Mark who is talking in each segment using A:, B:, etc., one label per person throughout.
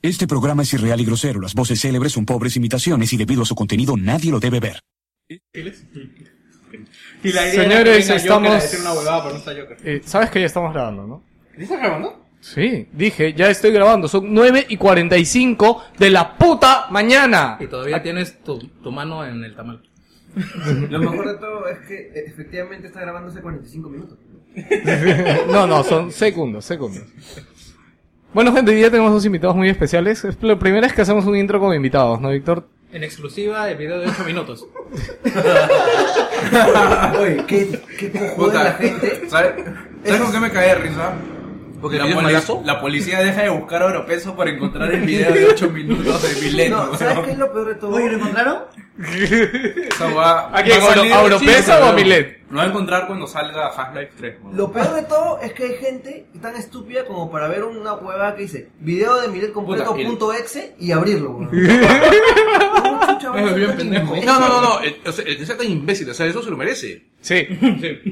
A: Este programa es irreal y grosero. Las voces célebres son pobres imitaciones y debido a su contenido nadie lo debe ver.
B: Y la idea
C: Señores,
B: era que venga
C: estamos-
B: Joker a decir una huevada, pero no está Joker.
C: Eh, Sabes que ya estamos grabando, ¿no?
B: ¿Y estás grabando?
C: Sí, dije, ya estoy grabando. Son 9 y 45 de la puta mañana.
D: Y todavía tienes tu, tu mano en el tamal.
E: Lo mejor de todo es que eh, efectivamente está grabando hace 45 minutos.
C: No, no, son segundos, segundos. Bueno, gente, hoy día tenemos dos invitados muy especiales. Es- Lo primero es que hacemos un intro con invitados, ¿no, Víctor?
D: En exclusiva, el video de 8 minutos.
E: Oye, qué, qué cojuda
F: Puta,
E: la gente.
F: ¿Sabes ¿Sabes con qué me cae de risa? Porque
D: ¿La
F: la, poli-
D: malazo?
F: la policía deja de buscar a Oropesa por encontrar el video de 8 minutos de Mileto.
E: No, ¿sabes qué es lo peor de todo? Oye, ¿lo encontraron?
C: ¿A quién? ¿A Oro- a Oropesa o a Milet?
F: Lo va a encontrar cuando salga Half-Life 3. ¿no?
E: Lo peor de todo es que hay gente tan estúpida como para ver una huevada que dice video de Milet completo
F: Puta, el-
E: punto exe y abrirlo, weón. ¿Cómo chucha vas a
D: Es bien
E: hacer
D: pendejo.
E: eso?
G: No, no, no, no. eh, O sea, que sea tan imbécil, o sea, eso se lo merece.
C: Sí.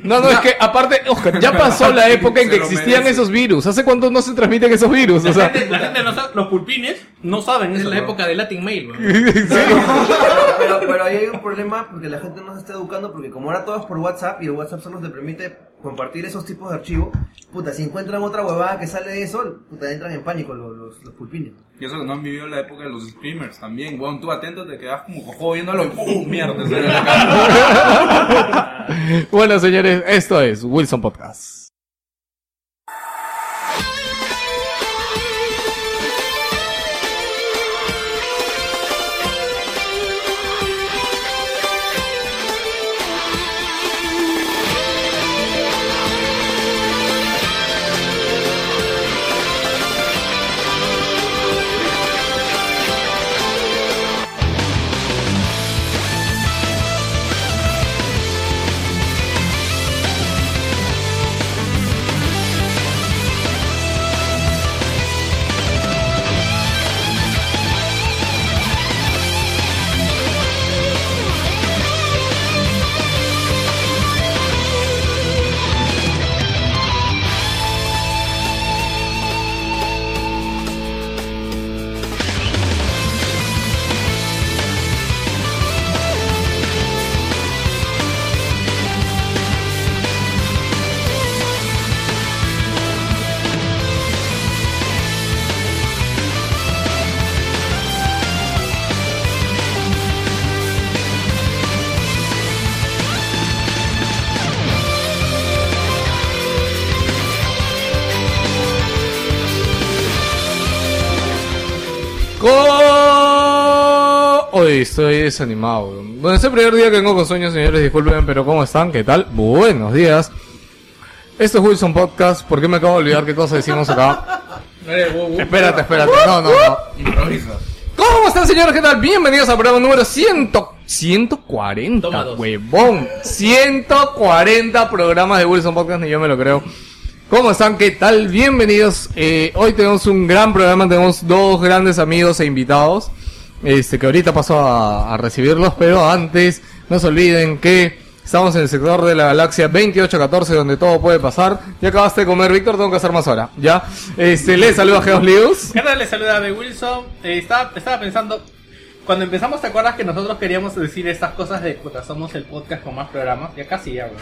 C: No, no, es que aparte, Oscar, ya pasó la época en que
F: Se lo
C: existían
F: merece.
C: esos virus. ¿Hace cuánto no se transmiten esos virus? O
B: La
C: sea,
B: gente, la gente no sabe, los pulpines no saben
D: Es
B: eso.
D: la
B: ¿no?
D: época de Latin Mail, weón.
E: Pero, pero ahí hay un problema porque la gente no se está educando porque como ahora todo es por WhatsApp y el WhatsApp solo te permite compartir esos tipos de archivos, puta, si encuentran otra huevada que sale de eso, puta, entran en pánico los, los, los pulpines.
F: Y eso que no han vivido la época de los streamers también, weón. Tú atento te quedas como cojo viéndolo y ¡pum! Mierda, te sale la cara.
C: bueno, señores, esto es Wilson Podcast. Co- Hoy estoy desanimado. weón. Bueno, es el primer día que vengo con sueños, señores, disculpen, pero ¿cómo están? ¿Qué tal? Buenos días. Esto es Wilson Podcast. ¿Por qué me acabo de olvidar qué cosa decimos acá? espérate, espérate. No, no, no.
F: Improvisa.
C: ¿Cómo están, señores? ¿Qué tal? Bienvenidos al programa número 100, 140,
D: Toma dos.
C: huevón. 140 programas de Wilson Podcast, ni yo me lo creo. ¿Cómo están? ¿Qué tal? Bienvenidos. Eh, hoy tenemos un gran programa, tenemos dos grandes amigos e invitados. Este, que ahorita paso a, a recibirlos, pero antes, no se olviden que estamos en el sector de la galaxia 2814, donde todo puede pasar. Ya acabaste de comer, Víctor, tengo que hacer más hora, ¿ya? Este, les saluda Geos Lius.
B: ¿Qué tal? Les saluda de Wilson. Eh, estaba, estaba pensando, cuando empezamos, ¿te acuerdas que nosotros queríamos decir estas cosas de puta, somos el podcast con más programas? Ya casi ya, weón.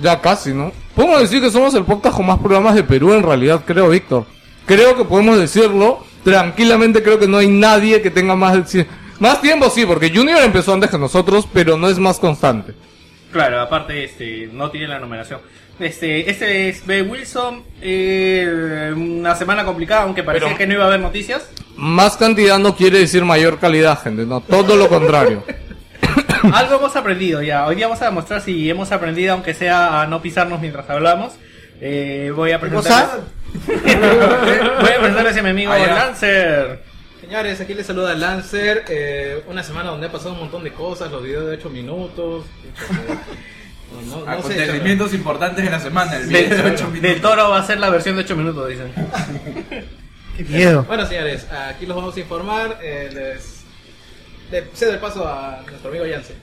C: Ya casi, ¿no? Podemos decir que somos el podcast con más programas de Perú en realidad, creo, Víctor. Creo que podemos decirlo. Tranquilamente creo que no hay nadie que tenga más de cien- Más tiempo sí, porque Junior empezó antes que nosotros, pero no es más constante.
B: Claro, aparte este no tiene la numeración. Este, este es B. Wilson. eh, una semana complicada, aunque parecía
C: Pero-
B: que no iba a haber noticias.
C: Más cantidad no quiere decir mayor calidad, gente, no, todo lo contrario.
B: Algo hemos aprendido ya. Hoy día vamos a demostrar si hemos aprendido, aunque sea a no pisarnos mientras hablamos. Eh, voy a presentarles, voy a, presentarles a mi amigo
F: Ah, ya.
B: Lancer.
D: Señores, aquí les saluda Lancer. eh, una semana donde ha pasado un montón de cosas, los videos de 8 minutos. No, no- no sé,
F: Acontecimientos importantes de la semana. El video de 8
B: Del,
F: minutos.
B: del toro va a ser la versión de 8 minutos, dicen.
D: chaval. Bueno, señores, aquí los vamos a informar. eh, les le cedo el paso a nuestro amigo Yance.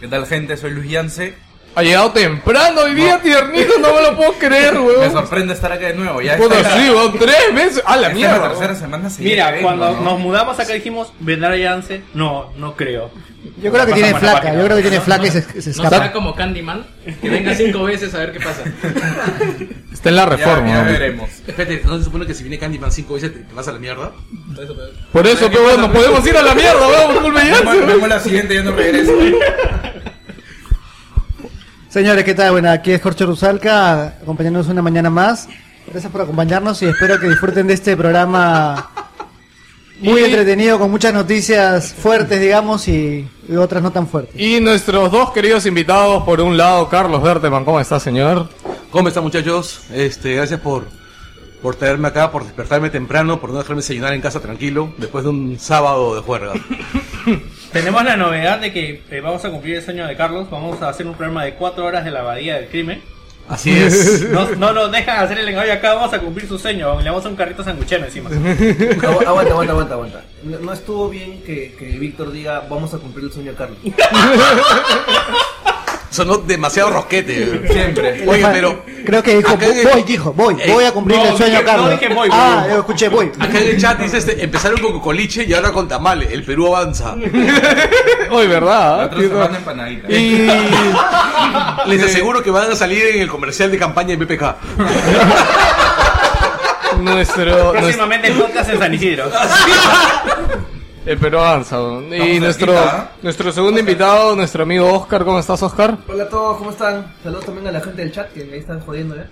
F: ¿Qué tal, gente? Soy Luis Yance.
C: Ha llegado temprano hoy día, tiernito, no me lo puedo creer,
F: Me
C: weón.
F: sorprende estar acá de nuevo. Ya
C: Puta,
F: esta-
C: sí, weón, tres veces. A la
F: esta es
C: mierda.
F: la tercera
C: weón.
F: semana seguida que
B: Mira,
F: vengo,
B: cuando
F: ¿no?
B: nos mudamos acá dijimos, ¿vendrá Yance? No, no creo.
H: Yo creo que
B: Pasa
H: tiene
B: por la
H: flaca,
B: página.
H: yo creo que tiene flaca y se, se
D: No será
H: escapa.
D: como Candyman, que venga cinco veces a ver qué pasa.
C: Está en la
F: Ya-
C: reforma.
F: ya
C: weón.
F: veremos.
G: Espérate, ¿no se supone que si viene Candyman cinco veces te, te vas a la mierda?
C: Por eso, que weón, nos podemos ir a la mierda, weón, por culpa de Yance,
F: Bueno,
C: weón.
F: Vemos la siguiente, yo no regreso.
H: Señores, ¿qué tal? Bueno, aquí es Jorge Rusalca, acompañándonos una mañana más. Gracias por acompañarnos y espero que disfruten de este programa muy entretenido, con muchas noticias fuertes, digamos, y, y otras no tan fuertes.
C: Y nuestros dos queridos invitados, por un lado, Carlos Berteman, ¿cómo está, señor?
G: ¿Cómo están muchachos? Este, gracias por, por traerme acá, por despertarme temprano, por no dejarme desayunar en casa tranquilo, después de un sábado de juerga.
B: Tenemos la novedad de que eh, vamos a cumplir el sueño de Carlos, vamos a hacer un programa de cuatro horas de la abadía del crimen.
G: Así es.
B: No, no nos dejan hacer el engaño acá, vamos a cumplir su sueño, le vamos a un carrito sanguchero encima.
E: Agu- Aguanta, aguanta, aguanta, aguanta. No, no estuvo bien que, que Víctor diga, vamos a cumplir el sueño de Carlos.
G: Sonó demasiado rosquete.
F: Siempre.
G: Oye, pero
H: Creo que dijo,
G: acá en el-
H: voy, dijo, voy,
G: Eh,
H: voy a cumplir
B: no,
H: el sueño,
B: dije- no
H: Carlos.
B: dije voy,
H: ah,
B: weón.
H: yo escuché, voy.
G: acá en el chat dice, este, empezaron con coliche y ahora con tamales. El Perú avanza.
C: Hoy,
F: La
C: ¿verdad?
F: otra semana empanadita.
C: Y
G: Les aseguro que van a salir en el comercial de campaña de PPK.
C: nuestro... nuestro-
B: Próximamente el podcast en San Isidro.
C: el Perú Eh, avanza. weón. Y
F: Estamos
C: nuestro,
F: cerquita, ¿eh?
C: nuestro segundo invitado, nuestro amigo Oscar, ¿cómo estás, Oscar?
E: Hola a todos, ¿cómo están? Saludos también a la gente del chat que ahí están jodiendo, ¿eh?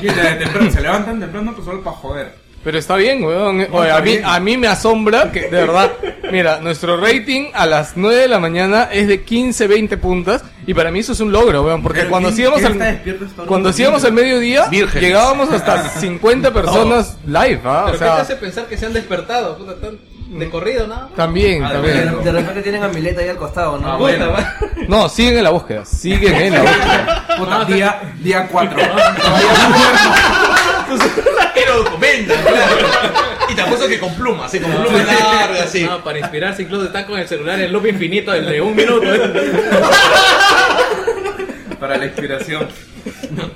F: Y la de temprano, se levantan temprano pues solo para joder.
C: Pero está bien, weón. Oye,
F: está
C: a, mí,
F: bien.
C: a mí me asombra que, de verdad, mira, nuestro rating a las 9 de la mañana es de 15, 20 puntas. Y para mí eso es un logro, weón. Porque
F: Pero
C: cuando
F: ¿quién-
C: hacíamos
F: quién
C: al,
F: está despierto hasta ahora?
C: cuando
F: Los
C: hacíamos al mediodía,
G: Vírgenes.
C: llegábamos hasta 50 personas live, ¿ah?
D: ¿Pero
C: O
D: qué te
C: sea, Mm.
D: hace pensar que se han despertado? Puta, tan de corrido, nada más.
C: también,
F: Ah,
E: De,
C: también.
F: bueno.
E: de repente tienen a Mileta ahí al costado, ¿no?
F: Ah,
E: Puta,
F: bueno.
E: va.
C: No, siguen en la búsqueda, siguen en la búsqueda.
F: Puta, día, día 4.
G: Pero documentan, claro. Y tampoco que con plumas, ¿eh? con plumas largas, así.
D: Ah, No, para inspirarse incluso están con el celular en loop infinito del de un minuto.
F: Para la inspiración.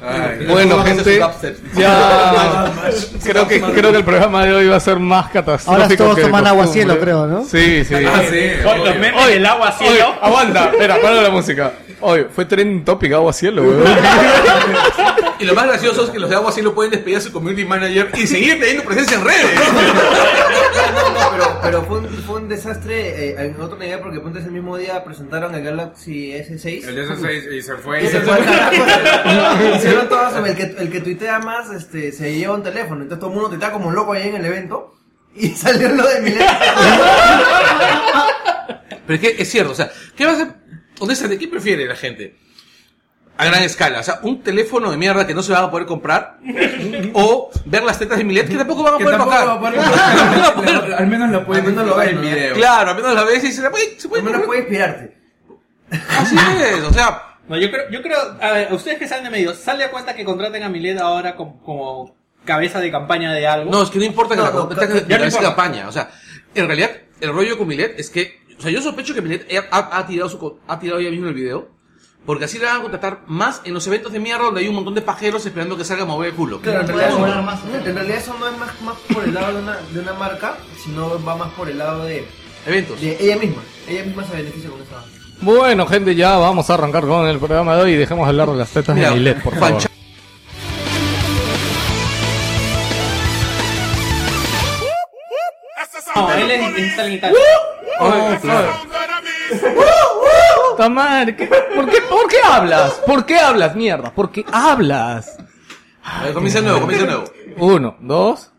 F: Ay,
C: Bueno,
G: Bájese
C: gente,
G: su dubstep.
C: ya creo que creo que el programa de hoy va a ser más catastrófico.
H: Ahora todos
C: que de
H: toman
C: costumbre.
H: aguacielo, creo, ¿no?
C: Sí, sí.
F: Ah, sí.
B: Con los memes del agua
C: Oye,
B: cielo.
C: aguanta, espera, para la música. Oye, fue trending topic agua cielo, weón.
G: Y lo más gracioso es que los de Agua sí lo pueden despedir a su community manager y seguir teniendo presencia en redes.
E: No, no, pero, pero fue, un, fue un desastre eh, en otro nivel porque ponte ese mismo día presentaron el Galaxy S6.
F: El S6 y se fue.
E: Y se fue al carajo. Hicieron todo eso. El que, el que tuitea más este, se lleva un teléfono. Entonces todo el mundo tuitea como loco ahí en el evento. Y salió lo de Milena.
G: Pero es que es cierto, o sea, ¿qué vas a honestamente, ¿qué prefiere la gente? A gran escala, o sea, un teléfono de mierda que no se va a poder comprar o ver las tetas de Milet que tampoco van a
F: Que
G: poder
F: tampoco va
G: pagar.
F: a poder
G: No van a
F: comprar.
G: poder.
F: Al menos lo pueden
E: Al menos lo
F: disfrutar en
E: ven, ¿no?
F: video.
G: Claro, al menos la ves y se la puede, se puede
E: Al menos
G: comprar.
E: puede inspirarte.
G: Así es, o sea,
B: No, yo creo, yo creo, a ver, ustedes que saben de medios, ¿sale a cuenta que contraten a Milet ahora como, como cabeza de campaña de algo?
G: no, es que no importa que
E: No,
G: la
E: no,
G: competa-
E: ca-
G: que
B: ya
G: la
B: no
G: vez
B: importa.
G: campaña, o sea, en realidad el rollo con Milet es que, o sea, yo sospecho que Milet ha, ha tirado su co- ha tirado ya mismo el video. Porque así la van a contratar más en los eventos de mierda donde hay un montón de pajeros esperando que salga a mover el culo.
E: Claro, en
H: Puede
E: realidad,
H: volar
E: eso-
H: más, ¿no?
E: en realidad eso no es más, más por el lado de una, de una marca, sino va más por el lado de,
G: Eventos.
E: de ella misma. Ella misma se beneficia con esa.
C: Bueno, gente, ya vamos a arrancar con el programa de hoy y dejemos de hablar de las tetas
G: Mira,
C: de Milet, por
G: Juan
C: favor.
G: Cha-
B: No, él es, es italiano.
G: ¡Uh!
C: Oye, oye. Puta madre, ¿qué- ¿por qué, por qué hablas? ¿Por qué hablas, mierda? ¿Por qué hablas?
G: A ver, comienza de nuevo, comienza de nuevo.
C: Uno, dos.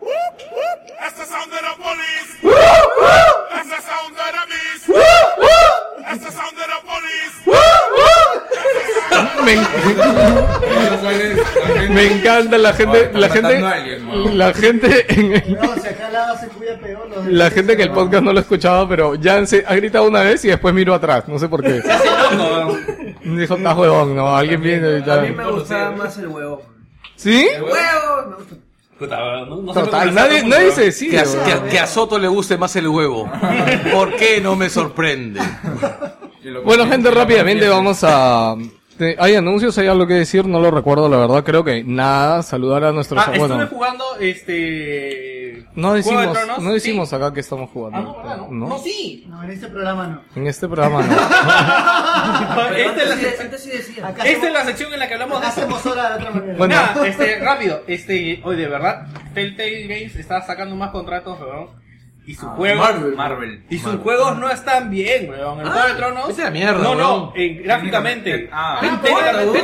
I: That's the Este sound of the police. That's the Este sound of the beast. That's the Este sound of the police.
C: Me, en- me encanta la gente,
F: Oye,
C: la
F: están
C: gente,
F: matando a alguien, weón.
C: la gente en el-
H: No, si acá la se cuida peor.
C: La gente que el podcast no lo escuchaba, pero Jan se ha gritado una vez y después miró atrás, no sé por qué.
B: Se hace loco, weón.
C: Dijo, está huevón, no, alguien viene
E: A mí me
C: ahorita.
E: gustaba más el huevo.
C: ¿Sí?
E: ¡Huevo! Me gusta.
B: pues, Puta, weón, no- no sé por qué
C: Total,
B: me
C: nadie,
B: saco
C: nadie
B: mucho,
C: se decide.
G: Que a,
C: weón.
G: que a- que a Soto le guste más el huevo. ¿Por qué no me sorprende?
F: Y lo-
C: Bueno, gente,
F: y lo-
C: rápidamente vamos a, Te- ¿Hay anuncios? ¿Hay algo que decir? No lo recuerdo, la verdad. Creo que nada. Saludar a nuestros...
B: Ah,
C: bueno,
B: estuve jugando este.
C: no
B: Juego de
C: decimos,
B: Tronos,
C: no
B: sí.
C: decimos acá que estamos jugando.
B: Ah, no, ¿verdad? No,
C: No.
B: no sí.
H: No, en este programa no.
C: En este programa no.
E: Pero
B: Esta Este es la
E: antes sí-
B: sección-
E: antes sí decía.
H: Acá
B: esta es
H: hacemos,
B: la sección en la que hablamos de
H: acá hacemos hora de otra manera.
C: Bueno.
B: Nada, este, rápido, este, hoy de verdad, Telltale Games está sacando más contratos, weón. Y sus juegos.
F: Marvel. Marvel.
B: Y sus juegos no están bien, weón. El Juego de
G: esa
B: Tronos.
G: es Ah, la mierda,
B: No, no,
G: weón.
B: eh, gráficamente.
F: Ah.
G: Vete vete a la mierda, weón.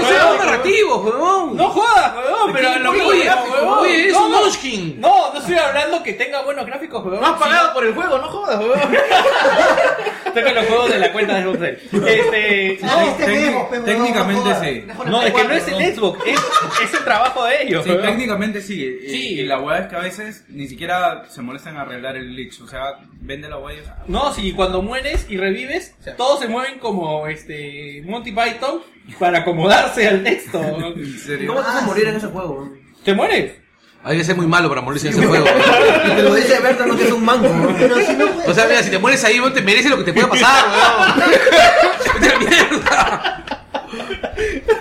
G: Ese es
B: Weón,
G: un narrativo, weón.
B: No jodas, weón, pero lo que
G: Oye,
B: digo, weón.
G: oye, es
B: no,
G: un
B: no.
G: Munchkin.
B: No, no estoy hablando que tenga buenos gráficos, weón.
D: Más pagado por el juego, no jodas, weón.
B: Saca los juegos de la cuenta de Xbox. Este,
H: Ah,
B: no,
H: este
F: técnic-
H: mismo, pero no,
F: técnicamente
H: jodas.
F: sí.
H: Déjalo
B: no,
H: en
B: es que no es
H: cuatro,
B: el Xbox, es, es el trabajo de ellos.
F: Sí,
B: weón.
F: técnicamente sí. Y,
B: Sí.
F: y la hueá es que a veces ni siquiera se molestan en arreglar el glitch. O sea, vende la hueá y
B: No, si cuando mueres y revives, todos se mueven como este Monty Python para acomodarse al texto.
F: ¿En serio?
E: ¿Cómo te haces morir en ese juego? no?
B: ¿Te mueres?
G: Hay que ser muy malo para morirse en ese juego.
E: Te lo dice Berta, no que es un mango. ¿no?
G: O sea, mira, si te mueres ahí, weón, te mereces lo que te pueda pasar, weón. Vete a la mierda.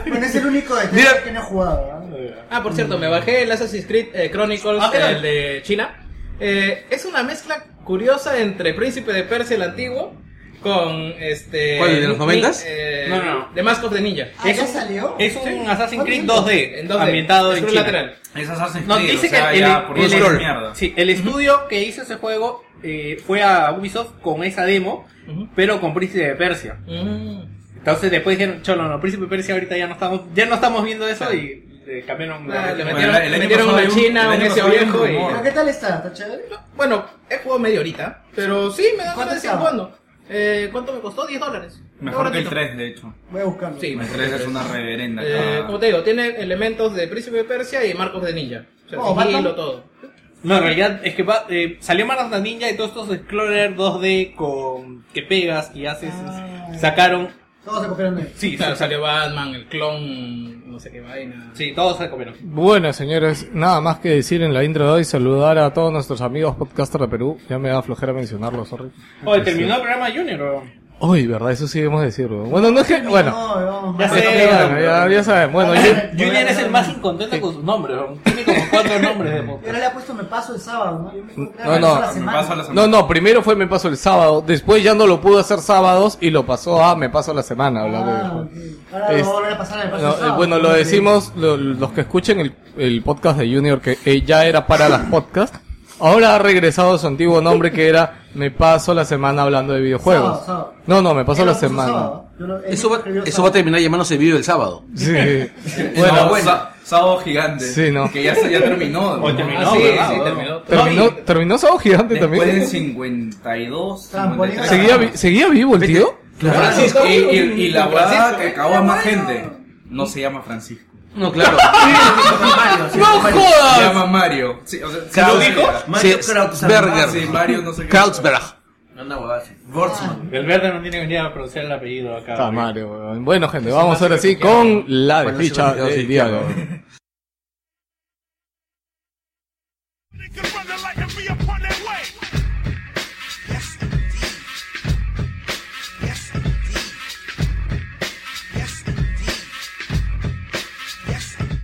H: Bueno, es el único de
G: Mira.
H: que no he jugado. ¿verdad?
D: Ah, por cierto, me bajé el Assassin's Creed eh, Chronicles,
B: Ah, ¿qué tal?
D: el de China. Eh, es una mezcla curiosa entre Príncipe de Persia el antiguo con este.
G: ¿Cuál, el de los
D: Ni-
G: noventas?
D: eh,
B: No, no, no.
D: The Mask of the Ninja.
H: Ah, ya salió.
B: Es un Assassin's Creed
H: ¿Cuánto
B: 2D,
D: En 2D,
B: ambientado en
D: scroll
B: China.
D: lateral.
F: Esas hacen
B: No, dice
F: o sea,
B: que el, e-
F: ya, por
B: el-
F: eso
B: el-
F: es mierda.
D: Ah,
B: sí, el estudio que hizo ese juego eh, fue a Ubisoft con esa demo,
D: Ujú.
B: pero con Príncipe de Persia.
D: Mm.
B: Entonces después dijeron, cholo, no, Príncipe de Persia ahorita ya no estamos, ya no estamos viendo eso y eh, cambiaron.
D: Ah,
B: la-
D: le
F: Bueno,
D: metieron,
F: el año
D: le metieron
F: pasado
D: una
F: hay un- el
D: china, un
F: año
D: ese
F: pasado hay un
D: viejo y.
F: rumor.
H: ¿Pero qué tal está? ¿Está chévere?
D: Bueno, he jugado media horita, pero sí me da
H: ¿Cuánto
D: ganas de seguir
H: estaba?
D: jugando. Eh, ¿Cuánto me costó? 10 dólares.
F: Mejor que el
D: Baratito.
F: 3, de hecho.
H: Voy a buscarlo.
D: Sí,
F: El 3 es una reverenda.
D: Eh,
F: cagada.
D: como te digo, tiene elementos de Príncipe de Persia y Marcos de Ninja. O sea,
H: Oh,
D: sigilo,
H: Batman.
D: todo.
B: No, en realidad es que va- eh, salió Maras la Ninja y todos estos Explorer 2D con que pegas y haces.
H: Ah.
B: sacaron.
H: Todos se copiaron de él.
B: Sí,
D: Claro,
B: sí,
D: salió Batman, el clon, no sé qué vaina.
B: sí, todos se comieron.
C: Bueno, señores, nada más que decir en la intro de hoy. Saludar a todos nuestros amigos podcaster de Perú. Ya me da flojera mencionarlos, sorry.
B: Oye, terminó el programa Junior. o?
C: Uy, verdad, eso sí debemos decirlo. Bueno, no es que... Bueno.
H: No, no,
B: Ya
H: no.
B: sé.
C: Bueno, ya, ya saben. Bueno, yo...
B: Junior es el más incontento con su nombre. o. Tiene como cuatro nombres de
H: Yo no
B: podcast.
H: le he puesto me paso el sábado, ¿no? Yo me fui
C: No, no,
H: a la
F: Me
H: semana.
F: paso a la
C: No,
F: semana.
C: no, primero fue Me Paso el Sábado, después ya no lo pudo hacer sábados y lo pasó a Me Paso la Semana. hablando de-
H: Ah, ok. Ahora
C: Es-
H: lo voy a volver a pasar a me paso
C: No,
H: el
C: eh,
H: sábado.
C: bueno, lo
H: Ok.
C: decimos lo- los que escuchen el, el podcast de Junior, que eh, ya era para las podcasts. Ahora ha regresado a su antiguo nombre que era Me paso la semana hablando de
H: Sábado,
C: videojuegos.
H: sábado.
C: No, no, me paso
H: Él lo
C: la
H: puso
C: semana.
H: sábado. Yo lo- él
G: Eso va,
H: escribió
G: eso va a
H: sábado.
G: terminar llamándose Vive el sábado.
C: Sí.
F: Bueno,
C: Bueno,
F: bueno. Sábado gigante.
C: Sí, no.
F: Que ya, se- ya terminó. ¿no?
B: terminó,
F: Ah, sí,
B: ¿verdad? Oh.
F: sí,
B: ¿no?
F: terminó.
C: terminó, terminó Sábado Gigante
F: Después
C: también.
F: del 52,
H: Trampolín.
F: 53.
C: ¿Seguía, vi- ¿Seguía vivo el tío?
F: Francisco. Y, y, y la
D: Francisco.
F: verdad que cagó a más gente. No se llama Francisco.
G: No, claro.
E: ¡No
F: Se
G: jodas!
F: llama Mario. Sí, o sea,
G: ¿Lo
F: sí,
G: dijo?
E: Mario
G: Sí,
F: Ah,
G: Berger.
E: Krautzberger.
F: sí, Mario no sé qué.
G: Krautsberg.
E: Anda huevada, sí. Boltzmann.
B: Ah, El verde no tiene que venir a pronunciar el apellido acá.
C: Está Mario, weón. Bueno, gente, vamos ahora sí con la de ficha del día de hoy.
J: Niggas run the light and be upon their way. Yes, indeed. Yes, indeed. Yes, indeed. Yes, indeed.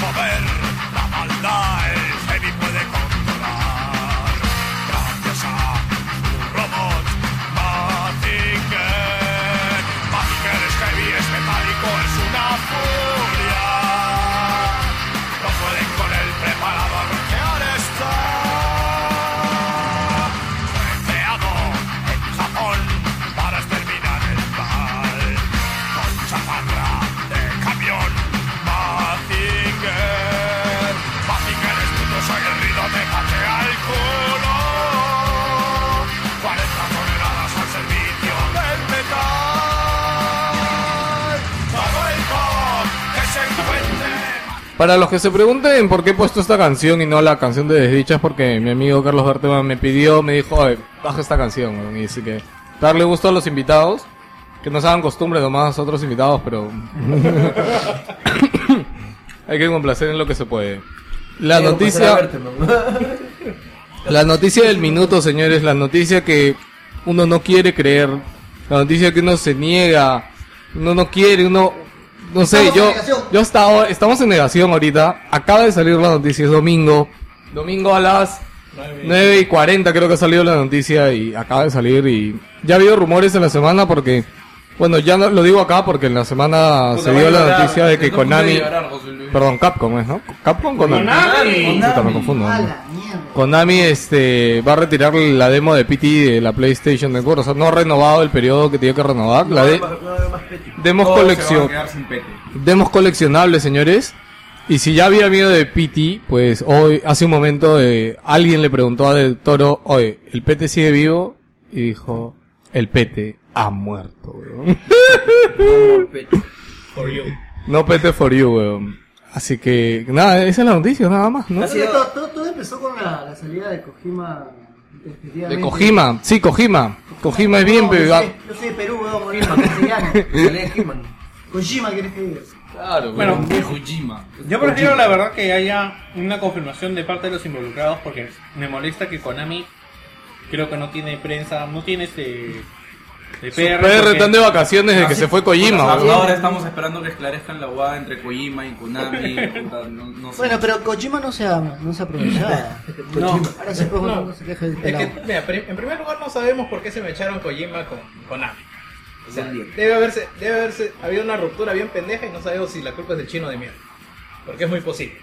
J: mover la maldad el genio puede controlar gracias a su robot Mazinger Mazinger es heavy, es metálico, es una furia no pueden con el preparador que ahora está fue creado en Japón para exterminar el mal con chatarra de camión Mazinger Mazinger es puto aguerrido, te patea el culo 40 toneladas al servicio del metal Todo el pop que se encuentre
C: Para los que se pregunten por qué he puesto esta canción y no la canción de Desdichas, porque mi amigo Carlos Berteman me pidió, me dijo, "Oye, baja esta canción, weón", y dice que darle gusto a los invitados, que nos hagan costumbre nomás a otros invitados, pero... Hay que complacer en lo que se puede. La
E: Digo,
C: noticia.
E: pasar a verte, man.
C: La noticia del minuto, señores, la noticia que uno no quiere creer, la noticia que uno se niega, uno no quiere, uno no sé,
H: Estamos en
C: yo
H: negación.
C: yo estaba estamos en negación ahorita. Acaba de salir la noticia es domingo. Domingo a las 9 y 40 creo que ha salido la noticia y acaba de salir y ya ha habido rumores en la semana porque bueno, ya no, lo digo acá porque en la semana se dio la noticia de que Konami, perdón, Capcom es, ¿no? Capcom Konami. Puta, me confundo.
H: A
C: hombre.
H: la mierda.
C: Konami este, va a retirar la demo de PT de la PlayStation Network. O sea, no ha renovado el periodo que tiene que renovar. La de, demos,
F: Todos se van a
C: colección,
F: quedar sin pete.
C: demos coleccionables, señores. Y si ya había miedo de PT, pues hoy, hace un momento, eh, alguien le preguntó a Del Toro, oye, ¿el PT sigue vivo? Y dijo, el PT ha muerto, weón. No PT for you, weón. Así que, nada, esa es la noticia, nada más, ¿no?
H: Creo que todo, todo- todo empezó con la, la salida de Kojima.
C: De Kojima, sí, Kojima. Kojima es bien,
H: pero. Yo
C: pero...
H: soy, yo soy de Perú, weón, Kojima, castellano.
E: Dale, He-Man.
H: Kojima, ¿quieres que diga?
C: Claro,
B: Bueno,
F: Kojima.
B: yo prefiero la verdad que haya una confirmación de parte de los involucrados porque me molesta que Konami creo que no tiene prensa, no tiene este... de
C: PR
B: PR, porque- Ah,
C: están de vacaciones desde que
F: Así-
C: se fue Kojima,
F: Puta,
C: weón.
F: Ahora estamos esperando que esclarezcan la guada entre Kojima y Konami. puta, no, no sé.
H: Bueno, pero Kojima no se ha, no se ha aprovechado.
B: No,
H: Ahora se coge no. se este queja del
D: Es que,
H: pelado.
D: mira, pri- en primer lugar no sabemos por qué se me echaron Kojima con Konami. O sea, debe haberse, debe haberse habido una ruptura bien pendeja y no sabemos si la culpa es del chino de mierda. Porque es muy posible.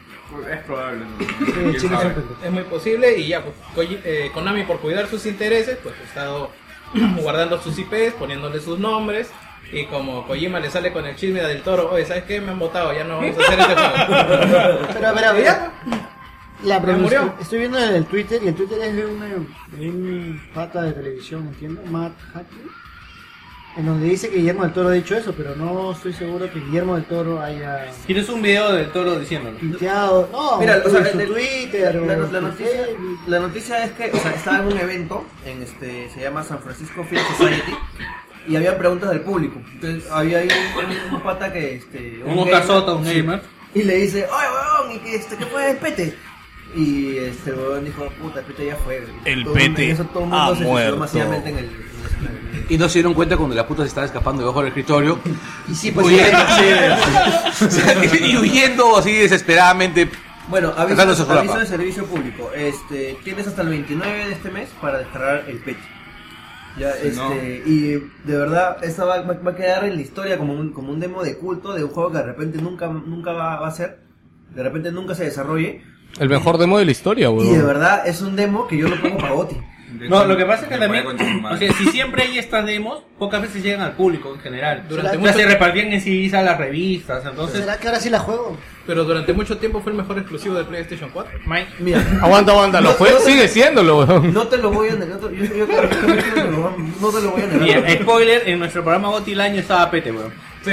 F: Es probable. ¿no?
H: Sí,
F: ¿Quién
H: chino
F: sabe?
H: siempre.
D: Es muy posible y ya, pues, Koji- eh, Konami por cuidar sus intereses, pues ha estado guardando sus IPs, poniéndole sus nombres. Y como Kojima le sale con el chisme del toro, oye, ¿sabes qué? Me han votado, ya no vamos a hacer este juego.
H: Pero, a ver, a ver.
D: Ya,
H: La
D: Me
H: murió.
D: murió.
H: Estoy viendo el Twitter y el Twitter es de una- de un pata de televisión, entiendo, Matt Hackney, en donde dice que Guillermo del Toro ha dicho eso, pero no estoy seguro que Guillermo del Toro haya
B: ¿Quieres un video del toro diciéndolo?
H: tuiteado. No,
E: Mira,
H: en
E: o sea,
H: su
E: el-
H: Twitter o
E: la, la
H: su
E: noticia,
H: Facebook.
E: la noticia es que, o sea, estaba en un evento, en este, se llama San Francisco Film Society, y había preguntas del público. Entonces, había ahí un, un pata que, este,
B: Un Oscar Soto, un gamer.
E: Y le dice, oye, weón, ¿y qué, este, qué fue el pete? Y este, el weón dijo, puta, el pete ya fue.
C: El
E: Todo el mundo-
C: pete
E: en eso todo el
C: ha
E: mundo se suicidó
C: muerto.
E: masivamente en el... en el escenario.
G: Y no se dieron cuenta cuando la puta se estaba escapando debajo del escritorio.
E: Y sí, pues...
G: Huyendo.
E: sí.
G: O sea, y huyendo así desesperadamente.
E: Bueno, aviso,
G: Sacando su solapa.
E: aviso de servicio público. Este, tienes hasta el 29 de este mes para descargar el pecho. Ya,
F: Si
E: este,
F: no-
E: y de verdad, esta va, va- va a quedar en la historia como un, como un demo de culto de un juego que de repente nunca, nunca va, va a ser, de repente nunca se desarrolle.
C: El mejor demo de la historia,
E: Y de
C: weón.
E: verdad es un demo que yo lo pongo para Goti.
B: No, lo que pasa es que
F: Me voy a
B: también,
F: continuar.
B: o sea, si siempre hay estas demos, pocas veces llegan al público en general.
D: Durante mucho-
B: Durante se repartían en CDs a las revistas, entonces,
H: ¿Será que ahora sí la juego?
D: Pero durante mucho tiempo fue el mejor exclusivo de PlayStation 4.
B: Mike,
E: Mira,
C: Aguanta, aguanta, lo fue, sigue siéndolo, weón.
E: no te lo voy a negar, no te- yo, yo creo que no te lo- no te lo voy a
B: Mira,
E: negar.
B: spoiler, en nuestro programa Goti el año estaba Pete, weón.
E: No,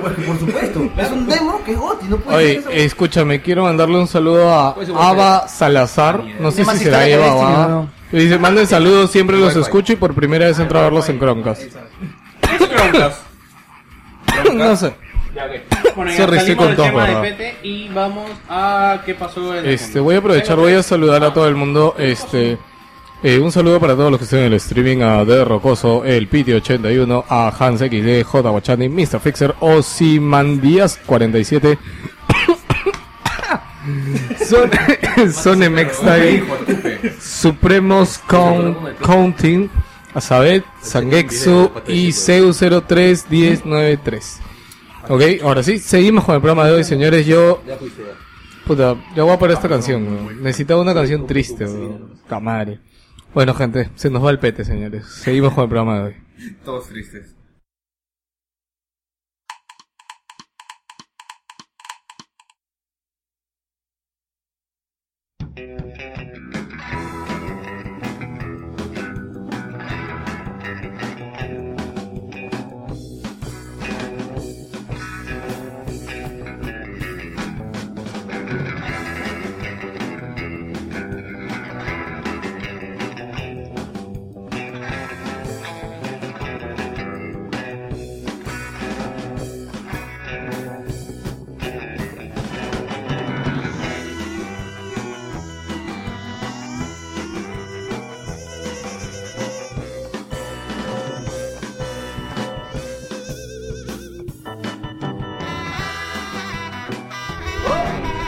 E: por, por supuesto, es un demo que es Goti, no puede
C: Oye,
E: ser eso.
C: escúchame, quiero mandarle un saludo a Ava Salazar. No sé
H: Tiene más
C: si será
H: historia que
C: Eva o
H: Destiny,
C: Ava.
H: weón.
C: Y Dice, manden saludos, siempre los escucho y por primera vez entro a verlos en Croncast.
B: ¿Qué es Chromecast?
C: No sé.
B: Bueno, ya
C: Sorry, estoy
B: salimos
C: con
B: del
C: tos,
B: tema de
C: ¿verdad?
B: Pete y vamos a qué pasó en el
C: Este,
B: mundo.
C: voy a aprovechar, voy a saludar a todo el mundo. Este, eh, un saludo para todos los que estén en el streaming, a D Rocoso, el Piti81, a Hans XD, J Guachani, Mr. Fixer, Osimandías47, Son, Son MXTime, Supremos Con- Counting, Azabet, Sangexu y CEU03193. Ok, ahora sí, seguimos con el programa de hoy, señores. Yo Puta, yo voy a parar esta canción, weón. Necesitaba una canción triste, weón. Ta madre. Bueno, gente, se nos va el pete, señores. Seguimos con el programa de hoy.
F: Todos tristes.
I: Thank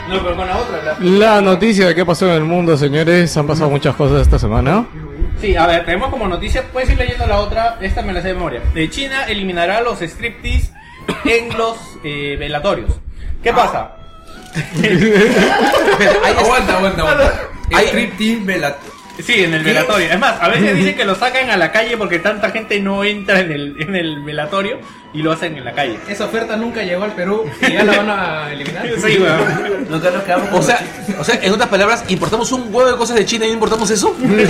D: No, pero con la otra, la-
C: La noticia de qué pasó en el mundo, señores. Han pasado muchas cosas esta semana.
B: Sí, a ver, tenemos como noticia, puedes ir leyendo la otra, esta me la sé de memoria. Eh, China eliminará los striptease en los eh, velatorios.
F: Ah.
B: ¿Qué pasa?
F: Aguanta, aguanta, aguanta.
G: Ahí-
F: Hay striptease vela-
B: Sí, en el velatorio. Es más, a veces dicen que lo sacan a la calle porque tanta gente no entra en el, en el velatorio y lo hacen en la calle.
D: Esa oferta nunca llegó al Perú y ya la van a eliminar.
B: Sí, weón.
E: Nunca nos quedamos con
G: O sea, o sea, en otras palabras, ¿importamos un huevo de cosas de China y no importamos eso?
B: Bueno,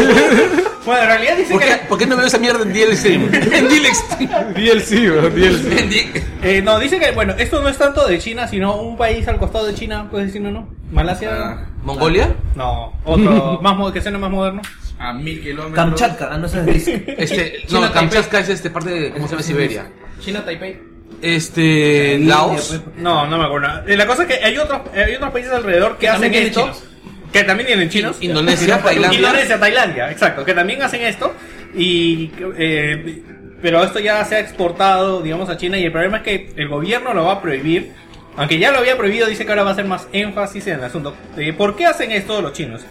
B: en realidad dicen
G: ¿Por
B: que...
G: qué, ¿Por qué no veo esa mierda en DL Stream? En DL Extreme.
C: DLC, bro, DLC.
G: En DL
B: Eh, no, dicen que, bueno, esto no es tanto de China, sino un país al costado de China, puedes decirlo, ¿no? Malasia.
F: Ah.
G: ¿Mongolia?
B: No, otro, más mo- que sea no más moderno.
F: a mil kilómetros.
E: Kamchatka, ah, no sé si
G: Este, no,
D: China, Taipei.
G: Kamchatka es este parte de, ¿cómo se llama? Siberia.
D: China, Taipei.
G: Este, Laos.
B: No, no me acuerdo. Eh, La cosa es que hay otros, hay otros países alrededor que,
D: Que
B: hacen
D: también tienen
B: esto.
D: chinos.
B: Que también tienen chinos.
G: Indonesia, Tailandia.
B: Indonesia, Tailandia, exacto. Que también hacen esto. Y, eh, pero esto ya se ha exportado, digamos, a China. Y el problema es que el gobierno lo va a prohibir. Aunque ya lo había prohibido, dice que ahora va a hacer más énfasis en el asunto. Eh, ¿Por qué hacen esto los chinos?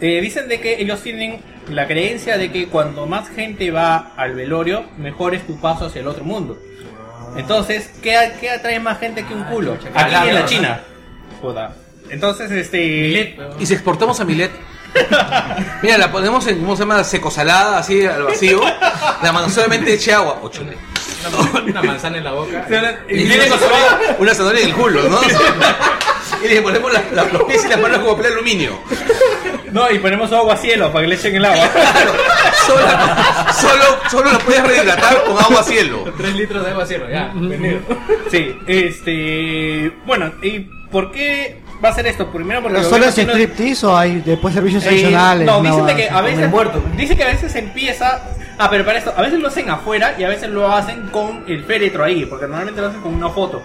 B: Eh, dicen de que ellos tienen la creencia de que cuando más gente va al velorio, mejor es tu paso hacia el otro mundo. Entonces, ¿qué, qué atrae más gente que un culo? Aquí en la China. Joda. Entonces, este...
G: Y si exportamos a Milet. Mira, la ponemos en, ¿cómo se llama? Secosalada, así al vacío. La mano solamente eche agua. O chule.
D: Una, una manzana en la boca.
G: Y tiene una zanahoria- una zanahoria en el culo, ¿no? Y le ponemos la- la- los pies y las manos como papel aluminio.
B: No, y ponemos agua a cielo para que le echen el agua.
G: Claro, solo, solo, solo lo puedes rehidratar con agua a cielo.
D: Tres litros de agua cero, ya. Venido.
B: Sí, este. Bueno, ¿y por qué va a ser esto? Primero porque.
H: ¿Pero
B: los
H: solo es
B: vecinos-
H: striptease o hay después servicios
B: Eh,
H: adicionales?
B: no, dicen
H: una
B: de que
H: vaina?
B: a veces.
E: el muerto.
B: Dice que a veces empieza. Ah, pero para esto, a veces lo hacen afuera y a veces lo hacen con el féretro ahí, porque normalmente lo hacen con una foto.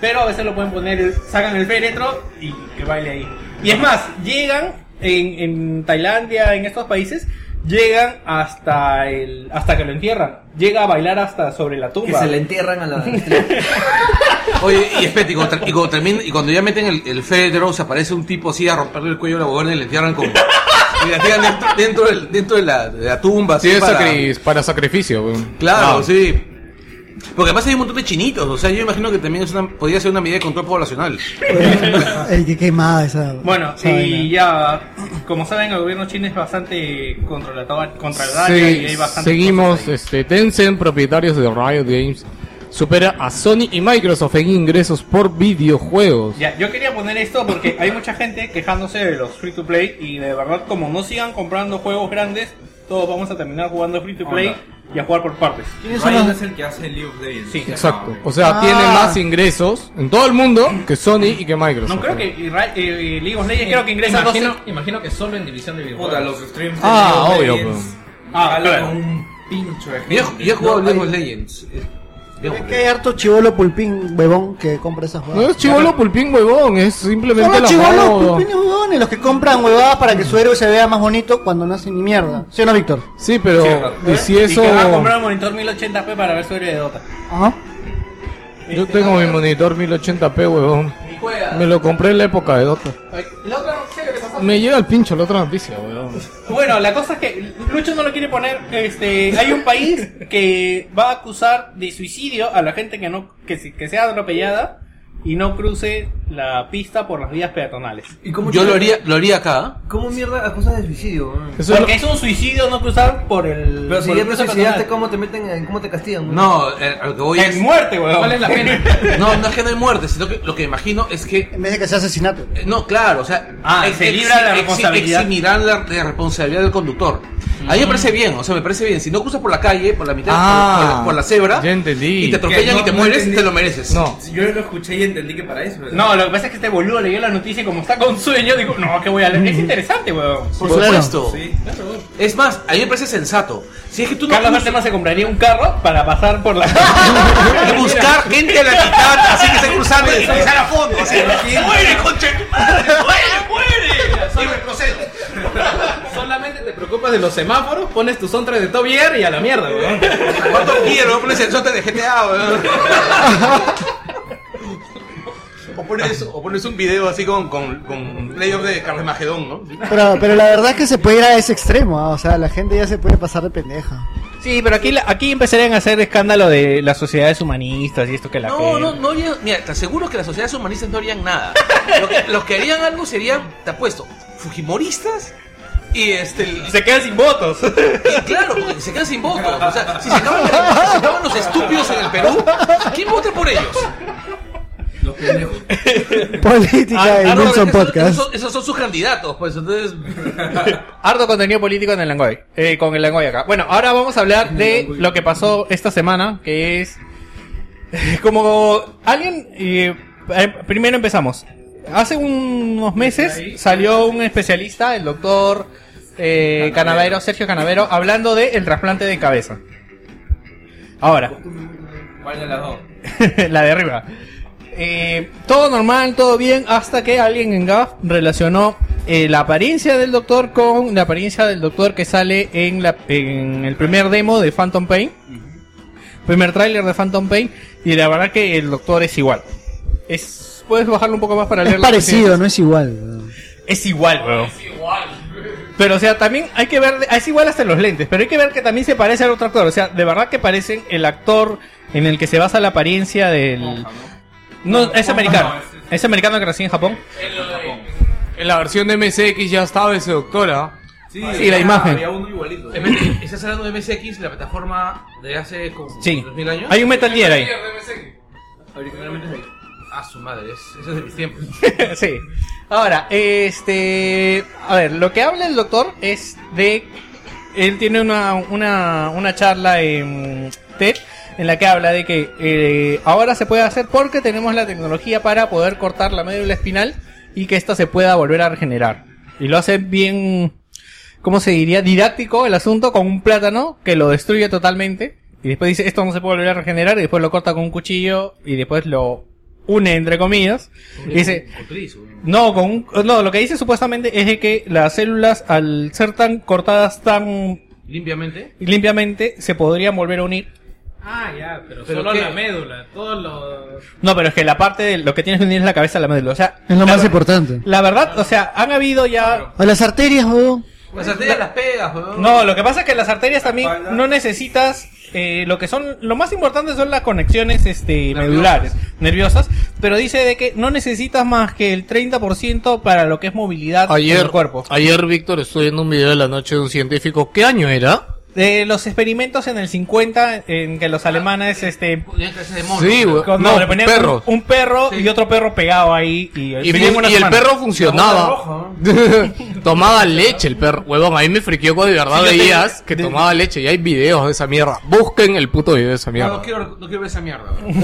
B: Pero a veces lo pueden poner, sacan el féretro y que baile ahí. Y es más, llegan en, en Tailandia, en estos países, llegan hasta el hasta que lo entierran. Llega a bailar hasta sobre la
E: que
B: tumba.
E: se le entierran a la
G: Oye, y espérate, y cuando, y cuando termina- y cuando ya meten el, el féretro, se aparece un tipo así a romperle el cuello a la abogada y le entierran con. Y la tiran dentro, dentro, del- dentro de, la, de la tumba.
C: Sí,
G: así
C: es
G: para-
C: sacri- para sacrificio. weón.
G: Claro,
C: Ah.
G: sí. Porque además hay un montón de chinitos, o sea, yo imagino que también es una, podría ser una medida de control poblacional.
H: Ey, qué quemada esa.
B: Bueno,
H: esa
B: y
H: vaina.
B: ya, como saben, el gobierno chino es bastante controlador, controlador y hay
C: Ah, Sí,
B: bastante.
C: seguimos, este, Tencent, propietarios de Riot Games, supera a Sony y Microsoft en ingresos por videojuegos.
B: Ya, yo quería poner esto porque hay mucha gente quejándose de los free to play y de verdad, como no sigan comprando juegos grandes, todos vamos a terminar jugando free to play
F: Onda.
B: y a jugar por partes.
H: ¿Quiénes son
F: Ryan
H: los-
F: es el que hace League of Legends.
B: Sí.
C: Exacto.
F: Ah, ok.
C: O sea,
H: Ah.
C: tiene más ingresos en todo el mundo que Sony y que Microsoft.
B: No creo que y Ra- eh, eh, League of Legends, creo que ingresa
D: imagino,
B: 12.
D: imagino que solo en división de
F: Puta,
D: videojuegos.
F: los streams.
C: Ah,
F: de League of
C: obvio,
F: Legends
B: Ah,
F: jalan
B: claro.
F: a un pincho de gente.
G: Yo, yo he jugado
F: No,
G: League of
F: hay-
G: Legends. Eh, League
H: Es
G: of
H: que hay harto chivolo pulpín huevón que compra esas
C: No
H: huevadas.
C: es chivolo pulpín huevón, es simplemente
H: Son
C: la
H: los chivolos
C: moda.
H: pulpines huevones, los que compran huevadas para que su héroe se vea más bonito cuando no hace ni mierda. ¿Sí o no, Víctor?
C: Sí, pero y si eso
B: ¿Eh? Y que va a comprar un monitor 1080p para ver su héroe de Dota.
H: Ajá.
C: yo tengo mi monitor 1080p huevón.
D: Y juega.
C: Me lo compré en la época de Dota.
B: Ay, La otra noticia que te pasó.
C: Me llega el pincho la otra noticia, huevón.
B: Bueno, la cosa es que Lucho no lo quiere poner. Este, hay un país que va a acusar de suicidio a la gente que no que, se- que sea atropellada y no cruce la pista por las vías peatonales.
E: ¿Y
G: Legends.
E: cómo
G: Yo lo
E: mierda-
G: haría, lo haría acá.
E: ¿Cómo mierda a cosas de suicidio? man?
C: Eso es lo-
B: Porque es un suicidio no cruzar por el.
E: Pero si
B: por
E: ya
B: el
E: te
B: cruce
E: suicidaste,
B: peatonal.
E: ¿cómo te meten en, cómo te castigan? man?
G: No, eh, a lo que voy es.
B: En muerte, weón.
D: ¿Cuál es la pena?
G: No, no es que no hay muerte, sino que lo que imagino es que
H: En vez de que sea asesinato.
G: Eh, No, claro, o sea,
B: Ah, se libra la responsabilidad.
G: eximirán la, la responsabilidad del conductor. A mí me parece bien, o sea, me parece bien. Si no cruzas por la calle, por la mitad,
C: Ah,
G: por, por la, por la cebra,
C: ya entendí.
G: y te atropellan
F: Que no-
G: y te
F: no
G: mueres,
F: entendí.
G: te lo mereces.
C: No.
F: Yo lo escuché y entendí que para eso. ¿verdad?
B: No, lo que pasa es que este boludo leyó la noticia y como está con sueño, digo, no, que voy a leer. Es interesante, weón.
G: Por
H: Claro.
G: supuesto.
F: Sí.
G: Es más, a mí me parece sensato. Si es que tú no
B: Carlos
G: cruzas-
B: Bertema se compraría un carro para pasar por la.
G: buscar gente a la mitad, así que se cruzan y cruzar a fondo. Así, ¡Muere, conche! tu madre! ¡Muere, muere! Y retrocedo.
D: Solamente te preocupas de los semáforos, pues. pones tu soundtrack de Top Gear y a la mierda, weón.
G: ¿Cuánto quiero? Pones el sote de GTA, weón.
F: O
G: O pones, o pones un video así con, con, con playoff de Carlemajedón, ¿no?
H: Pero, pero la verdad es que se puede ir a ese extremo, ¿ah? o sea, la gente ya se puede pasar de pendeja.
B: Sí, pero aquí, la- aquí empezarían a hacer escándalo de las sociedades humanistas y esto que la
G: No,
B: pena.
G: no, no harían- Mira, te aseguro que las sociedades humanistas no harían nada. Lo que- los que harían algo serían, te apuesto, Fujimoristas y este. el-
B: Se quedan sin votos.
G: y claro, porque se quedan sin votos. O sea, si se acaban, si se acaban los estúpidos en el Perú, ¿quién vota por ellos?
F: Los pendejos.
H: Política en
G: Ardo,
H: Wilson
G: esos-
H: Podcast.
G: Esos, esos son sus candidatos, pues entonces.
B: Harto contenido político en el Langoy. eh, con el Langoy acá. Bueno, ahora vamos a hablar de lo que pasó esta semana, que es. Como alguien. eh, eh, primero empezamos. Hace unos meses salió un especialista, el doctor eh, Canavero, Sergio Canavero, hablando del trasplante de cabeza. Ahora.
F: ¿Cuál de las dos?
B: la de arriba. Eh, todo normal, todo bien, hasta que alguien en GAF relacionó eh, la apariencia del doctor con la apariencia del doctor que sale en, la, en el primer demo de Phantom Pain. Primer tráiler de Phantom Pain. Y la verdad que el doctor es igual. Es, Puedes bajarlo un poco más para
H: Es
B: leer las
H: parecido,
B: coincidencias?
H: no es igual.
B: Es igual, weón. Pero, o sea, también hay que ver, es igual hasta en los lentes, pero hay que ver que también se parece al otro actor. O sea, de verdad que parecen el actor en el que se basa la apariencia del. No, es americano. Es americano que nació en Japón.
C: En la versión de MSX ya estaba ese ¿ah? doctora.
B: Sí, la imagen.
F: Había uno igualito.
G: Estás hablando de MSX, la plataforma de hace como
B: Sí.
G: 2000 años.
B: Hay un Metal Gear ahí.
G: Ah, su madre, es- eso es de mis tiempos.
B: sí. Ahora, este. A ver, lo que habla el doctor es de. Él tiene una, una, una charla en TED en la que habla de que eh, ahora se puede hacer porque tenemos la tecnología para poder cortar la médula espinal y que ésta se pueda volver a regenerar. Y lo hace bien, ¿cómo se diría? Didáctico el asunto con un plátano que lo destruye totalmente. Y después dice, esto no se puede volver a regenerar. Y después lo corta con un cuchillo y después lo une, entre comillas. Y dice, no, con un- no, lo que dice supuestamente es de que las células al ser tan cortadas tan
G: Limpiamente.
B: limpiamente se podrían volver a unir.
D: Ah, ya, pero,
G: ¿Pero
D: solo
G: qué?
D: la médula, todos los...
B: No, pero es que la parte de lo que tienes que unir es la cabeza a la médula, o sea,
H: Es lo
B: la,
H: más importante.
B: la verdad, o sea, han habido ya
H: O las arterias, weón.
G: Las arterias las pegas, weón.
B: Pues, No, lo que pasa es que las arterias también
F: Espalda.
B: no necesitas eh, lo que son lo más importante son las conexiones este medulares, nerviosas, pero dice de que no necesitas más que el 30% para lo que es movilidad
C: Ayer,
B: del cuerpo.
C: ayer Víctor, estuve viendo un video de la noche de un científico. ¿Qué año era?
B: De los experimentos en el 50 en que los alemanes este
G: Tenían clases de mono.
C: Sí, güey.
B: Con-
C: No,
B: le ponían
C: perros.
B: Un, un perro
G: Sí.
B: y otro perro pegado ahí. Y,
C: Y,
B: vivían
C: fu-
B: una
C: y el
B: semana.
C: perro funcionaba. tomaba leche el perro. Huevón, ahí me friqueó cuando de verdad
G: Sí, yo te-
C: veías que tomaba leche. Y hay videos de esa mierda. Busquen el puto video de esa
G: No,
C: mierda.
G: no quiero, no quiero ver esa mierda. weón.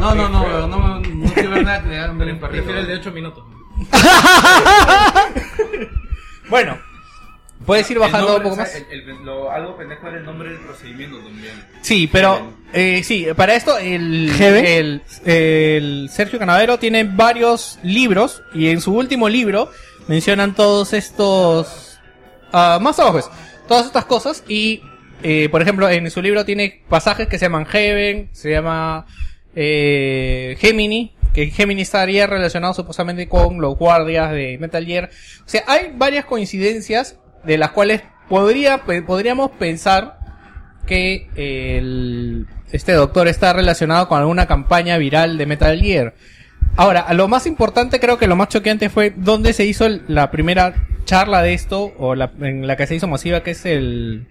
G: No, no, no, weón, no, no, no quiero ver nada que le hagan ver en parrilla.
D: Prefiero el de
G: weón.
D: 8 minutos.
B: Bueno, puedes ir bajando un poco más.
F: El, el- lo- algo pendejo era el nombre del procedimiento también.
B: Sí, pero. eh, sí, para esto el,
H: ¿Jeve?
B: el, el Sergio Canavero tiene varios libros y en su último libro mencionan todos estos... ah, más abajo es, todas estas cosas y, eh, por ejemplo, en su libro tiene pasajes que se llaman Heaven, se llama eh, Gemini, que Gemini estaría relacionado supuestamente con los guardias de Metal Gear. O sea, hay varias coincidencias de las cuales podría, pe- podríamos pensar que el, este doctor está relacionado con alguna campaña viral de Metal Gear. Ahora, a lo más importante, creo que lo más choqueante fue dónde se hizo el- la primera charla de esto, o la, en la que se hizo masiva, que es el...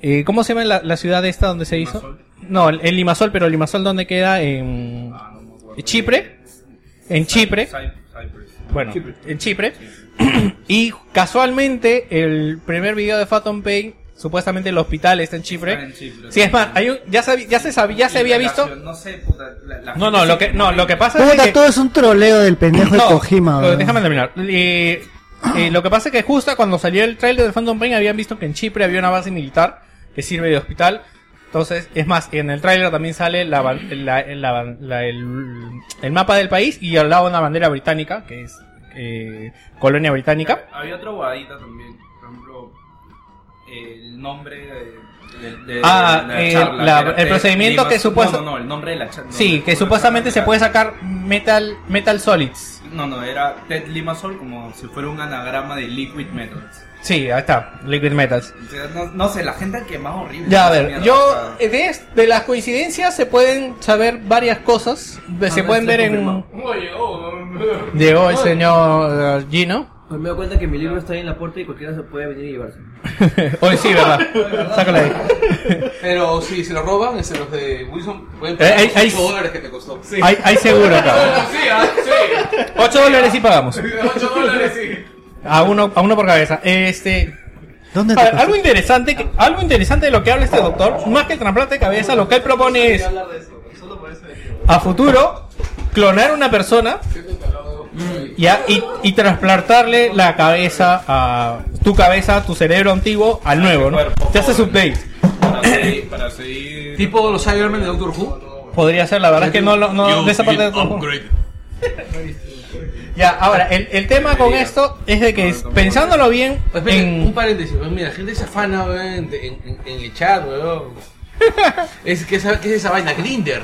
B: eh, ¿Cómo se llama la, la ciudad esta donde se hizo? No, el, el Limasol, pero el Limasol donde queda en... ¿En Chipre? En Chipre. Bueno, en Chipre. y casualmente, el primer video de Phantom Pain, supuestamente el hospital está en
F: Está
B: Chipre.
F: en Chipre.
B: Sí, es más, hay un- ya, sabi- ya se sabía, ya se había visto.
F: No sé, puta. la- la
B: No,
F: gente
B: no, lo
F: se
B: que, no, lo que pasa es
H: Puta,
B: que...
H: todo es un troleo del pendejo de
B: No,
H: Kojima,
B: lo-
H: weón.
B: déjame terminar. Eh, eh, lo que pasa es que justo cuando salió el trailer de Phantom Pain habían visto que en Chipre había una base militar que sirve de hospital. Entonces, es más, en el trailer también sale la, ban- la- la- la- el, el mapa del país y al lado una bandera británica, que es eh, colonia británica.
F: Había otra guadita también. Por ejemplo, el nombre de. de- de-
B: Ah,
F: de la
B: el-
F: charla,
B: la-
F: era-
B: el
F: de-
B: procedimiento
F: Limas-
B: que supuesta-
F: No, no, no, el nombre de la charla.
B: Sí, que supuestamente se puede sacar Metal, Metal Solids.
F: No, no, era Ted Limassol como si fuera un anagrama de Liquid Metals.
B: Sí, ahí está, Liquid Metals.
F: O sea, no, no sé, la gente ha quemado horrible.
B: Ya, a
F: Esa
B: ver,
F: mierda,
B: yo eh,
F: o sea,
B: de, es- de las coincidencias se pueden saber varias cosas. de- se
E: Ah,
B: pueden
E: sí,
B: ver en...
E: confirmado.
D: Oye,
B: Llegó el señor eh, Gino.
E: Pues me doy cuenta que mi libro está ahí en la puerta y cualquiera se puede venir y llevarse.
B: Hoy sí, ¿verdad? Sácala ahí.
G: Pero si se lo roban, este, los de Wilson pueden
B: Eh, hay-
G: pagar
B: hay-
G: los 8 dólares que te costó.
B: Hay, hay seguro acá.
D: Sí, ah, sí.
B: 8 dólares y pagamos.
D: 8 dólares, sí.
B: A uno, a uno por cabeza. Este,
H: ¿Dónde
B: A
H: te
B: ver,
H: pasó?
B: algo interesante, que- algo interesante de lo que habla este doctor, más que el trasplante de cabeza, lo que él propone es a futuro clonar una persona y, a- y, y trasplantarle la cabeza a tu cabeza, tu cerebro antiguo al nuevo, ¿no? Te haces update.
F: Para seguir. Para seguir
G: Tipo los Cybermen de Doctor Who.
B: Podría ser, la verdad es que no, lo- no, de esa parte no-
G: oh,
B: Ya, ahora, el, el tema con esto es de que es- pensándolo bien,
G: Pues, mira, Un
B: en,
G: paréntesis, pues, mira, la gente se afana weón, en, en- en el chat, weón. es que esa, que es esa vaina, Grinder.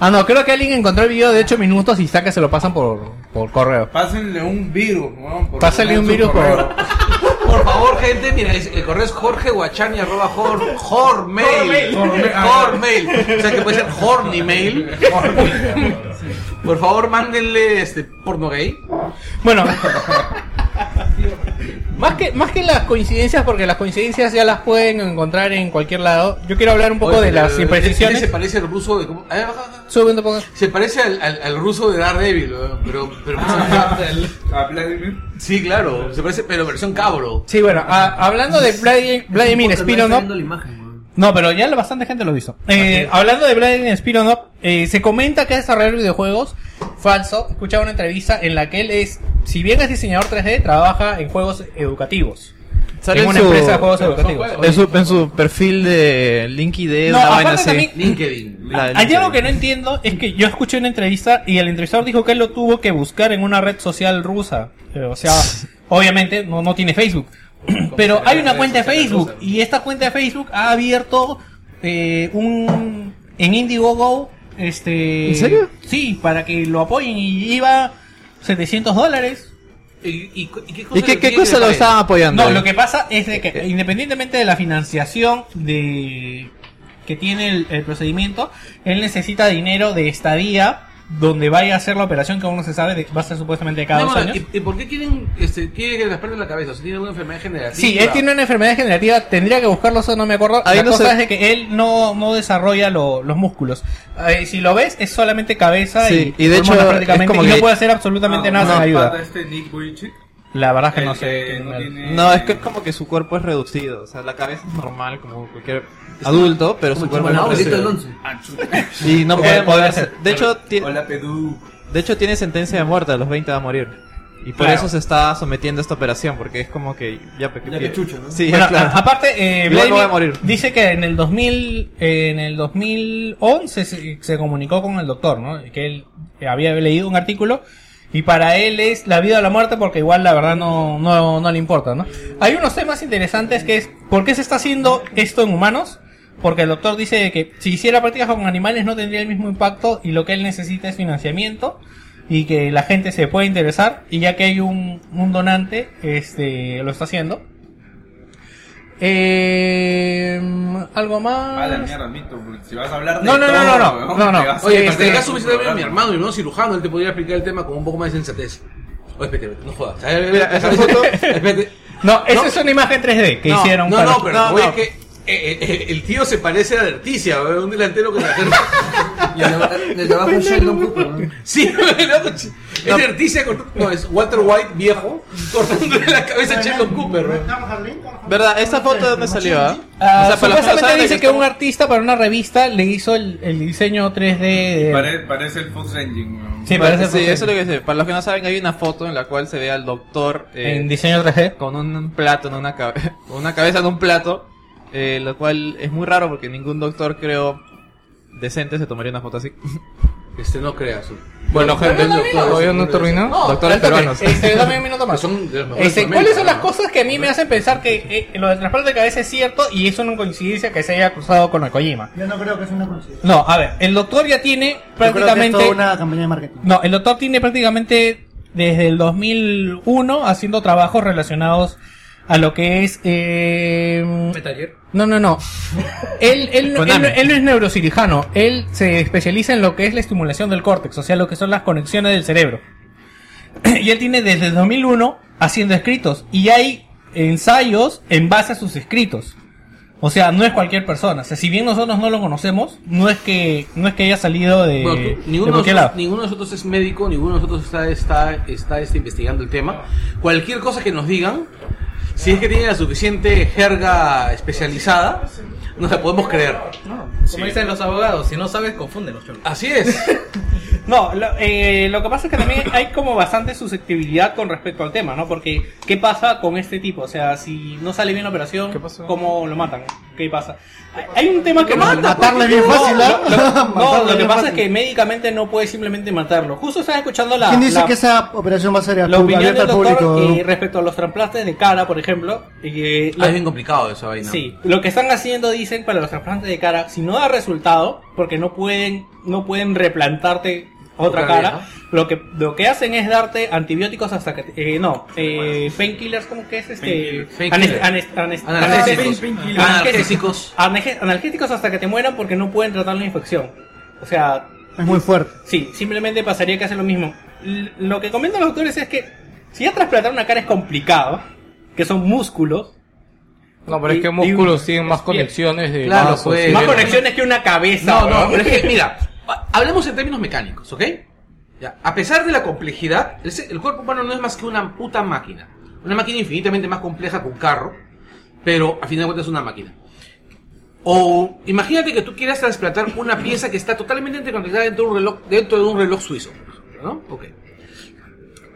B: ah no, creo que alguien encontró el video de 8 minutos y está que se lo pasan por, por correo.
F: Pásenle un virus, weón. por
B: Pásale
F: poner
B: un
F: su
B: virus
F: correo.
B: por,
G: Por favor, gente, mira, es- el correo es jorge guachani arroba jor, jormail.
F: Ah,
G: Jormail. O sea que puede ser hornymail. Por favor, mándenle este porno gay.
B: Bueno. más, que, más que las coincidencias, porque las coincidencias ya las pueden encontrar en cualquier lado. Yo quiero hablar un poco
G: Oye,
B: de las
G: pero, eh, Este Se
B: imprecisiones.
G: parece al ruso de. ¿cómo? A ver, baja, baja.
B: Sube un poco.
G: Se parece al, al- al ruso de Daredevil, weón, pero, pero
F: Ah, A Vladimir.
G: sí, claro, se parece, pero versión cabro.
B: Sí, bueno, a- hablando de Vladi- Vladimir
E: Puta, me está
B: Spironov.
E: viendo la imagen, weón.
B: No, pero ya la- bastante gente lo hizo. Eh, hablando de Vladimir Spironov, eh, se comenta que es desarrollador de videojuegos. Falso. Escuchaba una entrevista en la que él es, si bien es diseñador 3D, trabaja en juegos educativos.
K: Sale
B: en una
K: su-
B: empresa de juegos educativos.
K: En su, en su perfil de LinkedIn,
B: No,
K: una
B: aparte
K: vaina así.
B: también-
G: LinkedIn.
K: La de
B: Hay
K: LinkedIn.
B: algo que no entiendo, es que yo escuché una entrevista y el entrevistador dijo que él lo tuvo que buscar en una red social rusa. Eh, O sea, obviamente no, no tiene Facebook. Pero hay una cuenta de Facebook y esta cuenta de Facebook ha abierto eh, un en Indiegogo este
K: ¿En serio?
B: Sí, para que lo apoyen y iba 700 dólares.
G: ¿Y, y, y qué cosa,
K: ¿Y qué, qué
G: tiene
K: cosa lo
G: de-
K: estaban apoyando?
B: No,
K: ahí?
B: lo que pasa es de que independientemente de la financiación de que tiene el, el procedimiento, él necesita dinero de estadía donde vaya a hacer la operación que aún no se sabe, de- va a ser supuestamente cada
G: No,
B: dos
G: no,
B: años.
G: ¿y, y por qué quieren, este, quieren que les pierdan la cabeza? ¿O sea, ¿Tiene alguna enfermedad generativa?
B: Sí, él tiene una enfermedad generativa, tendría que buscarlo, eso no me acuerdo.
K: Ahí
B: la
K: no
B: cosa
K: se-
B: es de que él no, no desarrolla lo- los músculos. Eh, si lo ves, es solamente cabeza
K: Sí,
B: y,
K: y de hecho,
B: hormonas prácticamente,
K: es como
B: y
K: que- Ah,
B: no puede hacer absolutamente nada
F: no,
B: sin
F: pata,
B: ayuda.
F: Este Nick Vujicic,
B: La verdad es que
F: el
B: Eh, no sé.
F: que
B: qué
F: no
B: nivel.
F: tiene-
K: No, es que es como que su cuerpo es reducido. O sea, la cabeza es normal, como cualquier adulto, pero su cuerpo
E: Bueno,
K: es
E: Pablito
K: reducido.
E: Alonso.
K: Y no puede
B: Podría
K: moverse.
B: ser.
K: De hecho, ti-
F: Hola, Pedú.
K: de hecho, tiene sentencia de muerte, a los 20 va a morir. Y por
B: Claro.
K: eso se está sometiendo a esta operación, porque es como que ya, pe-
E: Ya que chucho, ¿no?
K: Sí,
B: Bueno,
K: ya, claro.
B: a- aparte, eh,
K: Igual no
B: Vladimir
K: voy a morir.
B: dice que en el 2000, eh, en el 2011 se, se comunicó con el doctor, ¿no? Que él había leído un artículo y para él es la vida o la muerte porque igual la verdad no, no, no le importa, ¿no? Hay unos temas interesantes que es, ¿por qué se está haciendo esto en humanos? Porque el doctor dice que si hiciera prácticas con animales no tendría el mismo impacto y lo que él necesita es financiamiento y que la gente se puede interesar y ya que hay un, un donante, este, lo está haciendo. Eh, algo
G: Ah,
F: A la
B: más.
F: mierda, mito. porque Si vas a hablar de
B: No, no, no,
F: todo,
B: no, no,
F: weón,
B: no, este, no.
F: te vas a-
G: Oye,
F: te
G: pero
F: vas
G: en el
F: a-
G: caso me hiciste ver a mi hermano, mi hermano cirujano, él te podría explicar el tema con un poco más de sensatez. Oye, espérate, espérate, no jodas.
K: Mira, esa foto-
G: Espérate.
B: No, esa
G: No.
B: es una imagen 3D que
K: No,
B: hicieron.
G: No,
B: para-
G: no, pero
K: No,
G: oye,
K: no.
G: es que eh, eh, el tío se parece a Derticia, un delantero que la
E: Y el de- el de abajo es Sheldon Cooper, ¿no?
G: Sí, loco, ch- es Derticia cortando. No, es Walter White viejo cortándole la cabeza a Sheldon Cooper, weón.
K: ¿Verdad? Ah, ¿Esa foto de dónde salió? ah?
B: Ah,
K: O sea, por las fotos
B: supuestamente
K: saben de
B: dice que,
K: estamos-
B: un artista para una revista le hizo el, el diseño 3D. de-
F: Pare- parece el Fox Engine, weón.
B: Sí, parece
K: Sí,
B: posible.
K: eso es lo que dice. Para los que no saben, hay una foto en la cual se ve al doctor eh,
B: en diseño 3D.
K: con un plato en una cabeza, una cabeza en un plato, eh, lo cual es muy raro porque ningún doctor creo decente se tomaría una foto así.
G: Este, no creas.
C: Bueno, gente, ¿todavía no terminó? Doctores
D: espérate,
C: peruanos.
D: Este, dame un minuto más.
G: Son de los mejores
B: Este,
G: momentos,
B: ¿Cuáles son las
G: ¿no?
B: cosas que a mí me hacen pensar que eh, lo del trasplante de cabeza es cierto y es una coincidencia que se haya cruzado con el Kojima?
H: Yo no creo que es una coincidencia.
B: No, a ver, el doctor ya tiene
H: Yo creo que es
B: prácticamente...
H: toda una campaña de marketing.
B: No, el doctor tiene prácticamente desde el 2001 haciendo trabajos relacionados a lo que es... eh,
D: Metal Gear.
B: no, no, no. Él, él, no- él
D: Konami.
B: no- él no es neurocirujano. Él se especializa en lo que es la estimulación del córtex, o sea, lo que son las conexiones del cerebro. Y él tiene desde 2001 haciendo escritos. Y hay ensayos en base a sus escritos. O sea, no es cualquier persona. O sea, si bien nosotros no lo conocemos, no es que, no es que haya salido de,
G: Bueno, tú-
B: de
G: ninguno, de
B: cualquier
G: nosotros,
B: lado.
G: ninguno de nosotros es médico, ninguno de nosotros está, está, está este, investigando el tema. Cualquier cosa que nos digan, si es que tiene la suficiente jerga especializada, nos la podemos creer.
D: Como dicen los abogados, si no sabes, confúndelos, cholo.
G: Así es.
B: No, lo, eh, lo que pasa es que también hay como bastante susceptibilidad con respecto al tema, ¿no? Porque, ¿qué pasa con este tipo? O sea, si no sale bien la operación,
C: ¿Qué pasó?
B: ¿cómo lo matan? ¿Qué pasa? Hay un tema que... no-
H: Matarle bien fácil, ¿ah?
B: No, lo- no,
H: Matarle
B: lo que
H: bien
B: pasa es
H: fácil.
B: que médicamente no puedes simplemente matarlo. Justo estaba escuchando la...
H: ¿Quién dice
B: la-
H: que esa operación va a ser
B: la opinión
H: abierta
B: del
H: al
B: doctor
H: público?
B: eh, respecto a los trasplantes de cara, por ejemplo. eh,
G: Ah,
B: lo-
G: es bien complicado esa vaina.
B: Sí, lo que están haciendo dicen para los trasplantes de cara, si no da resultado, porque no pueden, no pueden replantarte otra
G: Otra vez,
B: cara, lo que lo que hacen es darte antibióticos hasta que te- eh, no, eh, painkillers como que es este
G: Painkillers.
B: anest- anest- anest-
G: Analgésicos.
B: anest-
G: Analgésicos.
B: analge- analgésicos hasta que te mueran porque no pueden tratar la infección. O sea,
H: Es muy fuerte.
B: Sí, simplemente pasaría que hace lo mismo. L- Lo que comentan los doctores es que si ya trasplantar una cara es complicado, que son músculos,
C: No, pero es que
B: Y-
C: músculos
B: y-
C: tienen más
B: es-
C: conexiones de
G: Claro,
C: vasos,
G: pues.
C: y
B: más
C: demás.
B: conexiones que una cabeza.
G: No, no,
B: weón.
G: pero es que, mira, pa- hablemos en términos mecánicos, ¿ok? Ya, a pesar de la complejidad, el, se- el cuerpo humano no es más que una puta máquina. Una máquina infinitamente más compleja que un carro, pero a fin de cuentas es una máquina. O imagínate que tú quieras trasplantar una pieza que está totalmente interconectada dentro de un reloj, dentro de un reloj suizo, ¿no? Ok.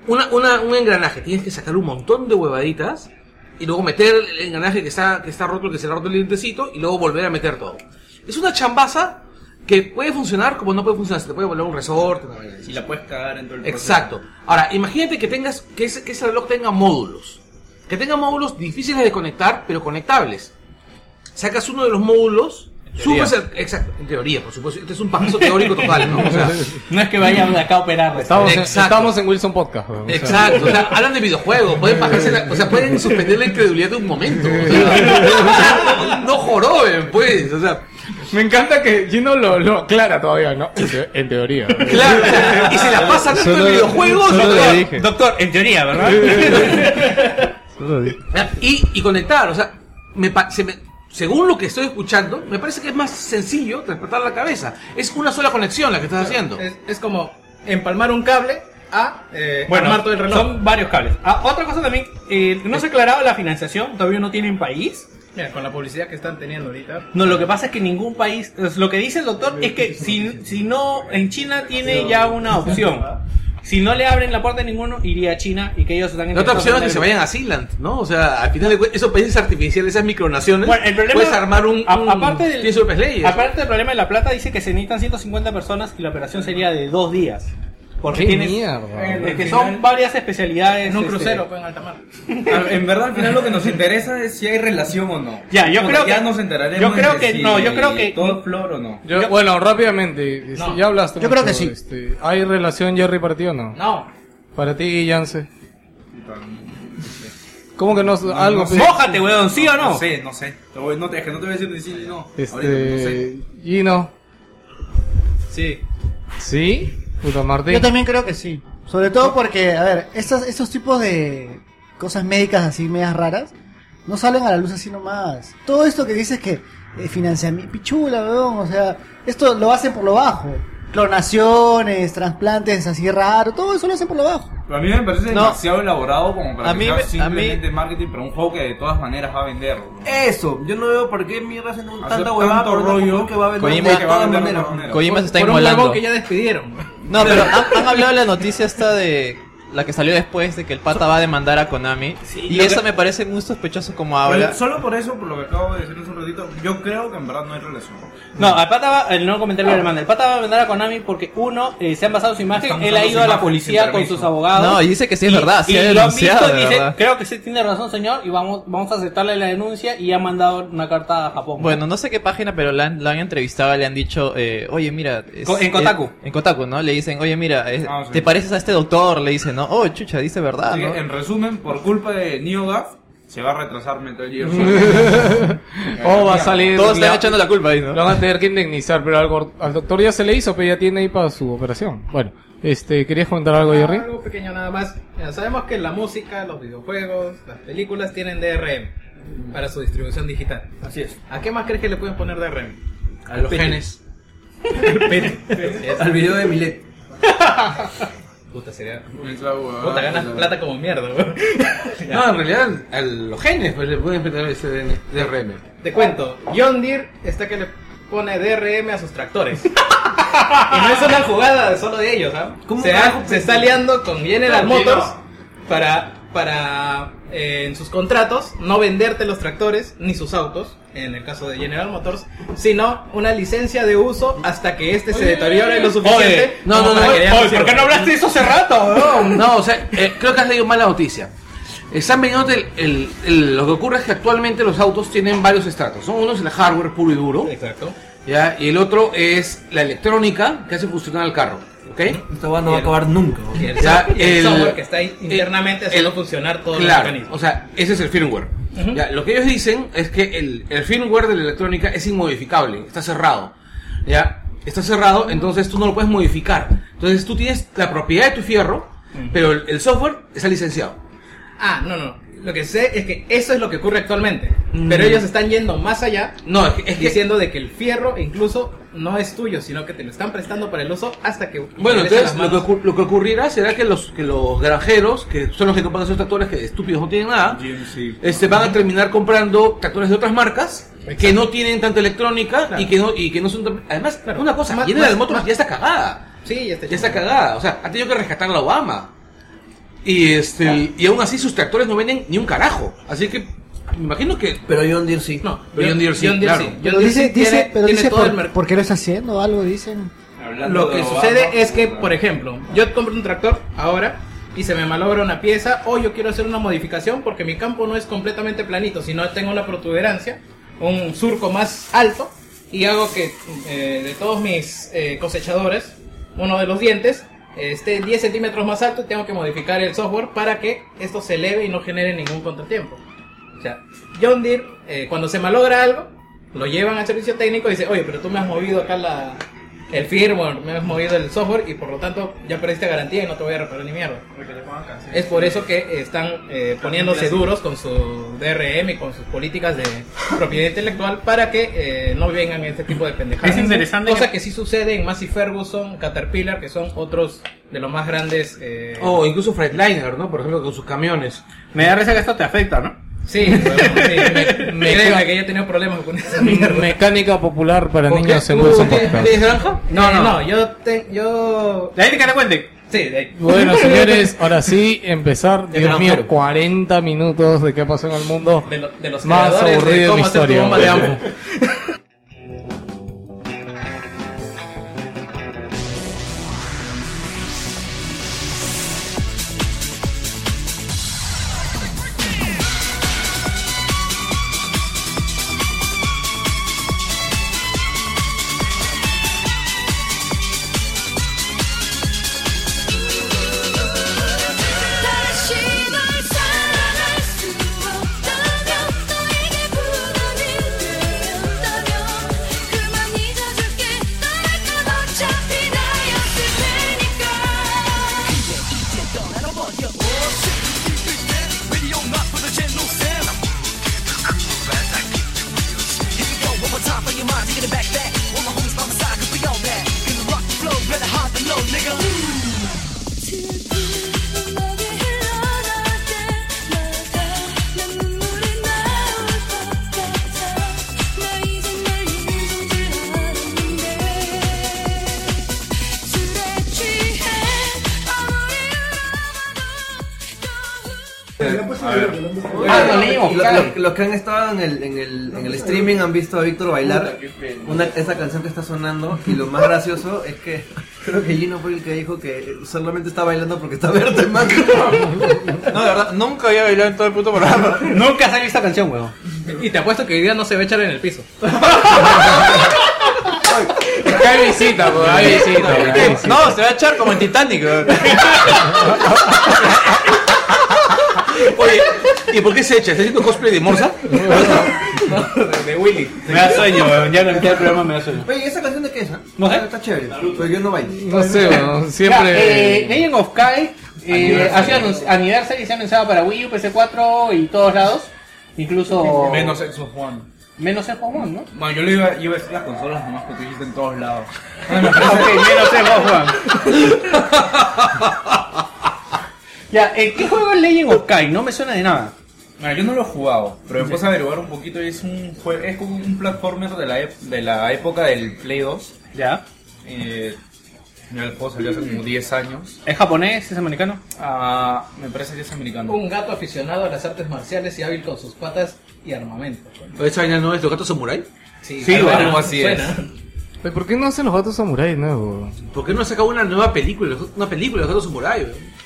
G: Una, una- un engranaje, tienes que sacar un montón de huevaditas y luego meter el engranaje que está, que está roto, que se le ha roto el dientecito y luego volver a meter todo. Es una chambaza que puede funcionar como no puede funcionar, se te puede volver un resorte, una vaina de esas.
F: Y la puedes cagar en todo el proceso.
G: Exacto. Ahora, imagínate que tengas que ese, que ese reloj tenga módulos. Que tenga módulos difíciles de conectar, pero conectables. Sacas uno de los módulos, subes el- Exacto, en teoría, por supuesto. Este es un paso teórico total, ¿no? O sea,
B: No es que vayan de acá a operar.
C: Estamos en,
G: pues. Exacto.
C: estamos en Wilson Podcast. weón, o sea.
G: Exacto, o sea, hablan de videojuegos, pueden bajarse la- o sea, pueden suspender la incredulidad de un momento. o sea, no joroben, pues, o sea,
C: Me encanta que Gino lo, lo aclara todavía, ¿no? En, te- en teoría.
G: claro, o sea, y se la pasan tanto en
K: Solo-
G: videojuegos.
K: solo
G: doctor.
K: le dije.
B: Doctor, en teoría, ¿verdad?
K: Solo dije.
G: Y, y conectar, o sea, me pa- se me- según lo que estoy escuchando, me parece que es más sencillo transportar la cabeza. Es una sola conexión la que estás haciendo.
D: Es, es como empalmar un cable a eh,
B: bueno,
D: armar todo el reloj.
B: son varios cables. Ah, otra cosa también, eh, no se ha aclarado la financiación, todavía no tienen país.
D: Mira, con la publicidad que están teniendo ahorita.
B: No, lo que pasa es que ningún país, es lo que dice el doctor es que si, si no, en China tiene ya una opción. Si no le abren la puerta a ninguno, iría a China y que ellos están
G: La otra
B: interesados
G: opción es
B: en
G: que se
B: darle-
G: vayan a Sealand, ¿no? O sea, al final de cuentas, esos países artificiales, esas micronaciones,
B: Bueno, el problema
G: puedes armar un,
B: a-
G: un
B: aparte del
G: Tears of Slayer.
B: aparte del problema de la plata dice que se necesitan 150 personas y la operación sería de dos días. Porque
C: ¡Qué
B: tienes
C: mierda!
B: es que son varias especialidades
D: En un
B: este,
D: crucero, pues en alta mar.
F: Al- En verdad, al final lo que nos interesa es si hay relación o no.
B: Ya, yo
F: Puta,
B: creo
F: ya
B: que-
F: nos enteraremos.
B: yo creo
F: de
B: que-
F: si
B: no, yo creo que-
F: Todo es flor o no.
C: Yo- bueno, rápidamente, si ya hablaste.
H: Yo creo que sí.
C: este, ¿Hay relación Jerry para ti o no?
D: No.
C: Para ti, Yance. ¿Cómo que no? algo. pe-
B: Mójate, weón, ¿sí o
F: No
B: no?
F: sé, no sé. Te voy- No te, es que no te voy a decir ni sí ni no. Ahorita no sé.
C: Este. Gino.
D: Sí.
C: ¿Sí? Puta Martín.
H: Yo también creo que sí. Sobre todo porque, a ver, estos, estos tipos de cosas médicas así, medias raras, no salen a la luz así nomás. Todo esto que dices que eh, financiamiento, pichula, weón, o sea, esto lo hacen por lo bajo. Clonaciones, trasplantes así raro, todo eso lo hacen por lo bajo.
F: Pero a mí me parece
K: No.
F: demasiado elaborado como para
K: A
F: que
K: mí
F: sea
K: me- a
F: simplemente
K: mí-
F: marketing para un juego que de todas maneras va a vender. Eh, ¿no?
E: Eso, yo no veo por qué mierda hacen un,
F: Hacer
E: tanta huevada
F: tanto
E: por una
F: rollo.
E: cuestión que va a vender
K: Kojima-
E: de
F: Que va a
E: todas
F: vender de
E: maneras.
F: todas maneras.
K: Kojima se está
D: Por un
K: inmolando.
D: huevón que ya despidieron.
K: No, pero han, han hablado de la noticia esta de la que salió después de que el pata va a demandar a Konami. y
D: lo
K: eso
D: que-
K: me parece muy sospechoso como
F: Pero
K: habla.
F: Solo por eso, por lo que acabo de decir hace un ratito, yo creo que en verdad no hay relación.
B: No, al pata va, el nuevo comentario del man, el pata va a vender a Konami porque uno, eh, se han basado su imagen,
F: Estamos
B: él ha
F: dando su
B: ido a la
F: imagen,
B: policía
F: sin
B: con
F: permiso.
B: sus abogados.
K: No, y dice que sí es verdad, sí
B: y
K: ha
B: lo han
K: denunciado,
B: visto y
K: de
B: dice,
K: verdad.
B: creo que sí tiene razón señor y vamos, vamos a aceptarle la denuncia y ha mandado una carta a Japón.
K: Bueno, no sé qué página, pero la han, la han entrevistado, le han dicho, eh, oye, mira... es-
B: Co- en Kotaku.
K: eh, en Kotaku, ¿no? Le dicen, oye, mira, es-
F: Ah, sí. em,
K: te pareces a este doctor, le dicen, ¿no? Oh, chucha, dice verdad,
F: Así que,
K: ¿no?
F: en resumen, por culpa de NeoGAF, se va a retrasar Metal Gear Solid.
C: O Oh, va a salir.
K: Todos están
C: la-
K: echando la culpa ahí, ¿no?
C: Lo van a tener que indemnizar, pero al, gor- al doctor ya se le hizo, pero ya tiene ahí para su operación. Bueno, este, ¿querías comentar algo, Jerry?
D: Algo pequeño nada más. Ya sabemos que la música, los videojuegos, las películas tienen DRM para su distribución digital.
B: Así es.
D: ¿A qué más crees que le pueden poner DRM?
G: A los
D: Pene.
G: genes.
E: Al video de Milet.
D: Puta, sería.
F: Esa huevada.
D: Puta, ganas plata como mierda, weón.
G: No, en realidad, a los genes pues, le pueden meter ese DN DRM.
D: Te cuento, John Deere está que le pone DRM a sus tractores. y no es una jugada solo de ellos, ¿ah?
E: ¿Cómo
D: Se,
E: carajo
D: ha- se está liando con General
B: No,
D: Motors
B: sí,
D: para, para eh, en sus contratos no venderte los tractores ni sus autos, en el caso de General Motors, sino una licencia de uso hasta que este se deteriore lo suficiente.
B: Oye,
G: no,
D: como
G: no,
D: para
G: no,
D: que ya
B: Oye, ¿por qué
D: sirva.
B: no hablaste de eso hace rato? weón?
G: No, o sea, eh, creo que has leído mala noticia. Eh, Están vendiendo el, el- el- lo que ocurre es que actualmente los autos tienen varios estratos. ¿no? Uno es el hardware puro y duro,
D: Exacto.
G: ¿ya? y el otro es la electrónica que hace funcionar el carro. ¿ok?
E: Esta hueá no va a acabar nunca.
D: Y el,
G: Ya, el-
D: software- el software que está internamente
G: Eh, el-
D: haciendo funcionar todo el
G: Claro,
D: mecanismo.
G: o sea, ese es el firmware. Ya, lo que ellos dicen es que el, el firmware de la electrónica es inmodificable, está cerrado. Ya, está cerrado, entonces tú no lo puedes modificar. Entonces tú tienes la propiedad de tu fierro, pero el, el software está licenciado.
D: Ah, no, no. Lo que sé es que eso es lo que ocurre actualmente. Pero ellos están yendo más allá,
G: Mm. No, es que, es que-
D: diciendo de que el fierro incluso no es tuyo, sino que te lo están prestando para el uso hasta que...
G: Bueno,
D: regrese a
G: entonces
D: las
G: lo que, ocur-
D: manos.
G: lo que ocurrirá será que los, que los granjeros, que son los que compran esos tractores que estúpidos no tienen nada,
F: GMC.
G: este, van a terminar comprando tractores de otras marcas que no tienen tanta electrónica y que no y que no son tan- además
D: Claro.
G: una cosa
D: Más-
G: General
D: más-
G: Motors
D: más-
G: ya está cagada
D: Sí, ya está,
G: Ah, ya está cagada o sea ha tenido que rescatar a la Obama y este y aún así sus tractores no venden ni un carajo así que me imagino que
E: Pero John Deere sí.
D: No,
G: Pero John Deere sí, claro.
H: Pero dice, dice,
D: tiene,
H: pero
D: tiene
H: dice
D: todo el
H: por,
D: mercado.
H: por qué lo está haciendo, algo dicen.
D: Lo que sucede es que, por ejemplo, yo compro un tractor ahora y se me malobra una pieza o yo quiero hacer una modificación porque mi campo no es completamente planito, sino tengo una protuberancia, un surco más alto y hago que eh, de todos mis eh, cosechadores, uno de los dientes eh, esté 10 centímetros más alto y tengo que modificar el software para que esto se eleve y no genere ningún contratiempo. O sea, John Deere, eh, cuando se malogra algo, lo llevan al servicio técnico y dice, oye, pero tú me has movido acá la, el firmware, me has movido el software y por lo tanto ya perdiste garantía y no te voy a reparar ni mierda. Es por eso que están eh, poniéndose duros con su DRM y con sus políticas de propiedad intelectual para que eh, no vengan este tipo de pendejadas.
B: Es interesante
D: Cosa
B: que-
D: que sí sucede en Massey Ferguson, Caterpillar, que son otros de los más grandes. eh,
G: o incluso Freightliner no por ejemplo con sus camiones
B: Me da risa que esto te afecta, ¿no?
D: Sí, bueno, sí, me, me créeme que yo he tenido problemas con esa mierda.
C: Mecánica popular para
D: ¿Con
C: niños
D: Uh, qué?
C: en
D: ¿Tú
C: Wilson
D: tienes-
C: Podcast.
G: tienes granja
D: No, Eh, no, no, yo te, yo
B: La gente que te cuente.
D: sí, de ahí.
C: Bueno, señores, ahora sí, empezar, Dios mío,
G: granjero.
C: 40 minutos de qué pasó en el mundo.
D: de, lo- de los
C: Más
D: creadores
C: aburrido de
D: de
C: mi
D: cómo hacer tu
C: historia,
D: bomba de
C: güey.
D: amo.
I: 「
E: pues, Ah, no, los, los- los que han estado en el, en el, en el streaming han visto a Víctor bailar una, esa canción que está sonando y lo más gracioso es que creo que Gino fue el que dijo que solamente está bailando porque está verde, man.
K: No, de verdad, nunca había bailado en todo el puto programa.
B: Nunca salió esta canción, weón.
D: Y te apuesto que hoy día no se va a echar en el piso.
C: Que hay visita, pues, hay visita, pues, hay visita.
K: No, se va a echar como en Titanic.
G: Oye, ¿y por qué se echa? ¿Está haciendo cosplay de Morsa?
D: De Willy.
B: Me da sueño, weón. Ya no empieza el programa, me da sueño. ¿Eh?
E: Oye, ¿esa canción de qué es? ah?
B: No sé.
E: Está chévere, pero yo no bailo.
C: No sé, weón, siempre.
B: Ya, eh, Legend of Kai eh, ha sido anunci- Anniversary se ha anunciado para Wii U, PC4 y todos lados. Incluso
F: Menos Xbox One.
B: menos Xbox One, ¿no?
F: Bueno, yo le iba, iba a decir las consolas nomás que tú dijiste en todos lados.
D: Ah,
B: ok, menos Xbox One. ya, eh, ¿qué juego es Legend of Kai? No me suena de nada.
F: Mira, yo no lo he jugado, pero me puse a averiguar un poquito y es un jue- es como un platformer de la, ep- de la época del Play 2.
B: Ya.
F: Eh, mira, el juego salió hace como 10 años.
B: ¿Es japonés? ¿Es americano?
F: Ah, me parece que es americano.
D: Un gato aficionado a las artes marciales y hábil con sus patas y armamento.
G: ¿Esa vaina no es los gatos samurai?
B: Sí,
D: algo
B: bueno,
D: algo
F: así
D: suena.
C: Oye, ¿Por qué no hacen los gatos samuráis nuevos?
G: ¿Por qué no ha sacado una nueva película? Una película de los gatos samurai. weón?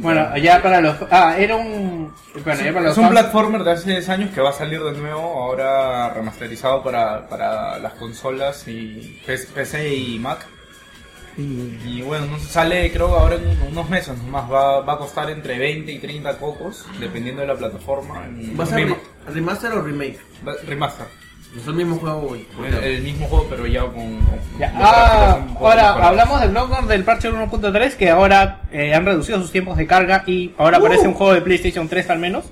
B: Bueno, ya para los... Ah, era un... Bueno, ya para los
F: Es un
B: fans-
F: platformer de hace 10 años que va a salir de nuevo, ahora remasterizado para, para las consolas y P- PC y Mac. Y bueno, no sé, sale creo ahora en unos meses nomás, va, va a costar entre 20 y 30 cocos, dependiendo de la plataforma. en-
E: ¿Va a ser
F: Rema-
E: re- remaster o remake?
F: va- Remaster.
E: No es el mismo juego, güey.
F: El, el mismo juego pero ya con... con-
B: Ya,
F: con
B: ah,
F: gráficos un poco
B: ahora
F: mejorados.
B: hablamos del Bloodborne del parche 1.3 que ahora eh, han reducido sus tiempos de carga y ahora
F: Uh.
B: parece un juego de PlayStation 3 al menos.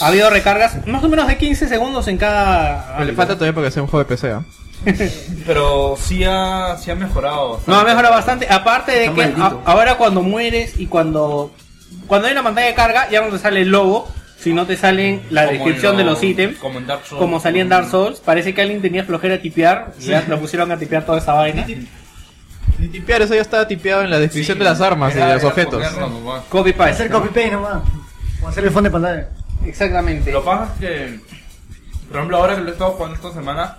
B: Ha habido recargas más o menos de 15 segundos en
F: Ah,
B: cada...
K: Le falta todavía para que sea un juego de PC. ¿ah?
F: Pero sí ha, sí ha mejorado. bastante.
B: No, ha mejorado bastante. Aparte de
E: Está
B: que
E: maldito.
B: a- ahora cuando mueres y cuando... Cuando hay una pantalla de carga ya no te sale el logo, sino te salen la
F: Como
B: descripción
F: en
B: de
F: lo-
B: los ítems.
F: Como en Dark Souls.
B: Como salía en Dark Souls, parece que alguien tenía flojera a tipear, y ya lo pusieron a tipear toda esa vaina.
K: Ni tipear, eso ya estaba tipeado en la descripción de las armas y
F: Era-
K: de los
F: era
K: objetos.
F: ponerlo nomás.
B: Copy paste.
H: Hacer copy paste nomás. O hacer el fondo de pantalla.
B: Exactamente.
F: Lo que pasa es que, por ejemplo, ahora que lo he estado jugando esta semana,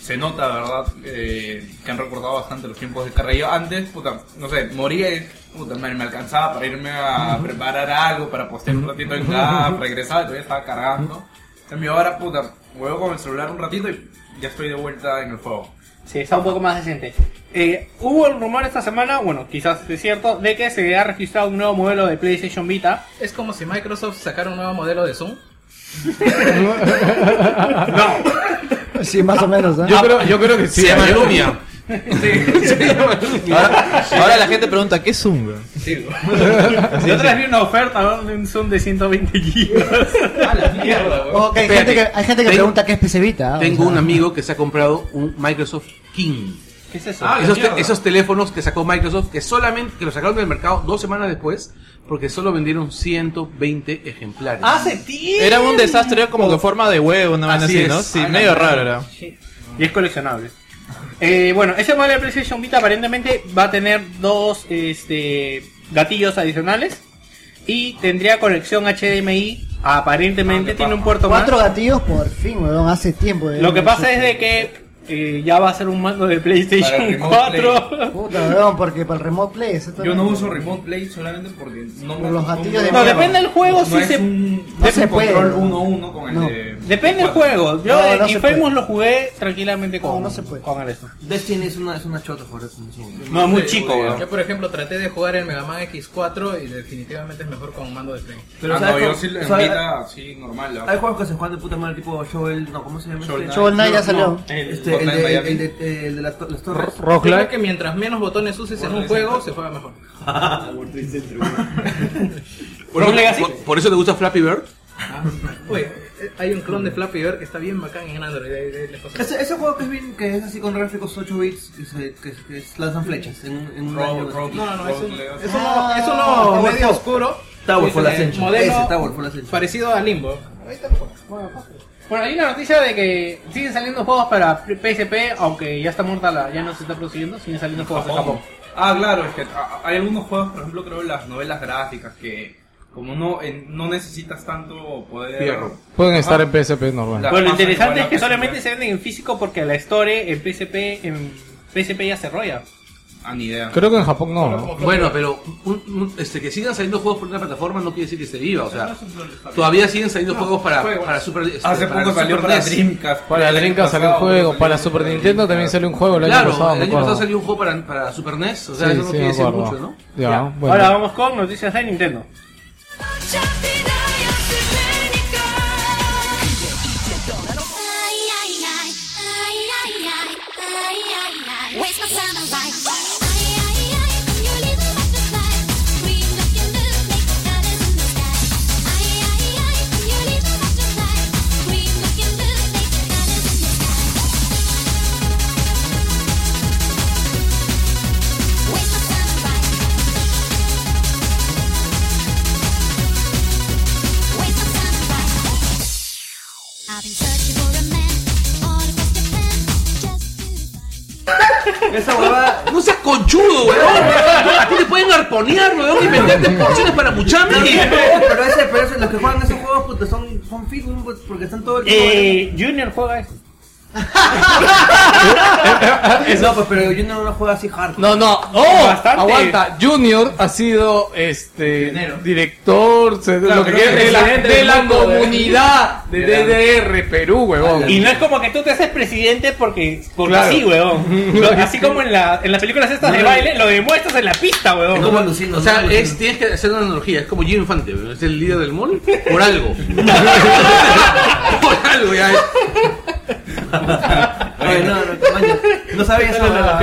F: se nota, ¿verdad? Eh, que han recortado bastante los tiempos de carga. Yo antes, puta, no sé, moría y puta, madre, me alcanzaba para irme a preparar algo, para postear un ratito en casa, regresaba y todavía estaba cargando. En cambio, ahora, puta, juego con el celular un ratito y ya estoy de vuelta en el juego.
B: Sí, está un poco más decente. Eh, hubo el rumor esta semana, bueno, quizás es cierto, de que se ha registrado un nuevo modelo de PlayStation Vita.
D: Es como si Microsoft sacara un nuevo modelo de Zoom.
H: Sí, más o menos, ¿eh?
C: Yo creo, yo creo que sí.
G: Se llama
C: Yo-
G: Lumia.
K: Ahora, ahora la gente pregunta, ¿qué es Zoom? weón?
B: Yo otra vez vi una oferta ¿no? de un Zoom de 120 gigas.
H: O que hay, gente
G: Espérate,
H: que, hay gente que
G: tengo-
H: pregunta qué es PC Vita. ¿eh? O
G: Tengo
H: sea,
G: un amigo que se ha comprado un Microsoft King.
B: ¿Qué es
H: Ah,
F: Ah,
B: eso?
G: esos, te- esos teléfonos que sacó Microsoft, que solamente que lo sacaron del mercado dos semanas después, porque solo vendieron 120 ejemplares.
B: ¡Hace tiempo!
K: Era un desastre, era como que forma de huevo, una vaina
G: Así
K: así, ¿no?
G: es.
K: Sí, medio raro era.
B: Y es coleccionable. Eh, bueno, ese modelo de PlayStation Vita aparentemente va a tener dos este, gatillos adicionales y tendría conexión HDMI. Aparentemente tiene un puerto más.
H: Ah, Cuatro gatillos por fin, weón, hace tiempo.
B: Lo que pasa es de que eh, ya va a ser un mando de
F: Para el
B: PlayStation
F: remote
B: 4.
H: Puta, weón, porque para el remote play... eso
F: Yo
H: también-
F: no uso Remote Play solamente porque no
H: Por los gatillos de
B: No,
H: mierda.
B: depende del juego,
F: No
B: sí
F: es
B: se...
F: un-
H: no
B: dep-
F: es un
H: se puede.
F: control 1-1 con el
H: No.
F: de...
B: Depende del juego. Yo
H: No,
B: en
H: no se
B: Infamous
H: puede.
B: lo jugué tranquilamente con,
H: No, no se puede.
B: con el esto.
E: Destiny es una, es una chota, por eso. no sé, güey.
B: No, es muy chico, weón.
D: Yo, por ejemplo, traté de jugar el Mega Man X4 y definitivamente es mejor con mando de frente.
F: Pero
E: Ah,
F: no,
E: no,
F: yo
E: yo
F: sí
E: sí le-
F: en
E: en vida
F: así normal.
E: Hay juegos que se juegan de puta madre, tipo Shovel... No, ¿cómo se llama?
F: Shovel
E: este?
H: Shovel Knight ya salió.
E: Este, el de, el de, el de las to- las torres.
D: Yo creo que mientras menos botones uses en un juego, se juega mejor.
G: por, por- por eso te gusta Flappy Bird.
D: Oye, eh, hay un clon de Flappy Bird que está bien bacán en Android. ahí- ahí les paso.
E: Ese, ese juego que es, bien, que es así con gráficos 8 bits, que, se, que, que es- lanzan flechas en, un- en un año.
D: No, no, no, es un, es uno,
H: Ah,
D: es uno
H: Tower
D: medio
H: Fall.
D: oscuro.
E: Tower
D: Es
E: Fall
D: el
E: Ascension.
D: Modelo
E: Ese, Tower Fall Ascension.
D: parecido a Limbo.
B: Bueno, hay una noticia de que siguen saliendo juegos para PSP, aunque ya está muerta la, ya no se está produciendo, siguen saliendo juegos de Japón.
F: Ah, claro, es que ah, hay algunos juegos, por ejemplo, creo las novelas gráficas que como no, en- no necesitas tanto poder.
G: Fierro.
C: Pueden estar
F: Ah.
C: en PSP normal.
F: La-
B: Bueno, lo
F: pasa
B: interesante
F: igual
B: es que
F: a PSP.
B: solamente se venden en físico porque la Store en PSP, en PSP ya se rolla.
F: Ah, ni idea.
C: Creo que en Japón no. ¿no?
G: Bueno, pero un- un- este, que sigan saliendo juegos por una plataforma no quiere decir que esté viva. O sea, todavía siguen saliendo juegos para,
F: juegos.
G: para Super este,
F: Hace
G: para
F: poco
G: el
F: salió
G: Super
F: para
G: NES.
F: Dreamcast.
C: Para
F: el año
C: Dreamcast salió un
F: pasado,
C: juego,
F: salió
C: para Super Nintendo también salió un juego el año
G: Claro,
C: pasado.
G: el
C: me
G: año pasado
C: acuerdo.
G: salió un juego para, para Super NES. O sea,
C: Sí,
G: eso no
C: sí,
G: quiere
C: me
G: decir
C: acuerdo.
G: mucho, ¿no?
C: Ya,
B: Ya.
C: bueno.
B: Ahora vamos con noticias de Nintendo.
I: 「ちゃって悩んで何か」「Waste my summer life」「you live my life」「Green look and look make the colors in the sky」「you live my life」「Green look and look make the colors in the sky」「Waste my summer life」Waste my summer life I've been searching for a man all across Japan just to find you.
E: Esa huevada.
G: No seas conchudo, weón. A ti te pueden arponear, weón, y venderte porciones para muchame.
E: Pero ese, pero ese, los que juegan esos juegos, puta, son, son fit, weón, pues, porque están todo el tiempo.
B: Eh, Junior juega eso.
E: No, pues, pero yo no lo juego así hard.
C: No, no, oh,
B: Bastante.
C: aguanta. Junior ha sido este
D: Pionero.
C: director se- lo que
D: creo
C: quiera,
D: que
C: de la,
D: presidente
C: de
D: del
C: la
D: mundo, ¿eh?
C: comunidad de DDR Perú, huevón.
B: Y no es como que tú te haces presidente porque, porque
C: Claro.
B: sí, weón. Lo- así como en, la, en las películas estas de baile, lo demuestras en la pista, weón.
E: No, alucino,
G: O sea,
E: no,
G: es,
E: alucino.
G: tienes que hacer una analogía. Es como Jim Infante, weón, es el líder del mall por algo. por algo, ya.
E: Oye, no, no, tamaño. No sabía esa huevada.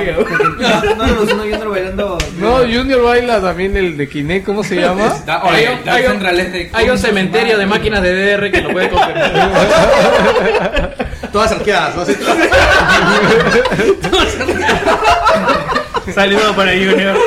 E: No, no alucino yo no bailando.
C: No, Junior baila también el de Kinect, ¿cómo se llama?
F: Da-
D: Hay
F: Oye,
D: un-
F: Dark
D: hay un-
F: Central es de.
D: Hay un cementerio de máquinas de DDR que lo puede confirmar.
K: Todas arqueadas, ¿no? Así-
B: Saludos para Junior.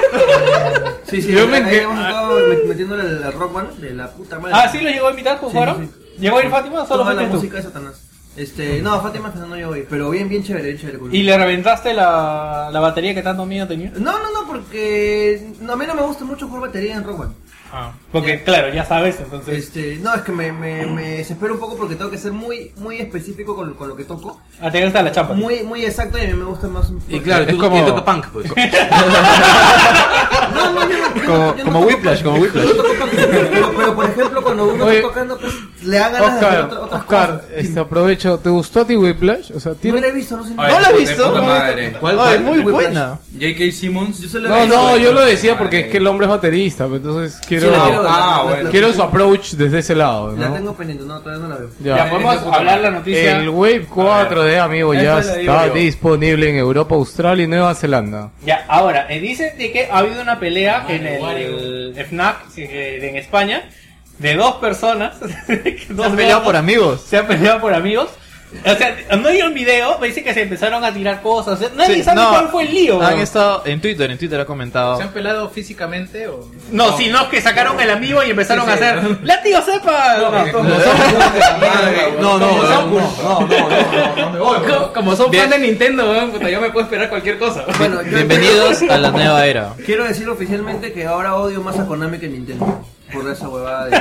E: Sí, sí,
C: Yo
E: yo
C: me
E: me
C: enque-
E: hemos estado met- metiéndole el rock one de la puta madre.
B: Ah, sí, lo llegó a invitar, jugaron.
E: Sí,
B: ¿Llegó a ir Fátima o solo
E: Toda la
B: fuiste tú?
E: música de Satanás. Este, no, Fátima que no yo hoy, pero bien, bien chévere, bien chévere. culo.
B: ¿Y le reventaste la, la batería que tanto miedo tenía?
E: No, no, no, porque no, a mí no me gusta mucho jugar batería en rock one.
K: Ah.
B: Porque, claro, ya sabes, entonces.
E: Este, no, es que me, me, me desespero un poco porque tengo que ser muy, muy específico con, con lo que toco.
B: A ah, te gusta la chapa.
E: Muy, muy exacto y a mí me gusta más un
G: Y claro,
K: Es
G: tú
K: como-
G: como... toca punk, pues.
E: No, no, yo no, yo no
K: Como,
E: toco- yo no
K: como
E: toco-
K: Whiplash, como Whiplash.
E: yo no toco- pero, pero, por ejemplo, cuando uno
C: Oye.
E: está tocando, pues le hagan ganas de hacer
C: Oscar,
E: otra- otras
C: Oscar,
E: cosas.
C: este, aprovecho, ¿te gustó a ti Whiplash? O sea,
E: No
C: tiene
E: la he visto, no sé.
F: Oye,
K: ¿No la has
F: de
K: visto?
F: puta
K: No,
F: madre.
G: ¿Cuál,
K: Ah,
G: cuál?
K: es muy
E: Whiplash.
K: buena.
F: J.K. Simmons. Yo solo
C: No, no, yo lo decía porque es que el hombre es baterista, pero entonces quiero
E: la quiero ver,
F: ah,
E: la- la-
F: bueno.
E: la-
C: quiero su approach desde ese lado,
E: La
C: ¿no?
E: tengo pendiente, no, todavía no la veo.
C: Ya.
B: Ya, podemos hablar la noticia.
C: El Wave 4D, amigo,
F: Eso
C: ya
F: le digo
C: está
F: yo.
C: disponible en Europa, Australia y Nueva Zelanda.
B: Ya, ahora, eh, dicen de que ha habido una pelea en el, FNAC sí, eh, en España de dos personas.
K: Se han peleado por amigos.
B: Se han peleado por amigos. O sea, no hay un video, me dice que se empezaron a tirar cosas. eh, Nadie
K: Sí,
B: sabe
K: no,
B: cuál fue el lío.
K: Han
B: bro.
K: estado en Twitter, en Twitter ha comentado.
D: ¿Se han pelado físicamente o.?
B: No, si no, es que sacaron el amigo y empezaron
D: Sí,
B: a
D: sí.
B: hacer. ¡La tío sepa!
K: No, no, no, no, no, no, no.
D: Como, como son
K: Bien.
D: fan de Nintendo, weón, puta, yo me puedo esperar cualquier cosa.
E: Bueno, yo-
K: Bienvenidos a la nueva era.
E: Quiero decir oficialmente que ahora odio más a Konami que Nintendo. Por esa huevada de.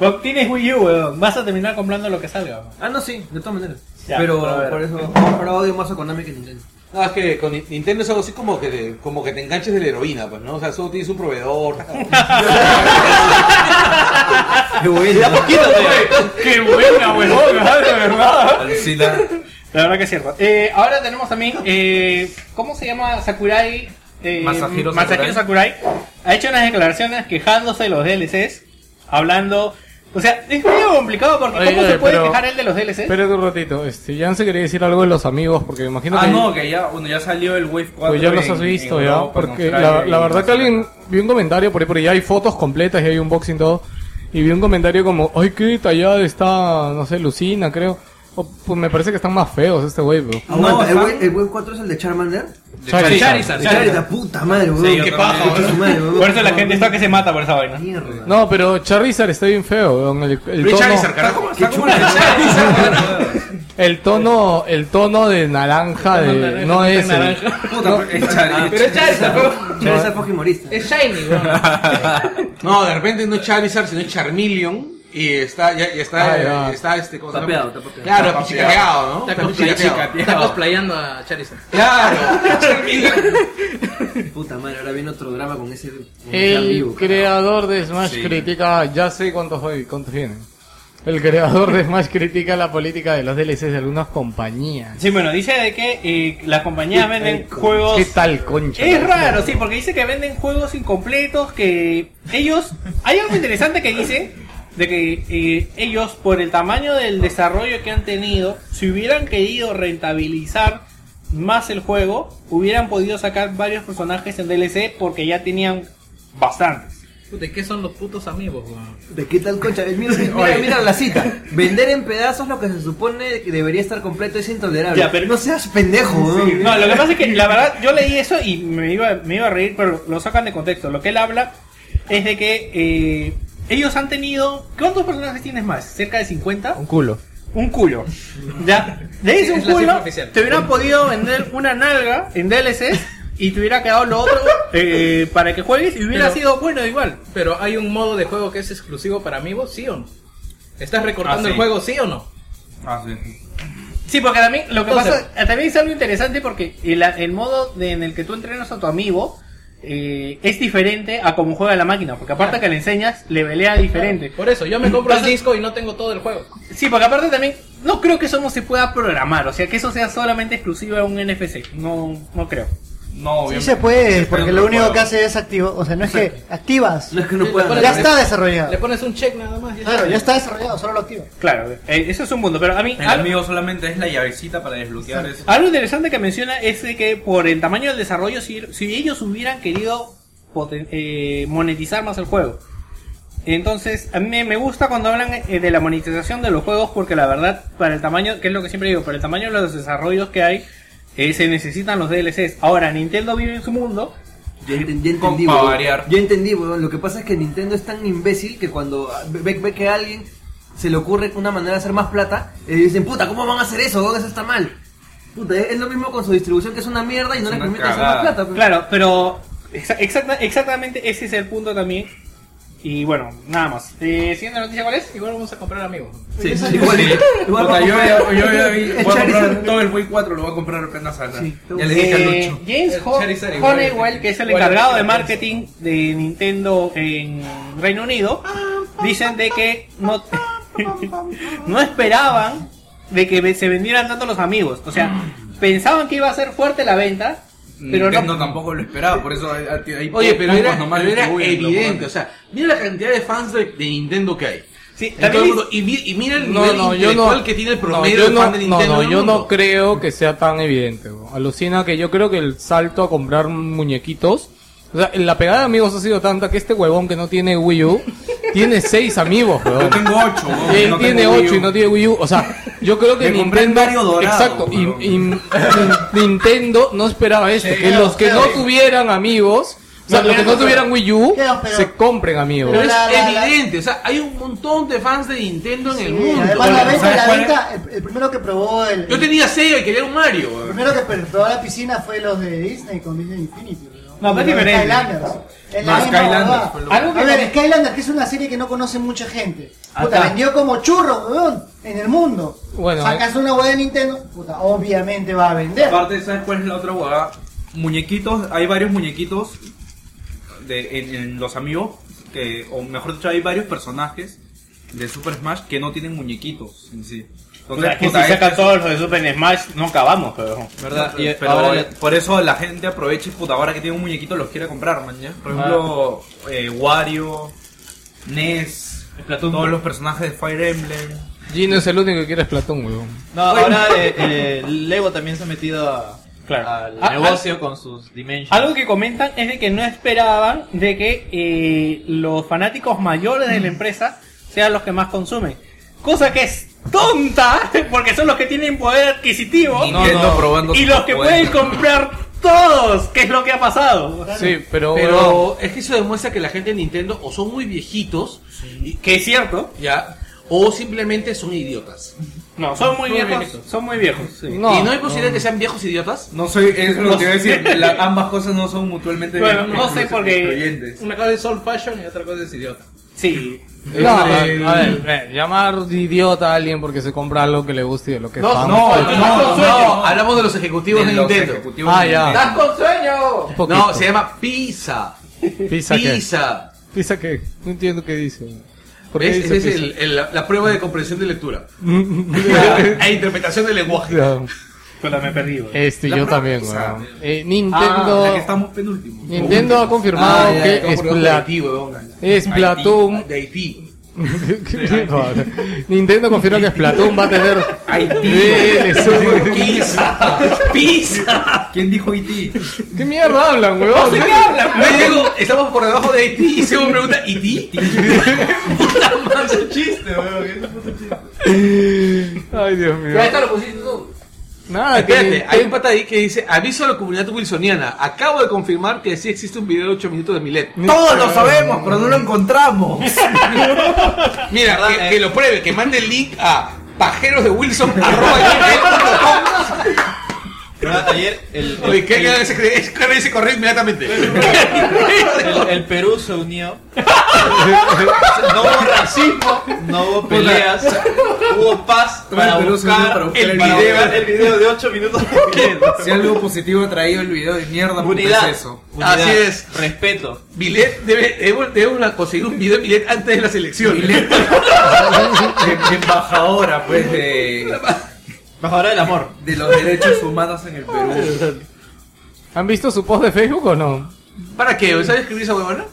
B: Bob, Tienes Wii U, weón. Vas a terminar comprando lo que salga. bro.
E: Ah, no, sí, de todas maneras.
B: Ya,
E: pero
B: a ver.
E: por eso ahora odio más a Konami que Nintendo.
G: No, es que con Ni- Nintendo es algo así como que, te, como que te enganches de la heroína, pues, ¿no? O sea, solo tienes un proveedor.
E: Qué bueno.
B: ¡Qué buena, weón! De verdad.
F: Alucina.
B: La verdad que es cierto. Eh, ahora tenemos también, eh, ¿cómo se llama? Sakurai. Eh,
F: Masahiro
B: Masahiro Sakurai. Ha hecho unas declaraciones quejándose de los DLCs, hablando... O sea, es medio complicado porque
C: Oye,
B: ¿cómo
C: oye,
B: se puede
C: pero-
B: quejar él de los DLCs?
C: Espérate un ratito, este, Jan se quería decir algo de los amigos, porque me imagino
F: Ah,
C: que...
F: no, que ya, bueno, ya salió el Wave 4.
C: Pues ya los
F: en-
C: has visto,
F: en
C: ya.
F: Europa, en
C: Porque la,
F: Australia
C: la
F: y
C: verdad
F: en
C: que alguien vi un comentario por ahí, por ahí hay fotos completas y hay unboxing y todo. Y vi un comentario como, ay, qué detallada está, no sé, Lucina, creo. O, pues me parece que están más feos este güey, bro.
E: Aguanta, el
F: Ah, está-
E: Wave- el Wave 4 es el de Charmander.
C: Charizard.
E: De Charizard, puta madre, weón.
F: yo
E: Qué
F: también.
E: paja, weón. Su madre, weón.
B: Por eso la gente está que se mata por esa vaina.
E: Mierda.
C: No, pero Charizard está bien feo, weón. El, el tono-
G: Richard y Sarkar.
F: Está como, está como la de Charizard,
C: El tono, el tono de naranja
D: No,
C: de,
D: no, no,
C: no
D: no,
C: es.
D: no,
C: el-
D: naranja.
F: Puta, porque es Charizard.
D: Pero es Charizard, weón.
E: Charizard Fujimorista.
D: Es Shiny, weón.
G: No, de repente no es Charizard, sino es Charmillion. Y está, ya, ya está,
C: Ay, va.
G: eh, está este, ¿cómo se llama?
E: Tapeado, tapeado.
G: Claro,
F: Tapeado.
G: pichicateado, ¿no?
D: Está
G: Está pichicateado.
D: cosplayando, está cosplayando a Charizard.
G: Claro, Charmillion.
E: Puta madre, ahora viene otro drama con ese. con Jan
C: El
E: vivo,
C: creador de Smash
F: Sí.
C: critica, ya sé cuántos hoy, cuántos vienen. El creador de Smash critica la política de los DLCs de algunas compañías.
B: Sí, bueno, dice de que eh, las compañías venden juegos.
C: ¿Qué tal, concha?
B: Es raro, sí, porque dice que venden juegos incompletos, que ellos... Hay algo interesante que dicen, de que eh, ellos, por el tamaño del desarrollo que han tenido, si hubieran querido rentabilizar más el juego, hubieran podido sacar varios personajes en DLC porque ya tenían bastantes.
D: Puta, ¿y qué son los putos amigos, weón?
E: ¿De qué tal concha? Mira, mira, mira la cita. Vender en pedazos lo que se supone que debería estar completo es intolerable.
B: Ya, pero-
E: No seas pendejo, weón.
B: No, lo que pasa es que la verdad yo leí eso y me iba, me iba a reír, pero lo sacan de contexto. Lo que él habla es de que eh, ellos han tenido... ¿Cuántos personajes tienes más? ¿Cerca de 50?
K: Un culo.
B: un culo. Ya, le
D: Sí,
B: dice un
D: es la cifra
B: culo,
D: oficial.
B: te hubieran podido vender una nalga en DLC y te hubiera quedado lo otro eh, para que juegues y hubiera
D: Pero-
B: sido bueno igual.
D: Pero hay un modo de juego que es exclusivo para amigos, ¿sí o no? ¿Estás recortando
F: Ah, sí.
D: el juego, sí o no?
F: Ah, sí.
B: Sí, porque también lo que
D: Entonces-
B: pasa, también es algo interesante porque el, el modo de- en el que tú entrenas a tu amigo eh, es diferente a cómo juega la máquina, porque aparte que le enseñas, le velea diferente.
D: Por eso, yo me compro el
B: Entonces-
D: disco y no tengo todo el juego.
B: Sí, porque aparte también, no creo que eso no se pueda programar, o sea, que eso sea solamente exclusivo a un NFC, no, no creo.
F: No,
H: Sí
F: obviamente.
H: se puede, porque lo único que
F: hace
H: hace es activo. O sea, no es que activas.
E: No es que no pueda.
H: Ya está desarrollado.
D: Le pones un check nada más. y
H: Claro, ya está desarrollado, solo lo activas.
B: Claro, eh, eso es un mundo, pero a mí...
F: El
B: al-
F: amigo solamente es la llavecita para desbloquear eso.
B: Algo interesante que menciona es de que por el tamaño del desarrollo, si, si ellos hubieran querido poten- eh, monetizar más el juego. Entonces, a mí me- me gusta cuando hablan eh, de la monetización de los juegos porque la verdad, para el tamaño, que es lo que siempre digo, para el tamaño de los desarrollos que hay, eh, se necesitan los DLCs. Ahora, Nintendo vive en su mundo.
E: Yo enten- yo entendí,
F: Con- pa'
E: weón.
F: variar.
E: Yo entendí, weón. Lo que pasa es que Nintendo es tan imbécil que cuando ve, ve que a alguien se le ocurre una manera de hacer más plata, eh, dicen, puta, ¿cómo van a hacer eso? weón? Eso está mal. Puta, es, es lo mismo con su distribución que es una mierda y no
F: Es
E: le
F: una
E: permiten hacer más
F: cagada.
E: plata. pues. pe.
B: Claro, pero exa- exacta- exactamente ese es el punto también. Y bueno, nada más. Eh, Siguiente noticia, ¿cuál es?
D: Igual vamos a comprar amigos.
E: Sí, sí, igual.
F: Sí.
E: igual
F: Puta,
E: va a
F: yo,
E: comprar-
F: yo- yo- yo-
E: El
F: voy a comprar
E: Charizard.
F: todo el Wii 4, lo voy a comprar apenas salga.
E: Sí,
F: ya le dije
B: Eh,
F: a Lucho.
B: James
D: El
B: Ho-
D: Charizard igual es-
B: Honeywell, que es el
D: igual es
B: encargado de
D: el que
B: marketing de Nintendo en Reino Unido, dicen de que no, no esperaban de que se vendieran tanto los amigos. O sea, pensaban que iba a ser fuerte la venta, pero
F: Nintendo
B: no.
F: tampoco lo esperaba, por eso hay, hay
G: Oye, pero
F: pocos
G: era,
F: nomás
G: pero era
F: distribuyen, lo
G: evidente,
F: ponen.
G: o sea, mira la cantidad de fans de, de Nintendo que hay.
B: Sí,
G: En todo
B: también
G: el
B: dice-
G: mundo. y, mi- y mira el
C: No,
G: nivel
C: no, yo
G: intelectual
C: no.
G: que tiene el
C: No,
G: promedio
C: yo
G: de
C: no,
G: fan de
C: no,
G: Nintendo.
C: no,
G: en el
C: yo no
G: mundo.
C: creo que sea tan evidente. bo. Alucina que yo creo que el salto a comprar muñequitos. O sea, la pegada de amigos ha sido tanta que este huevón que no tiene Wii U tiene seis amigos,
F: Yo
C: huevón.
F: tengo 8,
C: Y él tiene 8 y no tiene Wii U. O sea, yo creo que
F: Me compré el
C: Nintendo.
F: Mario dorado,
C: exacto. y-
F: weón.
C: y- y Nintendo no esperaba esto. Que los que no tuvieran amigos. O sea, los que no tuvieran Wii U
H: Quedan peor.
C: se compren amigos.
G: Pero es
H: La- la- la-
G: evidente, o sea, hay un montón de fans de Nintendo en el mundo.
H: Además, la venta,
F: ¿Sabes
H: la
F: cuál
H: venta, el, el primero que probó el,
G: Yo tenía Sega y quería un Mario.
H: el
G: weón.
H: primero que perdió la piscina fue los de Disney con Disney Infinity.
B: No, pero es diferente.
H: Skylanders. Es la
F: No,
H: misma
F: Skylanders
H: huevada.
F: fue
B: lo- Algo Ah, que
H: A ver,
B: no-
H: Skylanders, que es una serie que no conoce mucha gente. Puta,
B: Acá.
H: vendió como churro, weón, en el mundo.
C: Bueno,
B: eh.
H: Sacas una web de Nintendo, puta, obviamente va a vender.
F: Aparte, ¿sabes cuál es la otra huevada? Muñequitos, hay varios muñequitos de, en, en los amigos, que, o mejor dicho, hay varios personajes de Super Smash que no tienen muñequitos en sí.
B: O
F: Entonces,
B: sea, que si
F: puta, es-
B: sacan todos los de Super Smash, no acabamos, pero.
F: ¿Verdad?
K: Y
F: pero
K: ahora
F: eh,
K: ya-
F: por eso la gente aprovecha y puta, ahora que tiene un muñequito los quiere comprar, man, ¿ya?
B: Ah.
F: Por ejemplo, eh, Wario, Ness, todos los personajes de Fire Emblem.
C: Gino es el único que quiere Splatoon, huevón.
K: No, ahora eh, eh, Lego también se ha metido a-
B: Claro.
K: al
B: Ah,
K: negocio con sus Dimensions.
B: Algo que comentan es de que no esperaban de que eh, los fanáticos mayores de la empresa sean los que más consumen. Cosa que es tonta, porque son los que tienen poder adquisitivo
F: Nintendo probando
B: y
F: sus
B: los que pueden
F: poderes.
B: comprar todos, que es lo que ha pasado.
C: Sí, pero. huevón,
G: Pero es que eso demuestra que la gente de Nintendo o son muy viejitos,
B: Que es cierto.
G: y- ya, o simplemente son idiotas.
B: No, son muy,
D: Muy
B: viejos.
D: viejitos.
B: Son muy viejos. sí.
C: No.
G: ¿Y no hay posibilidad que sean viejos idiotas?
F: No soy, eso es lo que iba a decir. la- ambas cosas no son mutuamente
B: Bueno, Este, no sé porque.
F: excluyentes.
D: Una cosa es old fashion y otra cosa es idiota.
B: Sí.
G: Eh,
B: Este,
C: No, a ver, a ver, eh, llamar de idiota a alguien porque se compra algo que le guste y de lo que es fan.
F: No, no, no,
G: No, hablamos de los ejecutivos de
F: De los
G: Nintendo.
F: ejecutivos
C: Ah,
F: de
C: ya.
F: Nintendo.
G: ¡Das con sueño!
C: poquito.
G: No, se llama pizza.
C: Pizza que.
G: Pizza.
C: Pizza que. No entiendo qué dice. ¿Por qué
G: ¿Ves?
C: dice
G: Esa es
C: pizza?
G: el- el- la la prueba de comprensión de lectura.
C: Ya.
G: e interpretación del lenguaje.
C: Ya.
B: Pero me perdí, güey.
C: Este,
F: La
C: yo
F: propia
C: también,
F: pizza.
C: weón. Eh, Nintendo.
F: Ya que estamos penúltimos.
C: Nintendo ha confirmado
G: Ah, ya,
C: que
G: como
C: es
G: por
C: plat-
G: Haití, huevón.
C: Splatoon.
G: De Haití.
C: No, no. Nintendo confirmó que Splatoon va a tener DLC.
G: Pizza. Pizza.
F: ¿Quién dijo IT?
C: ¿Qué mierda hablan, weón?
G: Me digo, estamos por debajo de Haití y se me pregunta, ¿y ti? Puta madre.
C: Ay, Dios mío.
G: Pero ahí está, lo pusiste tú.
C: Nada, que
G: Ah, Espérate, hay un
C: Nintendo-
G: pata ahí que dice, aviso a la comunidad wilsoniana, acabo de confirmar que sí existe un video de 8 minutos de Milet.
F: Todos lo sabemos, pero no lo eh. encontramos.
G: Mira, que, que lo pruebe, que mande el link a pajerosdewilson.com.
K: ¿Verdad? Ayer el, el,
G: Oye, ¿qué
K: el-
G: que se cree? Es que se corrió inmediatamente.
K: el- el Perú se unió. No hubo racismo, no hubo peleas, hubo paz
F: Todo el
K: para
F: Perú se unió
K: buscar
F: para buscar
K: el,
F: el
K: para
F: video.
K: buscar el video de 8 minutos.
F: Si algo positivo ha traído el video de mierda, puta,
K: Unidad.
F: es eso.
K: Unidad.
G: Así es.
K: Respeto.
G: Milet debe, debe, debe una- conseguir un video de Milet antes de las elecciones.
F: Em- Embajadora, pues, de,
K: Bajadora del amor.
F: de los derechos humanos en el Perú.
C: ¿Han visto su post de Facebook o no?
G: ¿Para qué? ¿Sabes escribir esa huevona?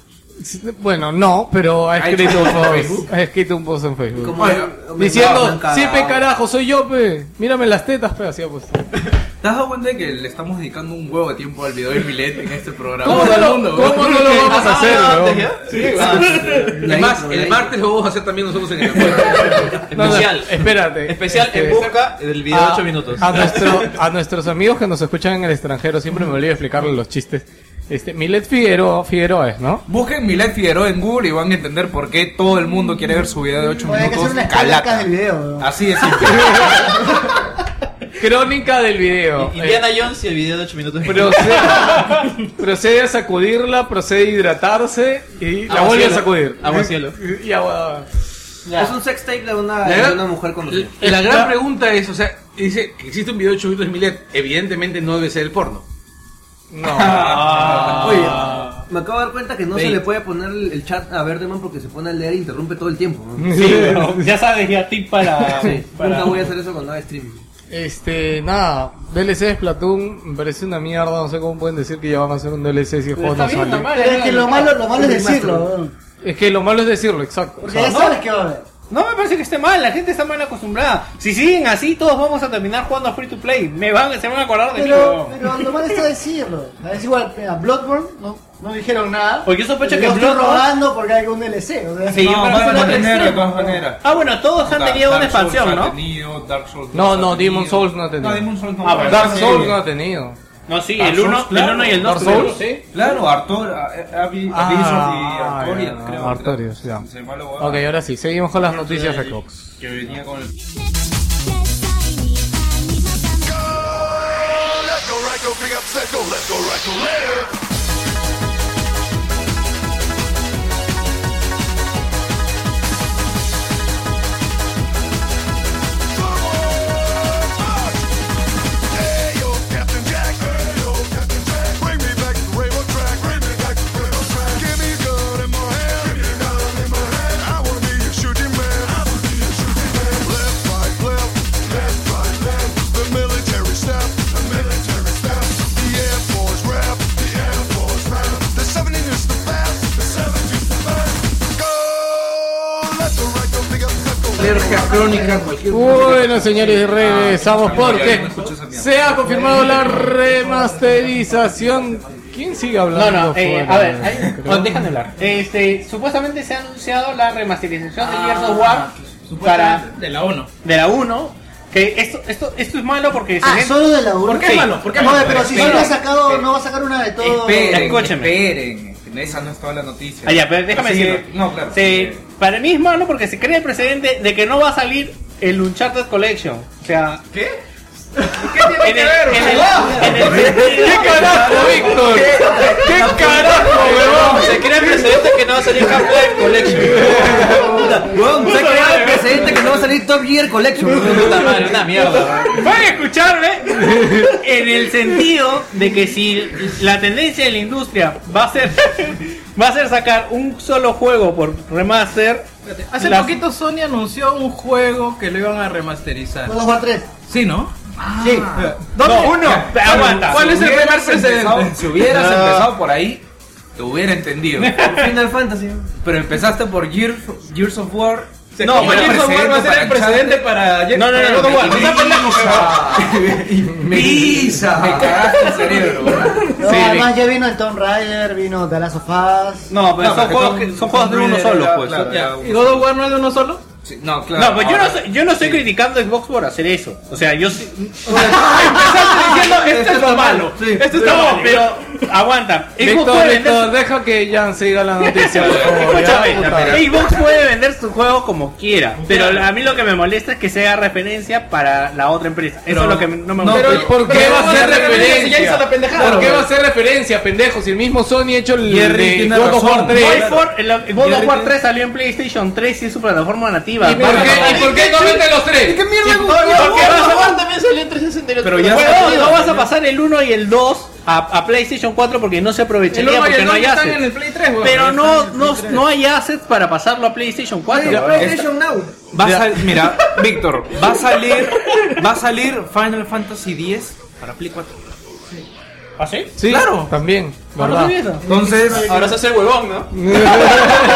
C: Bueno, no, pero ha
F: ¿Ha
C: escrito
F: hecho
C: un
F: un post en
C: post.
F: Facebook?
C: Ha escrito un post en Facebook.
E: Como
F: Bueno,
E: me- me- me
C: Diciendo,
E: han cagado.
C: siempre carajo, soy yo, pe. Mírame las tetas, pe. Así pues. ha puesto.
F: ¿Te has dado cuenta de que le estamos dedicando un huevo de tiempo al video de Milet en este programa?
C: ¿Cómo no
F: Todo el
C: lo,
F: mundo,
C: cómo no lo vamos
E: Ah,
C: a hacer, weón?
E: La
G: Es más,
E: intro, la
G: el
E: intro.
G: martes lo vamos a hacer también nosotros en el acuerdo.
C: No, no,
K: Especial.
C: espérate.
K: Especial
C: Este,
K: en boca del video de 8 minutos.
C: A, nuestro- a nuestros amigos que nos escuchan en el extranjero, siempre me olvido explicarles los chistes. Este, Milet Figueroa, Figueroa es, ¿no?
F: Busquen Milet Figueroa en Google y van a entender por qué todo el mundo quiere ver su video de 8
H: Oye, hay que hacer
F: minutos.
H: una escala
F: Calaca.
H: del video. weón.
F: Así es simple.
C: Crónica del video.
K: Indiana Jones y el video de 8 minutos.
C: Eh, procede, procede a sacudirla, procede a hidratarse y la
K: Agua
C: vuelve a
K: cielo.
C: sacudir.
K: Agua cielo.
C: Y agua.
E: Es un sex tape de una,
G: ¿Le-
E: de una mujer conocida.
G: La gran pregunta es, o sea, dice que existe un video de 8 minutos de Milet. Evidentemente no debe ser el porno.
B: Ah.
E: Oye, me acabo de dar cuenta que no se le puede poner el el chat a Verdeman porque se pone a leer e interrumpe todo el tiempo. ¿no?
B: Sí, pero ya sabes, ya tip para.
E: Sí,
B: para...
E: Nunca voy a hacer eso cuando haga streaming.
C: Este, nada, DLC de Splatoon me parece una mierda, no sé cómo pueden decir que ya van a hacer un DLC si el juego
B: Está
C: no
B: bien,
C: sale.
B: normal,
H: Pero es que lo malo, lo malo es
E: Remaster.
H: decirlo, weón.
C: Es que lo malo es decirlo, exacto.
H: Porque ya sabes que va a haber.
B: No me parece que esté mal, la gente está mal acostumbrada. Si siguen así, todos vamos a terminar jugando a free to play. Me van, se van a acordar de
H: Pero,
B: mí.
H: pero lo malo está decirlo. Es igual, a Bloodborne no, no dijeron nada.
B: Porque yo sospecho que
H: Yo estoy
B: Bloodborne-
H: rogando porque hay un DLC. O sea,
B: Sí,
F: No,
B: pero
F: van
B: fue
F: a
B: la
F: mantener,
B: tercera.
F: de todas maneras.
B: Ah, bueno, todos han tenido una expansión, ¿no?
C: No, no, Demon Souls no ha tenido.
F: No, Demon Souls no.
B: Ah, bueno,
C: Dark Souls no ha tenido.
B: No, sí,
F: Dark
B: el 1
F: Souls, claro.
B: y el 2.
C: Dark Souls.
B: Sí.
F: Claro, Artor, a- a- Abby,
C: Ah,
F: Abyssos y
C: ya,
F: Artorias, creo.
C: Artorias, ya.
F: Se llama la huevada.
C: Ok, ahora sí, seguimos con las noticias de Cox.
F: Que venía con el...
I: Yes, I need, I need my gum.
G: Alergia crónica, cualquier
C: Bueno, señores, regresamos
F: Ah,
C: porque
F: ya, ya no escucho esa mierda.
C: se ha confirmado la remasterización. ¿Quién sigue hablando?
B: No, no, eh,
C: fuera?
B: a ver, hay- no, déjame hablar. Este, supuestamente se ha anunciado la remasterización de Gears
F: Ah,
B: of War para
D: De la ONU.
B: de la 1, que esto esto esto es malo porque
H: Ah,
B: se
H: solo de la 1.
B: ¿Por qué es malo? ¿Por qué es
H: no,
B: malo?
H: pero si
B: Espera,
H: solo ha sacado, no va a sacar una de todo.
F: Esperen,
B: Escúcheme.
F: esperen. Esa no es toda la noticia.
B: Ah, ya, pero déjame
F: Así que-
B: decirlo.
F: No, claro.
B: Se- para mí es malo porque se crea el precedente de que no va a salir el Uncharted Collection. O sea,
F: ¿Qué?
B: en el, en el- en el-
C: Víctor? ¿Qué carajo, huevón?
K: Se crea el precedente que no va a salir Half-Life Collection.
E: Weón, se ha creado el precedente que no va a salir Top Gear Collection. weón.
K: Puta madre, una mierda.
B: Van a escucharme en el sentido de que si la tendencia de la industria va a ser va a ser sacar un solo juego por remaster,
D: Hace
B: Las-
D: poquito Sony anunció un juego que lo iban a remasterizar.
H: Todos a tres.
D: Sí, ¿no?
H: Sí.
B: no, uno, aguanta.
F: ¿Cuál es el primer precedente? Si hubieras
B: Ah.
F: empezado por ahí, te hubiera entendido.
E: Final Fantasy.
F: Pero empezaste por Gears, Gears of War. Se
D: No,
F: creó
D: Gears of War va a ser el precedente para...
B: No, no, no, no, no, no, no, no, no, no,
F: Me, me cagaste el cerebro, weón.
H: No, además ya vino el Tomb Raider, vino The Last of Us.
B: No, pero
F: No,
B: son
F: porque
B: juegos, que-
F: son-
B: son juegos de
F: son
B: uno
F: de-
B: solo,
F: ya,
B: pues.
F: claro, ya.
D: ¿Y God of War no es de uno solo?
F: Sí, no, claro.
B: No, pues yo no,
F: ahora-
B: soy- yo no estoy criticando a Xbox por hacer eso. O sea, yo sí-
D: Empezaste diciendo, esto es lo malo. Esto es lo
B: No,
D: malo.
B: pero aguanta. Xbox
C: Víctor,
B: puede vender
C: Víctor, deja que Jan siga la noticia, por favor. ya,
B: Escúchame,
C: puta.
B: Xbox puede vender su juego como quiera, pero a mí lo que me molesta es que sea referencia para la otra empresa. Eso es lo que me- no me
C: No,
B: gusta.
C: pero ¿por qué
D: pero
C: va a
D: vamos
C: ser
D: a hacer referencia si ya hizo la
C: referencia?
D: pendejada,
C: ¿Por qué
D: bro?
C: va a ser referencia, pendejo? Si el mismo Sony ha hecho el
F: Jerry
C: de
F: tiene
C: God of War
F: razón.
C: 3.
B: God of War- el- el eh, God of War 3 salió en PlayStation 3 y es su plataforma
C: ¿Y
B: nativa.
C: por
B: Bueno,
C: qué, ¿y por qué no mete los tres?
E: ¿Qué mierda
B: ¿Por qué vas a-
K: también salió en 360.
F: Pero ya
B: Bueno,
F: está
B: no, no vas a pasar el 1 y el 2 a, a PlayStation 4 porque no se
D: El
B: aprovecharía
D: uno y
B: porque
D: el
B: no
D: dos
B: hay
D: ya están en el
B: assets.
D: Play 3, weón.
B: Pero no, no, no hay assets para pasarlo a PlayStation 4.
E: PlayStation Now.
F: Va a sal- mira, Víctor, va a salir, va a salir Final Fantasy X para Play 4.
B: ¿Ah, sí?
C: Sí, claro. También,
J: Ah,
C: ¿verdad?
F: Entonces,
K: Ahora se hace el huevón, ¿no?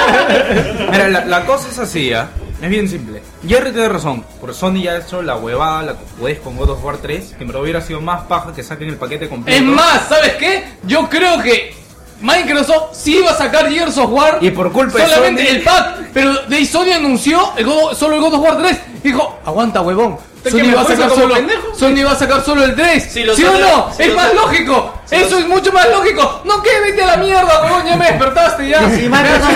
F: mira, la, la cosa es así, ¿ah? es bien simple. Jerry tiene razón, por Sony ya ha hecho la huevada, la cojudez con God of War 3, que me hubiera sido más paja que saquen el paquete completo.
C: Es más, ¿sabes qué? Yo creo que Microsoft sí iba a sacar Gears of War.
F: Y por culpa de
C: Solamente
F: Sony.
C: el pack. Pero de Sony anunció el God- solo el God of War 3. Dijo, aguanta, huevón.
D: que
C: Sony
D: me
C: va, a sacar
D: fuerza como
C: solo,
D: pendejo.
C: Sony va a sacar solo el 3.
K: Si lo
C: ¿Sí o
K: saca-
C: no?
K: si
C: es
K: lo
C: más
K: saca-
C: lógico. Eso es mucho más lógico. No, que vete a la mierda, huevón. Ya me despertaste ya.
H: Y Microsoft,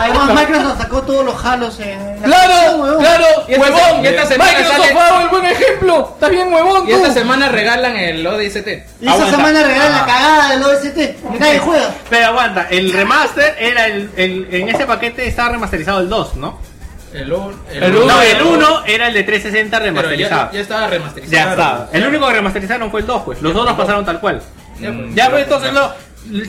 H: además Microsoft sacó todos los halos en la
C: Claro,
H: consola, huevón.
C: claro,
D: Y esta
C: huevón.
D: se- y esta semana
C: Microsoft
D: sale-
C: fue el buen ejemplo. Estás bien, huevón.
D: Y
C: tú.
D: esta semana Ah. regalan el ODST.
H: Y esa semana regalan la cagada del OST. Nadie juega.
B: Pero aguanta, el remaster era el, el- en ese paquete estaba remasterizado el 2, ¿no?
D: El 1.
C: El uno.
B: No, el 1 era el de 360
D: Pero ya,
B: remasterizado.
D: ya estaba remasterizado.
B: Ya está. El único que remasterizaron fue el 2, pues. Los otros pasaron tal cual.
D: Ya, pues.
B: Ya, pues entonces no,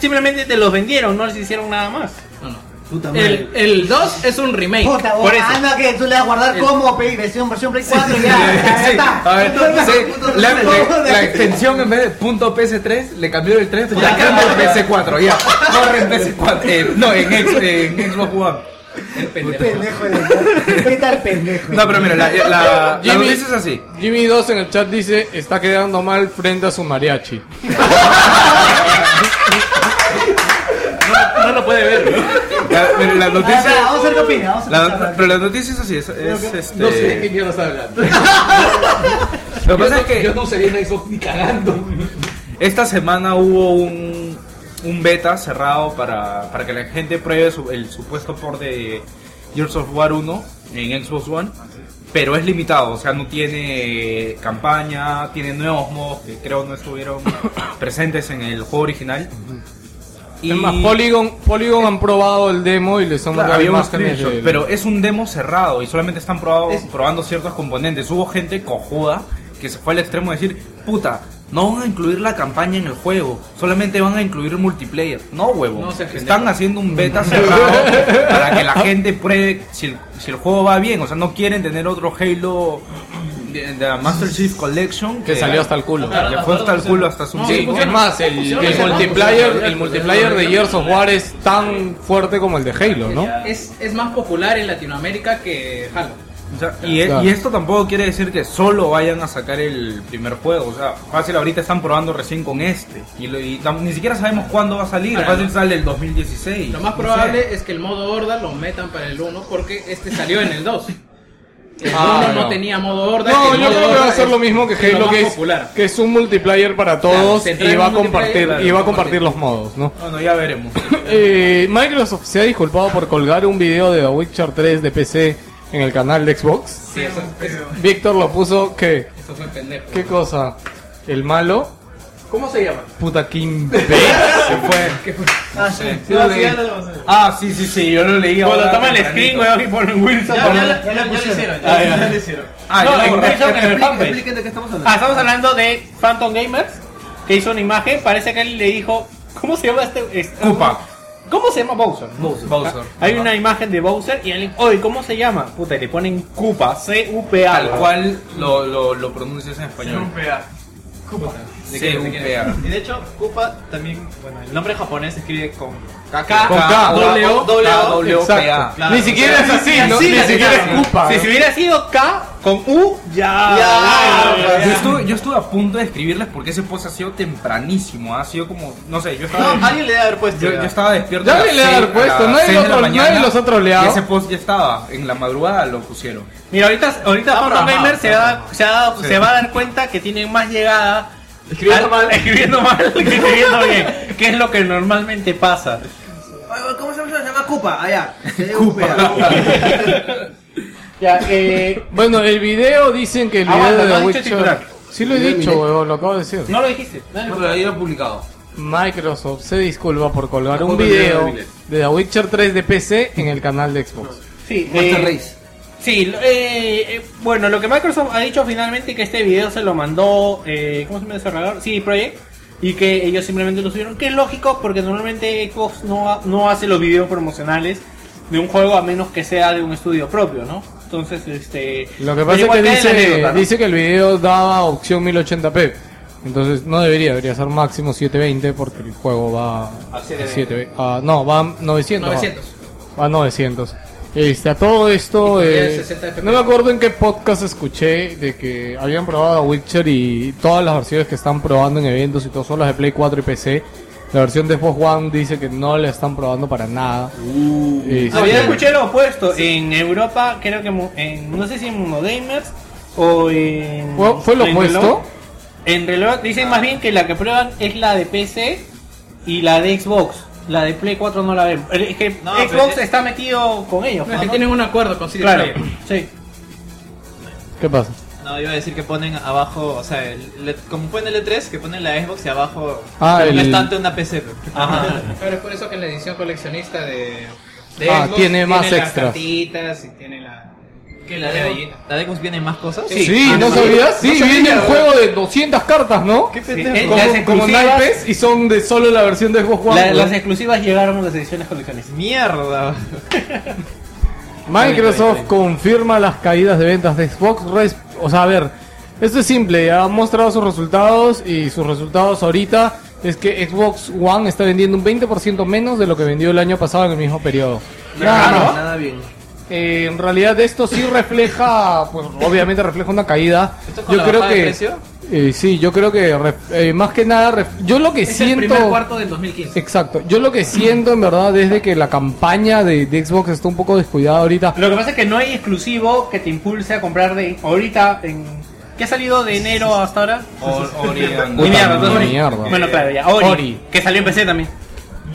B: simplemente te los vendieron, no les hicieron nada más.
D: No, no.
E: Puta
D: El, el 2 es un remake.
H: Puta,
B: Por
H: vos,
B: eso.
H: anda que tú le vas a guardar como pe- versión, versión Play 4 ya, ya, ya
F: Sí,
H: está.
F: a ver, sí, la,
H: Puta,
F: la- la extensión en vez de punto .ps3 le cambió el 3 por .ps4, ya. Corre en PS4, eh, no, en, ex, en Xbox One.
D: El pendejo.
H: Pendejo, de- ¿qué tal pendejo?
F: No, pero mira, la, la, la
C: Jimmy.
F: noticia es así.
C: Jimmy 2 en el chat dice, está quedando mal frente a su mariachi.
B: No lo puede ver, ¿no?
F: La, pero la
H: A ver,
F: noticia...
H: espera, Ah, vamos a ver qué opina, vamos a
F: La,
H: escucharla.
F: pero la noticia es así, es, es, este...
G: No sé de qué mierda está hablando.
F: Lo que pasa es que...
G: Yo no usaría en Xbox ni cagando.
F: Esta semana hubo un, un beta cerrado para, para que la gente pruebe su- el supuesto port de Gears of War 1 en Xbox One, pero es limitado, o sea, no tiene campaña, tiene nuevos modos que creo no estuvieron presentes en el juego original. Y
C: Es más, Polygon, Polygon han probado el demo y les han
F: claro,
C: mandado
F: había un
C: imágenes.
F: screenshot,
C: del-
F: pero es un demo cerrado y solamente están probado- probando ciertos componentes. Hubo gente cojuda que se fue al extremo de decir, puta, no van a incluir la campaña en el juego, solamente van a incluir multiplayer. No, huevo.
D: No seas pendejo.
F: están haciendo un beta cerrado para que la gente pruebe si el, si el juego va bien. O sea, no quieren tener otro Halo de, de la Master Chief Collection
C: que salió hasta el culo.
F: le fue hasta el culo hasta su
D: No,
C: Sí,
D: pusieron- eh,
C: es más, el,
D: pusieron
C: el
D: ese
C: multiplayer,
D: mouse,
C: el
D: pusieron-
C: multiplayer de Gears of War es tan fuerte como el de Halo, ¿no?
D: Es, es más popular en Latinoamérica que Halo.
F: O sea, y, e-
C: Claro.
F: y esto tampoco quiere decir que solo vayan a sacar el primer juego. O sea, fácil, ahorita están probando recién con este. Y, lo- y tam- ni siquiera sabemos cuándo va a salir.
D: Ahora,
F: fácil
D: lo-
F: sale el 2016.
D: Lo
F: no
D: más
F: sé.
D: probable es que el modo horda lo metan para el 1 porque este salió en el 2. El 1
C: Ah,
D: no
C: no.
D: tenía modo horda.
C: No,
D: el
C: yo
D: modo
C: creo que va
D: horda
C: a ser
D: es
C: lo mismo que Halo,
D: más
C: que es,
D: popular.
C: que es un multiplayer para todos
D: Claro,
C: y va a
D: central en
C: compartir,
D: multiplayer,
C: y va a
D: claro,
C: compartir los modos, ¿no?
F: Bueno, ya veremos.
C: Eh, Microsoft se ha disculpado por colgar un video de The Witcher 3 de PC en el canal de Xbox.
D: Sí, eso, eso,
C: Víctor lo puso que.
D: eso fue pendejo.
C: ¿Qué cosa? El malo.
D: ¿Cómo se llama?
C: Puta Kim B. Se fue.
F: lo leí. Ah, sí, sí, sí, yo lo leí.
B: Cuando
F: ahora,
B: toma el
F: tempranito.
B: screen, weón, y pone Wilson.
K: Ya,
B: pone-
K: ya, la- ya, la- ya lo hicieron, ya,
B: Ah, ya.
K: ya lo hicieron.
F: Ah,
B: no,
F: yo
B: en
F: lo borré.
B: Wilson, en el fanpage.
E: Expliquen de qué estamos hablando.
B: Ah, estamos hablando de Phantom Gamers, que hizo una imagen. Parece que él le dijo, ¿cómo se llama este? este-
F: Cupa.
B: ¿Cómo se llama Bowser?
F: Bowser.
B: Hay una imagen de Bowser y alguien, oye, ¿cómo se llama? Puta, y le ponen Cupa, C-U-P-A.
F: Tal
B: weón.
F: cual lo, lo, lo pronuncias en español.
K: Cupa. Cupa.
F: ¿De qué- de qué-
K: Y de hecho, Cupa también, bueno, el nombre japonés se escribe con K,
C: Con K.
K: doble O, doble O,
F: doble O,
C: Exacto.
F: P.A..
B: Ah,
K: Claro,
C: Ni
K: o
C: siquiera
K: sea,
C: es así, ¿no?
B: sí,
C: Ni
B: claro,
C: siquiera es
B: claro.
C: culpa.
B: Si se hubiera sido K con U, ya.
K: Ya.
F: Yo estuve, yo estuve a punto de escribirles porque ese post ha sido tempranísimo. Ha sido como, no sé, yo estaba.
K: No, alguien le debe haber puesto.
F: Yo,
K: ya.
F: yo estaba despierto.
C: Ya
F: a las
C: me le he
F: seis-
C: dado puesto,
F: a las
C: no hay
F: seis de
C: otro-
F: la
C: no hay
F: mañana,
C: los otros leados.
F: y Ese post ya estaba, en la madrugada lo pusieron.
B: Mira, ahorita, ahorita
K: Está
B: Phantom
K: programado,
B: Gamer se,
K: está
B: va, se, va-
F: Sí.
B: se va a dar cuenta que tienen más llegada.
K: Escribiendo
B: al-
K: mal.
B: Escribiendo mal que escribiendo bien. Que es lo que normalmente pasa.
E: Ah, ¿Cómo se llama? Ah, Se llama Cupa. Allá.
B: Ya, eh,
C: Bueno, el video dicen que el video
B: Aguanta,
C: de
B: no has
C: The
B: dicho
C: Witcher.
B: titular.
C: Sí lo he dicho, huevón, lo acabo de decir.
B: no lo dijiste.
G: No, pero ahí lo han publicado.
C: Microsoft se disculpa por colgar un
G: Mejor el video
C: video
G: de Billy.
C: de The Witcher 3 de PC en el canal de Xbox.
B: Sí,
E: Master
B: eh,
E: Race.
B: Sí, lo- eh, eh, bueno, lo que Microsoft ha dicho finalmente que este video se lo mandó, eh, ¿cómo se llama el desarrollador? CD Projekt, y que ellos simplemente lo subieron, que es lógico porque normalmente Xbox no, ha- no hace los videos promocionales de un juego a menos que sea de un estudio propio, ¿no? Entonces, este...
C: Lo que
B: pero
C: pasa es
B: igual
C: que
B: queda en
C: dice,
B: la anécdota, ¿no?
C: dice que el video daba opción 1080p. Entonces no debería, debería ser máximo 720 porque el juego va a 720. Ah, no, va a 900. va.
D: 900.
C: Va a 900. Este, a todo esto,
D: Y todavía
C: eh,
D: es 60 FPS.
C: no me acuerdo en qué podcast escuché de que habían probado a Witcher y todas las versiones que están probando en eventos y todo son las de Play 4 y PC. La versión de Xbox One dice que no la están probando para nada. Este,
B: Ah, yo escuché lo opuesto, en Europa, creo que mu- en, no sé si en Monogamers o en...
C: Fue- fue lo
B: en
C: opuesto.
B: Reloj. En reloj dicen más bien que la que prueban es la de PC y la de Xbox. La de Play 4 no la ven. Eh, Es que
K: No,
B: Xbox
K: pero-
B: está metido con ellos.
D: No, es que
B: ¿no?
D: tienen un acuerdo con CD
B: Claro,
D: Projekt.
B: sí.
C: ¿Qué pasa?
K: No, iba a decir que ponen abajo, o sea, el- le- como ponen el E3, que ponen la Xbox y abajo
C: Ah,
K: un
C: el-
K: estante una PC. pues.
D: Pero es por eso que en la edición coleccionista de, de
C: Ah,
D: Xbox
C: tiene más
D: tiene
C: extras.
D: Las cartitas y tiene la...
K: Que la de,
D: Medallita.
K: la de Xbox viene más cosas.
C: Sí,
K: Ah,
C: ¿no
K: sí.
C: sabías? Sí,
K: No sabía,
C: viene un
K: weón.
C: juego de 200 cartas, ¿no?
K: Qué
B: Sí,
K: pendejo.
B: eh,
C: Como,
B: las
C: como
B: exclusivas,
C: naipes y son de solo la versión de Xbox One.
B: la-
C: weón.
B: las exclusivas llegaron a las ediciones coleccionistas.
K: Mierda.
C: Microsoft confirma las caídas de ventas de Xbox. res- O sea, a ver, esto es simple. Ha mostrado sus resultados y sus resultados ahorita es que Xbox One está vendiendo un 20% menos de lo que vendió el año pasado en el mismo periodo. Nada más.
E: Nada bien.
C: Eh, en realidad esto sí refleja, pues obviamente refleja una caída.
K: ¿Esto con
C: Yo
K: la
C: creo
K: bajada de
C: que
K: precio?
C: eh, sí, yo creo que ref- eh, más que nada ref- yo lo que
D: Es el
C: siento
D: primer cuarto del 2015.
C: Exacto, yo lo que siento en verdad es de que la campaña de, de Xbox está un poco descuidada ahorita.
B: Lo que pasa es que no hay exclusivo que te impulse a comprar de ahorita en... ¿Qué ha salido de enero hasta ahora?
F: O- Ori and-
B: Ni mierda,
C: madre,
B: entonces-
C: mierda.
B: Bueno, claro, ya. Ori,
C: Ori.
B: Que salió en PC también.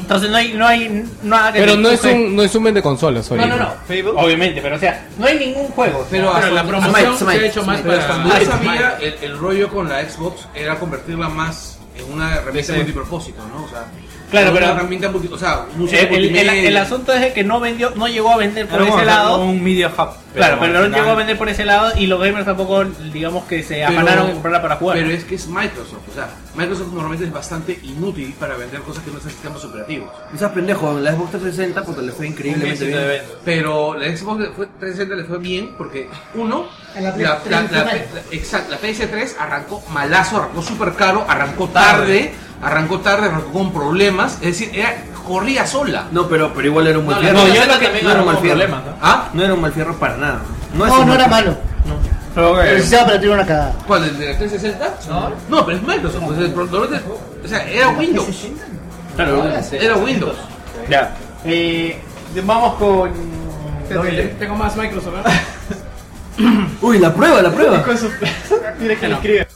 B: Entonces no hay, no hay nada que
C: Pero
B: te
C: no es
B: empuje.
C: un no es un vende consolas
B: No,
C: ahorita.
B: no, no.
K: Fable.
B: Obviamente, pero o sea, no hay ningún juego.
G: Pero
D: Pero la promoción
E: Smite,
D: se
E: Smite,
D: ha hecho más
E: Smite.
D: para...
G: Cuando yo
D: Ah,
G: sabía, el, el rollo con la Xbox era convertirla más en una herramienta multipropósito, ¿no? O sea,
B: Claro,
G: una
B: pero-
G: herramienta multi, o sea, un uso
B: El, el- el-
G: multimedia.
B: el asunto es de que no vendió, no llegó a vender por
F: Era como
B: ese
F: hacer
B: lado.
F: Un media hub.
B: claro, pero
F: al
B: no llegó a
F: final-
B: vender por ese lado y los gamers tampoco, digamos que se
G: Pero-
B: afanaron en comprarla para jugar.
G: Pero es que es Microsoft, o sea, Microsoft normalmente es bastante inútil para vender cosas que no son sistemas operativos.
E: No seas pendejo, la Xbox 360 porque le fue increíblemente bien.
G: Pero la Xbox le fue- 360 le fue bien porque, uno, la, la- la- la- exacto, la PS3 arrancó malazo, arrancó súper caro, arrancó tarde, arrancó tarde, arrancó con problemas, es decir, era, corría sola.
E: No, pero, pero igual era un mal
K: No,
E: fierro.
K: la
E: No,
K: Nintendo
E: yo creo que
K: también
E: no era un
K: arrancó
E: mal
K: con
E: fierro.
K: problemas, ¿no?
G: ¿Ah?
E: No era un mal fierro para nada. es
H: No,
E: un
H: no
E: mal
H: era
E: fierro.
H: malo. Pero el sistema operativo era una cagada.
G: ¿Cuál? ¿El de la 360? No, no pero es Microsoft. pues, el pro- o sea, era Windows. Era Windows.
B: Ya. Eh, vamos con.
D: Tengo- Tengo más Microsoft, ¿verdad?
E: Uy, la prueba, la prueba.
K: Mira que lo escribe.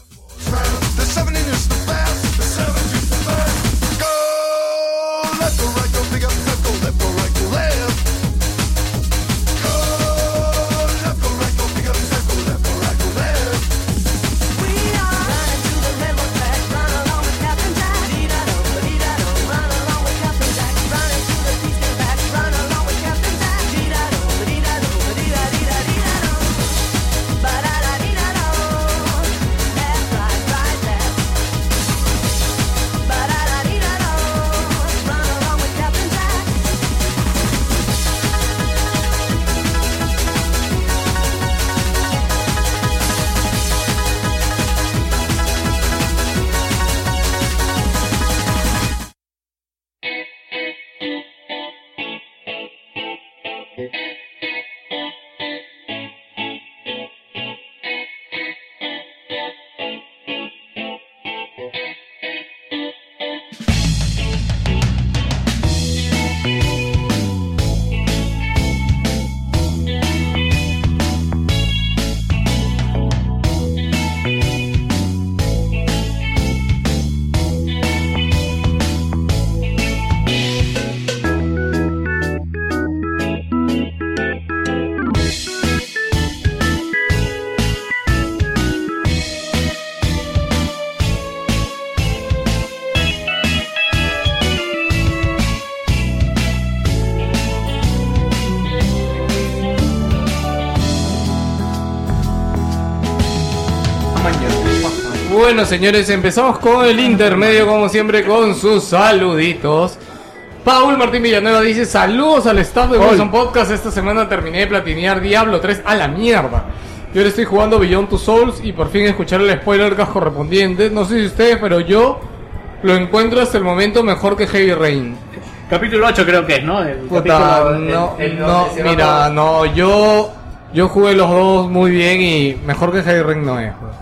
C: bueno, señores, empezamos con el intermedio, como siempre, con sus saluditos. Paul Martín Villanueva dice: Saludos al staff de Wilson Podcast. Esta semana terminé de platinear Diablo 3 a la mierda. Yo ahora estoy jugando Beyond Two Souls y por fin escuchar el spoiler correspondiente. No sé si ustedes, pero yo lo encuentro hasta el momento mejor que Heavy Rain.
H: Capítulo 8 creo que es, ¿no? El
C: Puta,
H: capítulo- el-
C: no,
H: el-
C: no,
H: el-
C: mira, no, yo, yo jugué los dos muy bien y mejor que Heavy Ring no es. pues.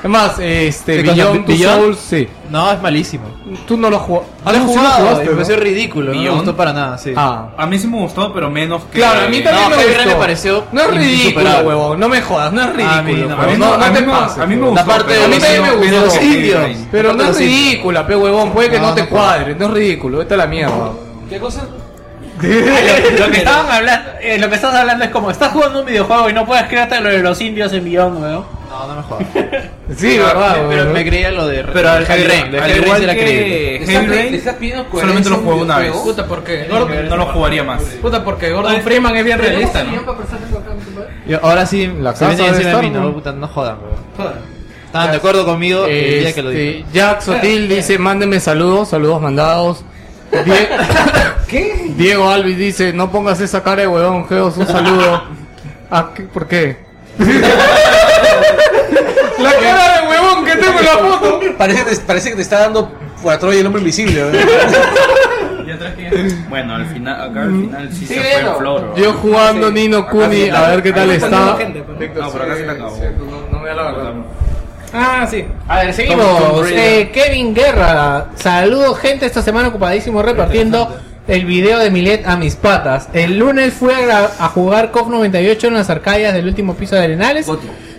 C: Es más, este,
K: ¿Qué cosa?
C: Beyond Two
K: ¿Beyond?
C: Souls, sí.
K: No, es malísimo.
C: Tú no lo jugó.
K: No lo he
C: No, sí lo
K: jugado,
C: jugaste,
K: me pareció
C: ¿no?
K: ridículo, no me
F: Beyond.
K: gustó para nada, sí.
C: Ah.
F: A mí sí me gustó, pero menos que.
C: Claro, a mí también
K: no,
C: me
K: Heavy Rain
C: gustó.
K: me pareció
C: No es ridículo,
K: insuperable.
C: huevón, no me jodas, no es
K: A mí
C: ridículo.
K: no,
C: huevón,
F: A mí
C: no,
F: no, a
C: no
F: mí
C: te
F: no-
C: pases.
F: a mí me
C: huevón.
F: gustó.
K: La parte de
F: pero
C: a mí también me
F: menos-
C: gustó.
F: menos que Heavy
K: Indios.
F: Rain.
C: Pero no
K: Aparte
C: es
K: los indios.
C: ridícula, pe huevón, puede que
K: No,
C: no te
K: no puedo.
C: cuadre, no es ridículo, vete a la mierda.
K: ¿Qué cosa?
H: Lo que estaban hablando, eh, lo que estás hablando es como estás jugando un videojuego y no puedes crearte lo de los indios en Beyond, weón.
K: No, no me jodas.
C: Sí, verdad,
K: Pero
C: huevón.
K: me creía lo de
D: Pero al
K: Heavy Rain, de
D: al
K: Heavy Rain
D: igual
K: sí la
D: que-
K: creí.
F: Eh,
G: ¿Le
F: Heavy
G: estás- le
F: Rain
G: estás pidiendo coherencia
F: solamente lo
G: a un
F: jugué una vez.
G: videojuego?
D: Puta, porque
F: No lo jugaría más.
D: Puta, porque Gordon Freeman es bien realista, ¿no?
K: Y ahora sí, la se
C: casa
K: venía
C: de
K: encima de mí,
C: Storm,
K: no,
C: ¿no?
K: puta, no jodan, weón. Estaban de acuerdo conmigo el día que lo
C: Este,
K: dije.
C: Jack Sotil dice, mándenme saludos, saludos mandados. Die- Diego Alvis dice, no pongas esa cara de huevón, Geos, un saludo. Ah, ¿qué? ¿Por qué? la cara de huevón que tengo en la foto.
G: Parece, que te- parece que te está dando por atrás el hombre invisible. ¿verdad?
F: Bueno, al final, acá al final sí se fue en flor.
C: Yo jugando Nino Kuni, a ver qué tal está.
F: pues. No, por acá se la acabó.
C: No me da la verdad.
D: Ah, sí.
B: A ver, seguimos. Eh, Kevin Guerra. Saludos, gente. Esta semana ocupadísimo repartiendo el video de Milet a mis patas. El lunes fui a, gra- a jugar COF 98 en las arcadias del último piso de Arenales.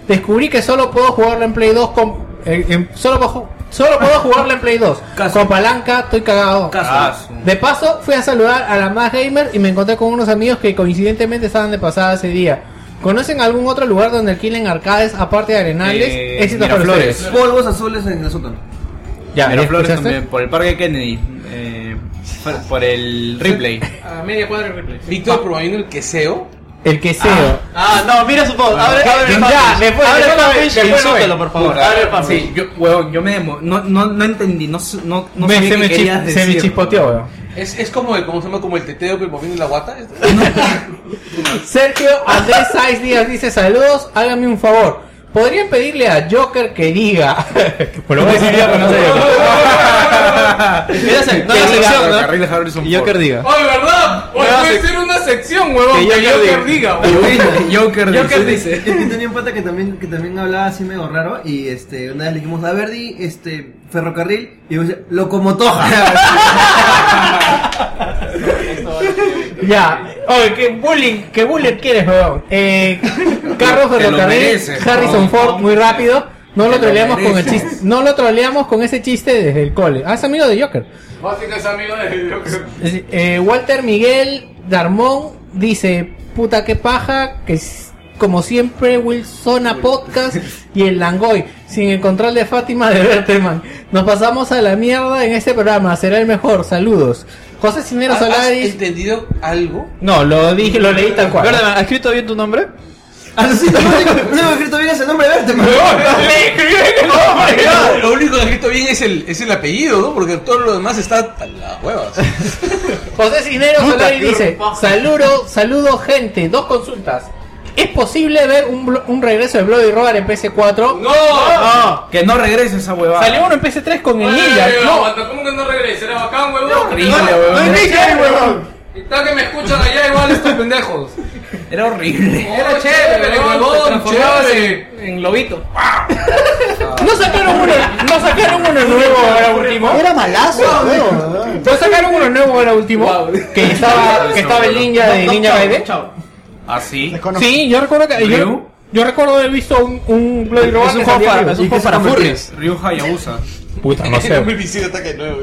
B: Descubrí que solo puedo jugarlo en Play 2 con. eh, en- solo, puedo, ju- solo puedo jugarlo en Play 2. Con palanca, estoy cagado.
F: Ah, su-
B: De paso, fui a saludar a la más gamer y me encontré con unos amigos que coincidentemente estaban de pasada ese día. ¿Conocen algún otro lugar donde alquilen arcades aparte de Arenales?
F: Eh,
B: Éxito para
F: Miraflores.
B: ustedes.
E: Polvos azules en el sótano.
B: Ya, ¿ya
F: Miraflores
B: escuchaste?
F: también, por el Parque Kennedy. eh, por- por el replay.
D: A media cuadra de replay.
G: Víctor promoviendo el queseo.
B: El que sea.
K: Ah, no, mira su post. Abre, abre el
B: Ya,
K: fanpage.
B: después-
K: abre el
B: después lo
K: fanpage
B: ve,
K: y
B: después lo ve.
K: insúltalo, por favor.
F: Puta,
K: Abre el fanpage.
F: Sí, yo, huevón, yo me demo- no, no, no entendí, no, sé- no, no
B: Me-
F: sabía
B: se,
F: qué
B: me chis-
F: querías
B: se me
F: decir.
B: chispoteó, weón.
G: Es, es como el, ¿cómo se llama? Como el teteo, pero moviendo la guata.
B: Sergio Andrés Saiz Díaz dice saludos, háganme un favor. ¿Podrían pedirle a Joker que diga? Por lo menos diría, pero no sé.
K: Mira, se- no,
F: Qué
K: la
F: lindo,
K: sección, ¿no?
F: Carriles Harrison
K: Y Joker
F: Ford.
K: diga.
C: Oye, ¿verdad? Hoy puede ser una sección, huevón,
K: Que
C: que
K: Joker
C: Joker diga,
K: diga.
C: huevón.
F: Joker,
D: Joker
F: dice.
D: dice.
E: Yo tenía un pata que también, que también hablaba así medio raro y este, una vez le dijimos, a ver, di, este, ferrocarril, y yo decía, locomotoja.
B: ya. Oye, qué bullying, qué bullying quieres, weón. Eh, Carlos
F: Te lo
B: Ferrocarril,
F: mereces,
B: Harrison
F: no,
B: Ford,
F: no,
B: muy rápido. No
F: te
B: lo
F: lo
B: troleamos con el
F: mereces.
B: chiste, no lo troleamos con ese chiste desde el cole. Ah, es amigo de Joker.
C: Básico es amigo de Joker.
B: Es- eh, Walter Miguel Darmón dice, puta que paja, que es como siempre Wilsona Podcast y el Langoy, sin el control de Fátima de Berteman. Nos pasamos a la mierda en este programa, será el mejor, saludos. José Cinero
G: ¿Has, has
B: Solaris...
G: entendido algo?
B: No, lo dije, lo leí tal cual.
K: Birdman, ¿has escrito bien tu nombre?
E: Así, no tengo- no me escrito bien ese nombre, verte, man.
G: Claro, lo único que he escrito bien es el, es el apellido, ¿no? Porque todo lo demás está a las huevas.
B: José Cisneros
G: Puta,
B: Solari
G: qué
B: dice,
G: ropaje.
B: saludo, saludo gente, dos consultas. ¿Es posible ver un, blo- un regreso de Bloody Roar en PS4? No,
F: Que no regrese esa huevada.
B: Salió uno Ah. en PS3 con el Ninja. No,
C: ¿Cómo que no regresa? Era bacán, huevón.
F: horrible, huevón.
C: Está que me escuchan allá igual estos pendejos.
F: Era horrible.
D: Era chévere,
C: huevón,
D: huevón,
C: chévere.
D: chévere. En lobito.
B: No sacaron uno, no sacaron uno nuevo ahora último.
L: Era malazo, huevón, huevón.
B: No sacaron uno nuevo ahora último. Que estaba, que estaba el ninja de Ninja Gaiden.
G: Ah,
F: Así.
L: Desconozco.
B: Sí, yo recuerdo que yo,
F: ¿Ryu?
B: yo recuerdo haber visto un, un Bloody Roar.
K: Es un
B: que
K: juego
B: salía
K: para,
B: vivo.
K: es un juego para furries.
F: Ryu Hayabusa.
B: Puta, no sé.
G: Muy visible ataque de nuevo.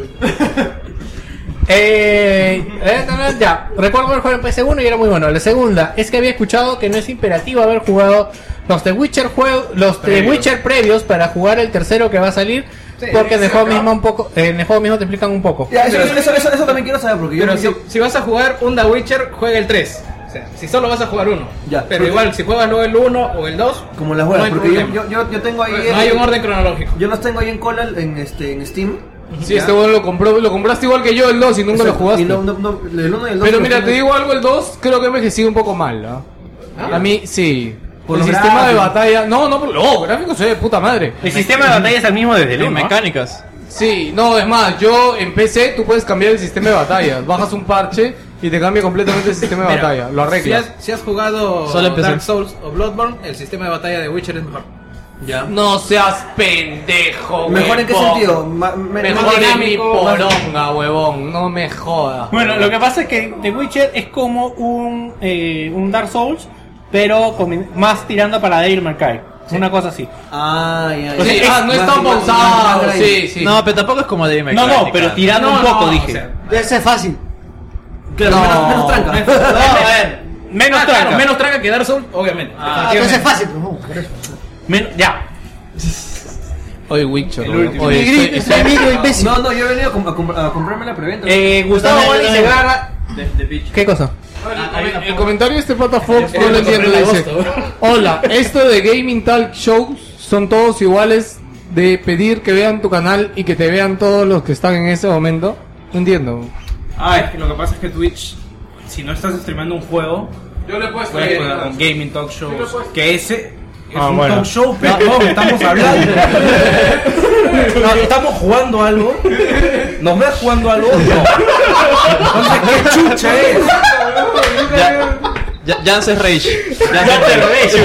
B: Eh, eh, no, no, ya, recuerdo haber jugado en PS1 y era muy bueno. La segunda es que había escuchado que no es imperativo haber jugado los The Witcher jue- los The
F: Previos.
B: Witcher previos para jugar el tercero que va a salir, porque en el juego mismo un poco, eh, en el juego mismo te explican un poco.
E: Ya, eso, eso, eso, eso también quiero saber, porque yo
D: Pero
E: no
D: si,
E: sé-
D: si vas a jugar un The Witcher, juega el 3. sea, si solo vas a jugar uno.
E: Ya.
D: Pero igual, si juegas luego el 1 o el 2,
E: Como las
D: No
E: huevas,
D: hay
E: porque yo,
D: problema.
E: yo, yo, yo tengo ahí. el-
D: no hay un orden cronológico.
E: Yo los tengo ahí en cola en, este, en Steam.
C: Sí,
E: Ya.
C: este weón lo compró, lo compraste igual que yo el 2 y nunca lo
E: Exacto.
C: jugaste.
E: Y no- no- no, el uno y el dos
C: Pero
E: los
C: mira,
E: tengo
C: te
E: ahí.
C: digo algo, el 2 creo que ha envejecido un poco mal, ¿no? A mí, sí.
E: Por
C: el
E: los
C: sistema de
E: gráficos.
C: batalla... No, no, por- no, gráfico se ve de puta madre.
K: El sistema de batalla es el mismo desde el
J: Las
K: 1.
J: mecánicas.
C: Sí, no, es más, yo en PC tú puedes cambiar el sistema de batalla. Bajas un parche y te cambia completamente el sistema de
D: Mira,
C: batalla. Lo
D: Si
C: arreglas.
D: has, si has jugado
B: Solo empecé.
D: Dark Souls o Bloodborne, el sistema de batalla de Witcher es mejor.
F: Ya.
C: No seas pendejo,
E: ¿Mejor en qué
C: huevón.
E: sentido? Ma- me-
C: Mejor
D: Más
C: en mi
D: dinámico, más-
C: poronga, huevón. No me jodas.
K: Bueno, lo que pasa es que The Witcher es como un, eh, un Dark Souls, pero con- más tirando para Devil May Cry. Una cosa así.
E: Ah, ya, ya.
C: Sí,
E: Más-
C: ah, no
E: más-
C: está
E: más- más-
C: pausado.
E: más- más-
C: Sí, sí.
J: No, pero tampoco es como de
K: No, no, pero tirando un poco, dije.
H: Debe ser fácil.
E: Claro, menos, menos
K: No,
E: tranca.
K: a ver, Menos
D: Ah,
K: tranca.
D: claro, menos tranca Ah. que Dark Souls, obviamente.
H: Debe ser fácil. pues, no, por eso.
K: Men- ya.
C: Oye, Witcher.
D: El último.
C: Oye,
H: Negri-
B: este,
C: estoy-
H: soy negro, imbécil.
E: No, no, yo he venido a, comp- a comp- a comprarme la preventa.
K: Eh, Gustavo
B: Dale,
K: Boris
B: dale.
K: Segarra.
B: ¿Qué cosa?
E: Ah,
C: El comentario de este pata Fox no lo entiendo.
D: compré en
C: Dice: Hola, esto de Gaming Talk Shows son todos iguales de pedir que vean tu canal y que te vean todos los que están en ese momento. No entiendo.
F: Ah, es que lo que pasa es que Twitch, si no estás streamando un juego,
C: Yo le he puesto
F: puedes poner un gaming talk show. Que ese es
K: Ah,
F: un
K: bueno.
F: talk show, pero no, estamos hablando. No, estamos jugando algo. ¿Nos ves jugando algo? No. Entonces, ¿qué chucha es?
J: Jance Rage. Jance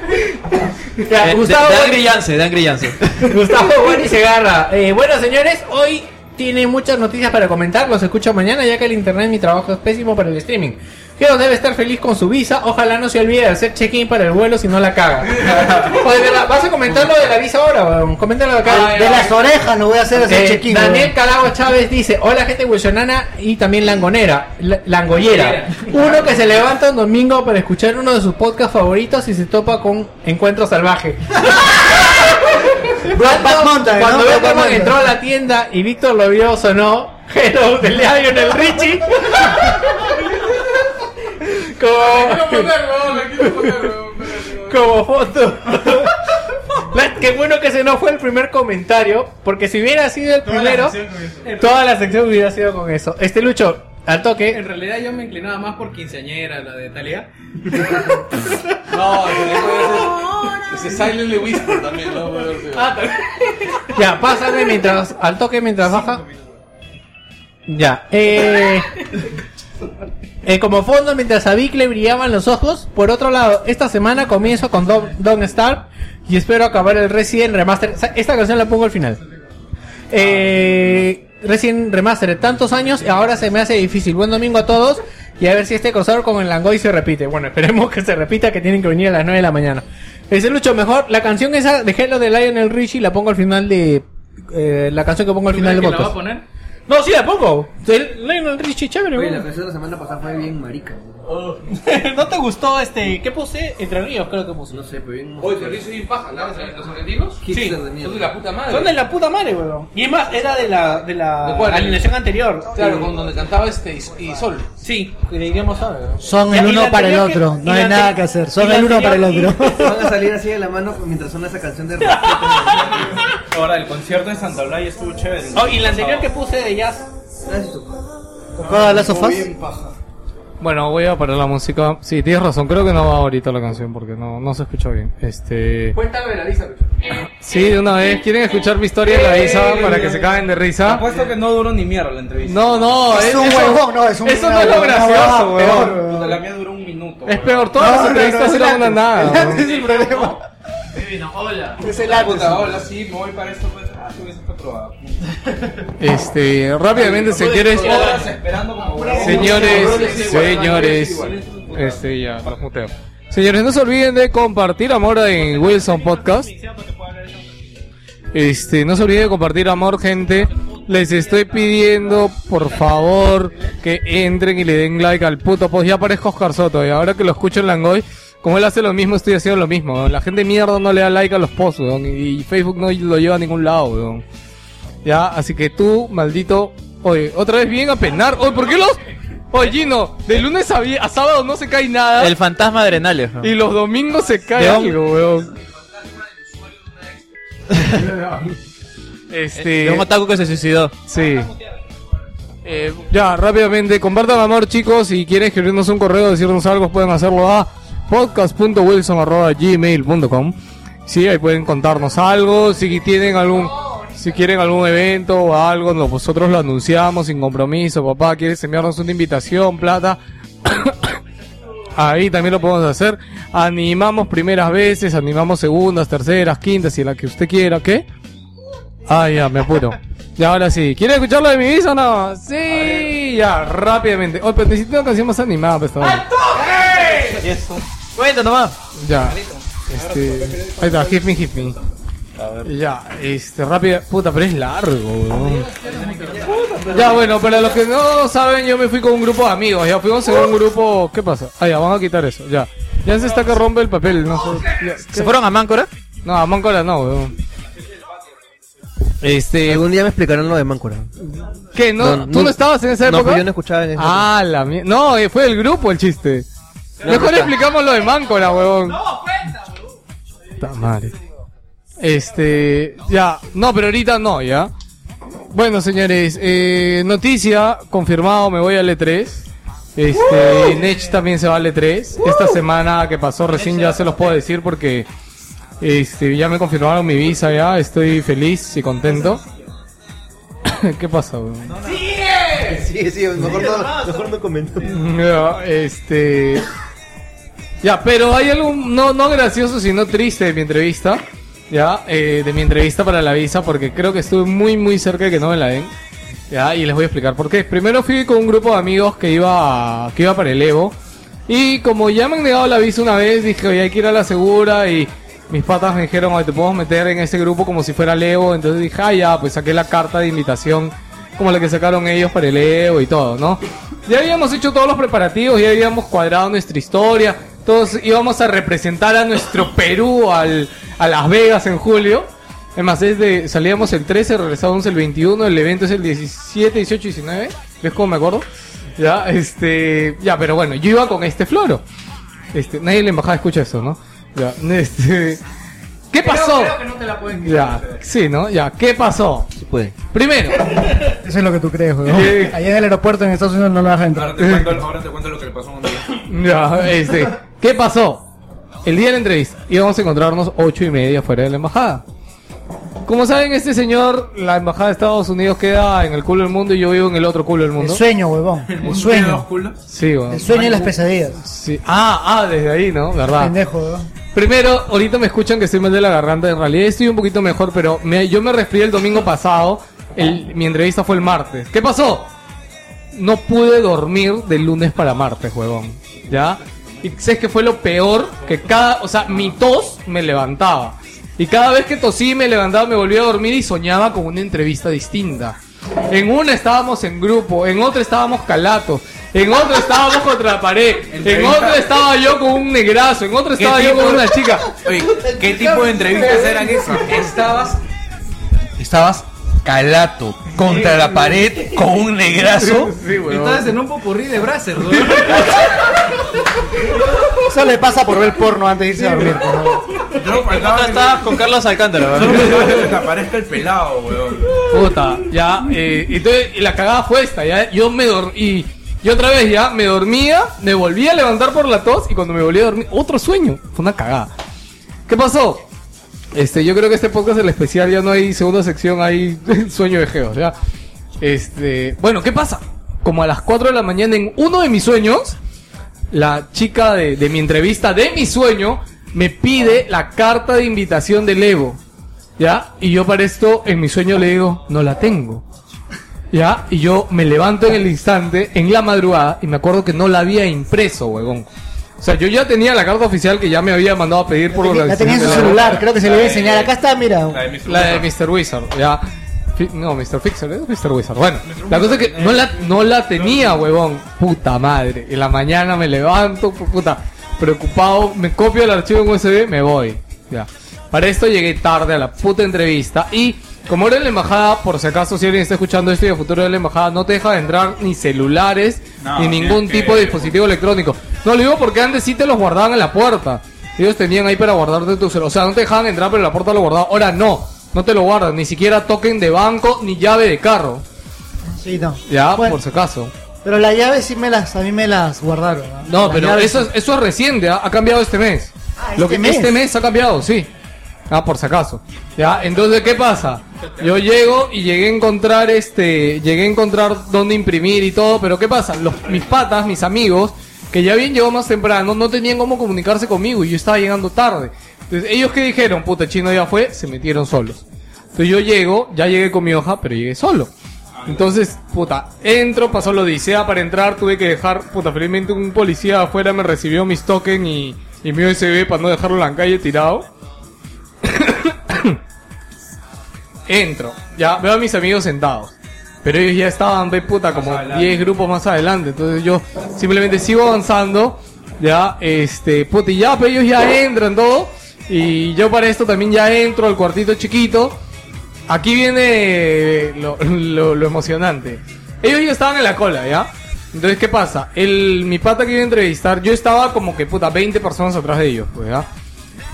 K: Eh,
B: Ya, Gustavo,
J: Dangri Jance, Dangri Jance.
B: Gustavo Bueni se agarra. Eh, bueno, señores, hoy tiene muchas noticias para comentar. Los escucho mañana, ya que el internet en mi trabajo es pésimo para el streaming. Geo debe estar feliz con su visa. Ojalá no se olvide de hacer check-in para el vuelo si no la caga. Oye, de la- ¿Vas a comentar lo de la visa ahora? weón? Coméntalo acá.
H: Ah, De las orejas no voy a hacer ese
B: Eh,
H: check-in.
B: Daniel Calabo Chávez dice, hola gente wilsonana y también langonera, la- langollera. Uno que se levanta un domingo para escuchar uno de sus podcasts favoritos y se topa con Encuentro Salvaje.
H: Brokeback Mountain, ¿no?
B: Cuando veo
H: Brokeback
B: cómo
H: Mountain.
B: entró a la tienda y Víctor lo vio, sonó Hello de Lionel Richie. como, como foto. La- Qué bueno que ese no fue el primer comentario, porque si hubiera sido el primero, toda la sección hubiera sido con eso. Este Lucho, al
D: En
B: toque.
D: realidad yo me inclinaba más por quinceañera, la de Talía.
G: No, ese Silently Whisper también, ¿no?
B: Ya, pásame mientras, al toque mientras baja. Ya, eh, eh, como fondo, mientras a Vic le brillaban los ojos. Por otro lado, esta semana comienzo con Don, Don Star y espero acabar el Resident Remaster. O sea, Esta canción la pongo al final. Eh, Resident Remaster de tantos años y ahora se me hace difícil. Buen domingo a todos y a ver si este crossover con el Langoy se repite. Bueno, esperemos que se repita, que tienen que venir a las 9 de la mañana. Ese Lucho, mejor la canción esa de Hello de Lionel Richie la pongo al final de. eh, la canción que pongo al
D: ¿Tú
B: final
D: crees
B: del
D: que la va a
B: podcast.
D: poner?
B: No, sí la pongo. El Lionel Richie, chévere,
E: Oye,
B: güey.
E: la canción de la semana pasada fue bien marica. güey.
D: Oh.
K: ¿No te gustó este? ¿Qué puse? Entre Ríos, creo que puse.
E: No sé, pero bien.
G: Oye, te ríes bien paja, ¿la vas a ver? ¿Los argentinos?
E: Hipster de
G: Son
E: mierda.
G: de la puta madre.
K: Son de la puta madre, weón. Y es más, era de la, de
G: ¿De
K: la
G: cuál?
K: alineación anterior.
G: Claro, con donde cantaba este Is- y Sol.
K: Sí, que diríamos ahora.
H: Son el
K: Ya, y
H: uno
K: la
H: para el
K: anterior que-
H: otro.
K: y
H: No
K: la
H: hay nada
K: anterior-
H: que hacer.
K: y
H: Son
K: la
H: el uno para el
K: anterior-
H: otro.
E: Van a salir así de la mano mientras suena esa canción de
F: Ahora, el concierto de Santa Blaya estuvo chévere.
K: Oh, y la anterior que puse de jazz.
H: ¿Tocaba las sofás?
C: Bueno, voy a parar la música. Sí, tienes razón, creo que no va ahorita la canción porque no, no se escuchó bien. Este.
G: Cuéntalo de la visa,
C: Sí, de una vez. ¿Quieren escuchar mi historia de la visa para que se caguen de risa?
F: Apuesto que no duró ni mierda la entrevista.
C: No, no,
H: Es un
C: eso-
H: huevón, no, es un
C: Eso no es lo
H: una
C: gracioso,
H: huevada peor,
C: huevón.
H: huevón.
F: La mía duró un minuto.
C: Es peor, todas las entrevistas eran una nada. huevón.
H: es el problema.
D: hola.
H: Es el antes.
F: Puta, hola, sí, me voy para esto. Pues. Ah, tú hubiese estado probado.
C: Este, rápidamente, si quieres.
F: Horas esperando como huevón.
C: Señores, señores. Este, ya, los muteo. Señores, no se olviden de compartir amor en Wilson Podcast. Este, no se olviden de compartir amor, gente. Les estoy pidiendo, por favor, que entren y le den like al puto post. Ya parezco Oscar Soto, y ahora que lo escucho en Langoy, como él hace lo mismo, estoy haciendo lo mismo. weón. La gente mierda no le da like a los posts, weón, y Facebook no lo lleva a ningún lado, weón. Ya, así que tú, maldito. Oye, otra vez bien a penar. Oye, ¿por qué los.? Oye, Gino, de lunes a, vi- a sábado no se cae nada.
K: El fantasma de Arenales. ¿no?
C: Ah. Y los domingos se cae
K: De hom-
C: algo, weón. este.
K: De un otaku que se suicidó.
C: Sí. Eh, ya, rápidamente, compartan amor, chicos. Si quieren escribirnos un correo, decirnos algo, pueden hacerlo a podcast.wilson.gmail.com. Sí, ahí pueden contarnos algo. Si tienen algún. Si quieren algún evento o algo, no, nosotros lo anunciamos sin compromiso. Papá, ¿quieres enviarnos una invitación, plata? Ahí también lo podemos hacer. Animamos primeras veces, animamos segundas, terceras, quintas y la que usted quiera. ¿Qué? Ah, ya, me apuro. Y ahora sí. ¿Quieres escuchar lo de mi bis o no? Sí, ya, rápidamente. Oye, pero necesito una canción más animada para esta hora.
K: Cuenta nomás.
C: Ya. Este, ahí está, hit me, hit me. Ya, este, rápida. Puta, pero es largo, weón. Ya, bueno, para los que no saben, yo me fui con un grupo de amigos. Ya fuimos en
K: Uh.
C: un grupo. ¿Qué pasa? Ah, ya, vamos a quitar eso. Ya. Ya se está que rompe el papel, no sé. Ya,
K: ¿Se fueron a Máncora?
C: No, a Móncola no, weón. Este,
E: Algún día me explicarán lo de Máncora.
C: ¿qué? ¿No,
E: No,
C: ¿Tú no,
E: no-
C: estabas en esa época?
E: No, pero yo no escuchaba en ese
C: Ah, la mierda. No, eh, fue el grupo el chiste. Mejor explicamos lo de Máncora, huevón. No, cuenta, madre. Este, ya. No, pero ahorita no, ya. Bueno, señores, eh, noticia confirmado, me voy al E3. Este, Nech también se va al E3. Esta semana que pasó recién ya se los puedo decir porque este, ya me confirmaron mi visa ya, estoy feliz y contento. ¿Qué pasa, huevón?
E: Sí, sí, mejor no, mejor no comento.
C: No, este. Ya, pero hay algo no, no gracioso, sino triste de mi entrevista. Ya, eh, de mi entrevista para la visa, porque creo que estuve muy, muy cerca de que no me la den. Ya, y les voy a explicar por qué. Primero fui con un grupo de amigos que iba, que iba para el Evo. Y como ya me han negado la visa una vez, dije, oye, hay que ir a la segura. Y mis patas me dijeron, oye, te podemos meter en ese grupo como si fuera el Evo. Entonces dije, ah, ya, pues saqué la carta de invitación como la que sacaron ellos para el Evo y todo, ¿no? Ya habíamos hecho todos los preparativos, ya habíamos cuadrado nuestra historia. Todos íbamos a representar a nuestro Perú al, a Las Vegas en julio. Es más, es de, salíamos el 13, regresábamos el 21, el evento es el 17, 18, 19, ¿ves cómo me acuerdo? Ya, este, ya, pero bueno, yo iba con este floro. Este, nadie en la embajada escucha eso, ¿no? Ya, este, ¿qué pasó? ya, sí, ¿no? Ya, ¿qué pasó?
E: puede.
C: Primero,
H: Eso es lo que tú crees, weón.
C: Sí. Eh,
H: Allá en el aeropuerto en Estados Unidos no lo dejan entrar.
F: Ahora te cuento, ahora te cuento lo que le pasó a un día.
C: ya, este, ¿qué pasó? El día de la entrevista, íbamos a encontrarnos ocho y media fuera de la embajada. Como saben, este señor, la embajada de Estados Unidos queda en el culo del mundo y yo vivo en el otro culo del
H: El
C: mundo.
H: sueño, huevón. El sueño.
C: Sí, weón.
H: El sueño y las pesadillas.
C: Sí. Ah, ah, desde ahí, ¿no? ¿Verdad?
H: Pendejo, weón.
C: Primero, ahorita me escuchan que estoy mal de la garganta. En realidad estoy un poquito mejor, pero me- yo me resfrié el domingo pasado. El- mi entrevista fue el martes. ¿Qué pasó? No pude dormir de lunes para martes, huevón. ¿Ya? Y sé que fue lo peor que cada. O sea, mi tos me levantaba. Y cada vez que tosí, me levantaba, me volvía a dormir y soñaba con una entrevista distinta. En una estábamos en grupo, en otra estábamos calatos, en otra estábamos contra la pared, en otra estaba yo con un negrazo, en otra
K: ¿Qué
C: estaba yo
K: tipo?
C: con una chica.
G: Oye, ¿qué tipo de entrevistas eran esas? Estabas. Estabas calato contra la pared con un negrazo.
D: Estabas en un popurrí de brasers, ¿no?
H: Eso le pasa por ver porno antes de irse a dormir. por favor.
F: Yo faltaba que
K: Estabas con Carlos Alcántara, ¿verdad?
F: solo faltaba que te aparezca el pelado, weón.
C: Puta, ya, eh, entonces y la cagada fue esta, ya, yo me dormí, y yo otra vez ya, me dormía, me volví a levantar por la tos y cuando me volví a dormir, otro sueño, fue una cagada. ¿Qué pasó? Este, yo creo que este podcast el especial ya no hay segunda sección, hay sueño de Geo, ya. Este, bueno, ¿qué pasa? Como a las 4 de la mañana en uno de mis sueños, la chica de, de mi entrevista de mi sueño me pide la carta de invitación del Evo. ¿Ya? Y yo para esto en mi sueño le digo, no la tengo. ¿Ya? Y yo me levanto en el instante, en la madrugada, y me acuerdo que no la había impreso, huevón. O sea, yo ya tenía la carta oficial que ya me había mandado a pedir por
H: La tenía en su
C: organización de la-
H: celular, creo que se le iba a enseñar. Acá está, mira.
F: La de mis
C: la de Mr. Wizard, ya. Fi- No, Mr. Fixer, es Mr. Wizard. Bueno, la cosa es que no
F: eh,
C: la, no la tenía, huevón. Puta madre. En la mañana me levanto, pu- puta, preocupado, me copio el archivo en USB, me voy. Ya. Para esto llegué tarde a la puta entrevista y Como era en la embajada, por si acaso si alguien está escuchando esto y a futuro de la embajada, no te deja de entrar ni celulares
F: No,
C: ni ningún
F: tienes que-
C: tipo de dispositivo electrónico. No lo digo porque antes sí te los guardaban en la puerta. Ellos tenían ahí para guardarte tu celular. O sea, no te dejaban entrar, pero en la puerta lo guardaban. Ahora no, no te lo guardan. Ni siquiera token de banco ni llave de carro.
H: Sí, no.
C: Ya,
H: Bueno,
C: por si acaso.
H: Pero las llaves sí me las, a mí me las guardaron.
C: No,
H: Las
C: pero
H: llaves
C: eso, es- eso es reciente, ¿ah? ha cambiado este mes.
H: Ah,
C: Lo
H: este
C: que
H: mes.
C: este mes ha cambiado, sí. Ah, por si acaso. Ya, entonces qué pasa? Yo llego y llegué a encontrar este, llegué a encontrar dónde imprimir y todo, pero qué pasa? Los, mis patas, mis amigos, que ya bien llegó más temprano, no tenían cómo comunicarse conmigo y yo estaba llegando tarde. Entonces ellos que dijeron, puta, el chino ya fue, se metieron solos. Entonces yo llego, ya llegué con mi hoja, pero llegué solo. Entonces, puta, entro, pasó lo odisea para entrar, tuve que dejar, puta, felizmente un policía afuera me recibió mis tokens y, y mi USB para no dejarlo en la calle tirado. entro, ya veo a mis amigos sentados. Pero ellos ya estaban, ve puta, como 10 grupos más adelante. Entonces yo simplemente sigo avanzando. Ya, este, puta, y ya, pero ellos ya entran todo. Y yo para esto también ya entro al cuartito chiquito. Aquí viene lo, lo- lo emocionante. Ellos ya estaban en la cola, ¿ya? Entonces, ¿qué pasa? El, mi pata que iba a entrevistar, yo estaba como que puta, 20 personas atrás de ellos, pues, ¿ya?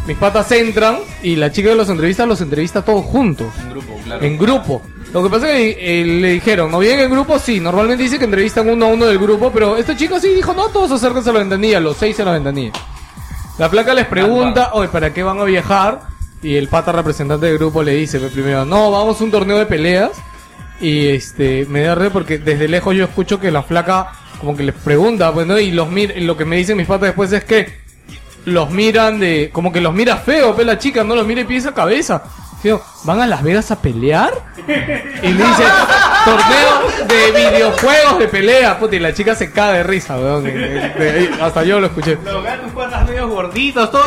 C: Mis patas entran y la chica que los entrevista los entrevista todos juntos. En grupo, claro. En grupo. Lo que pasa es que eh, le dijeron, ¿no vienen en grupo? Sí, normalmente dice que entrevistan uno a uno del grupo, pero este chico sí dijo, no, todos acérquense a la ventanilla, los seis a la ventanilla. La placa les pregunta, oye, ¿para qué van a viajar? Y el pata representante del grupo le dice, pues, primero, no, vamos a un torneo de peleas. Y este, me da re porque desde lejos yo escucho que la flaca como que les pregunta, pues, ¿no? Y los mir y lo que me dicen mis patas después es que los miran de, como que los mira feo, pues la chica no los mira y piensa cabeza. Digo, ¿van a Las Vegas a pelear? Y le dice, torneo de videojuegos de pelea. Puta, y la chica se cae de risa, weón. De- de- de- hasta yo lo escuché.
K: Los gatos patas medio gorditos, todo.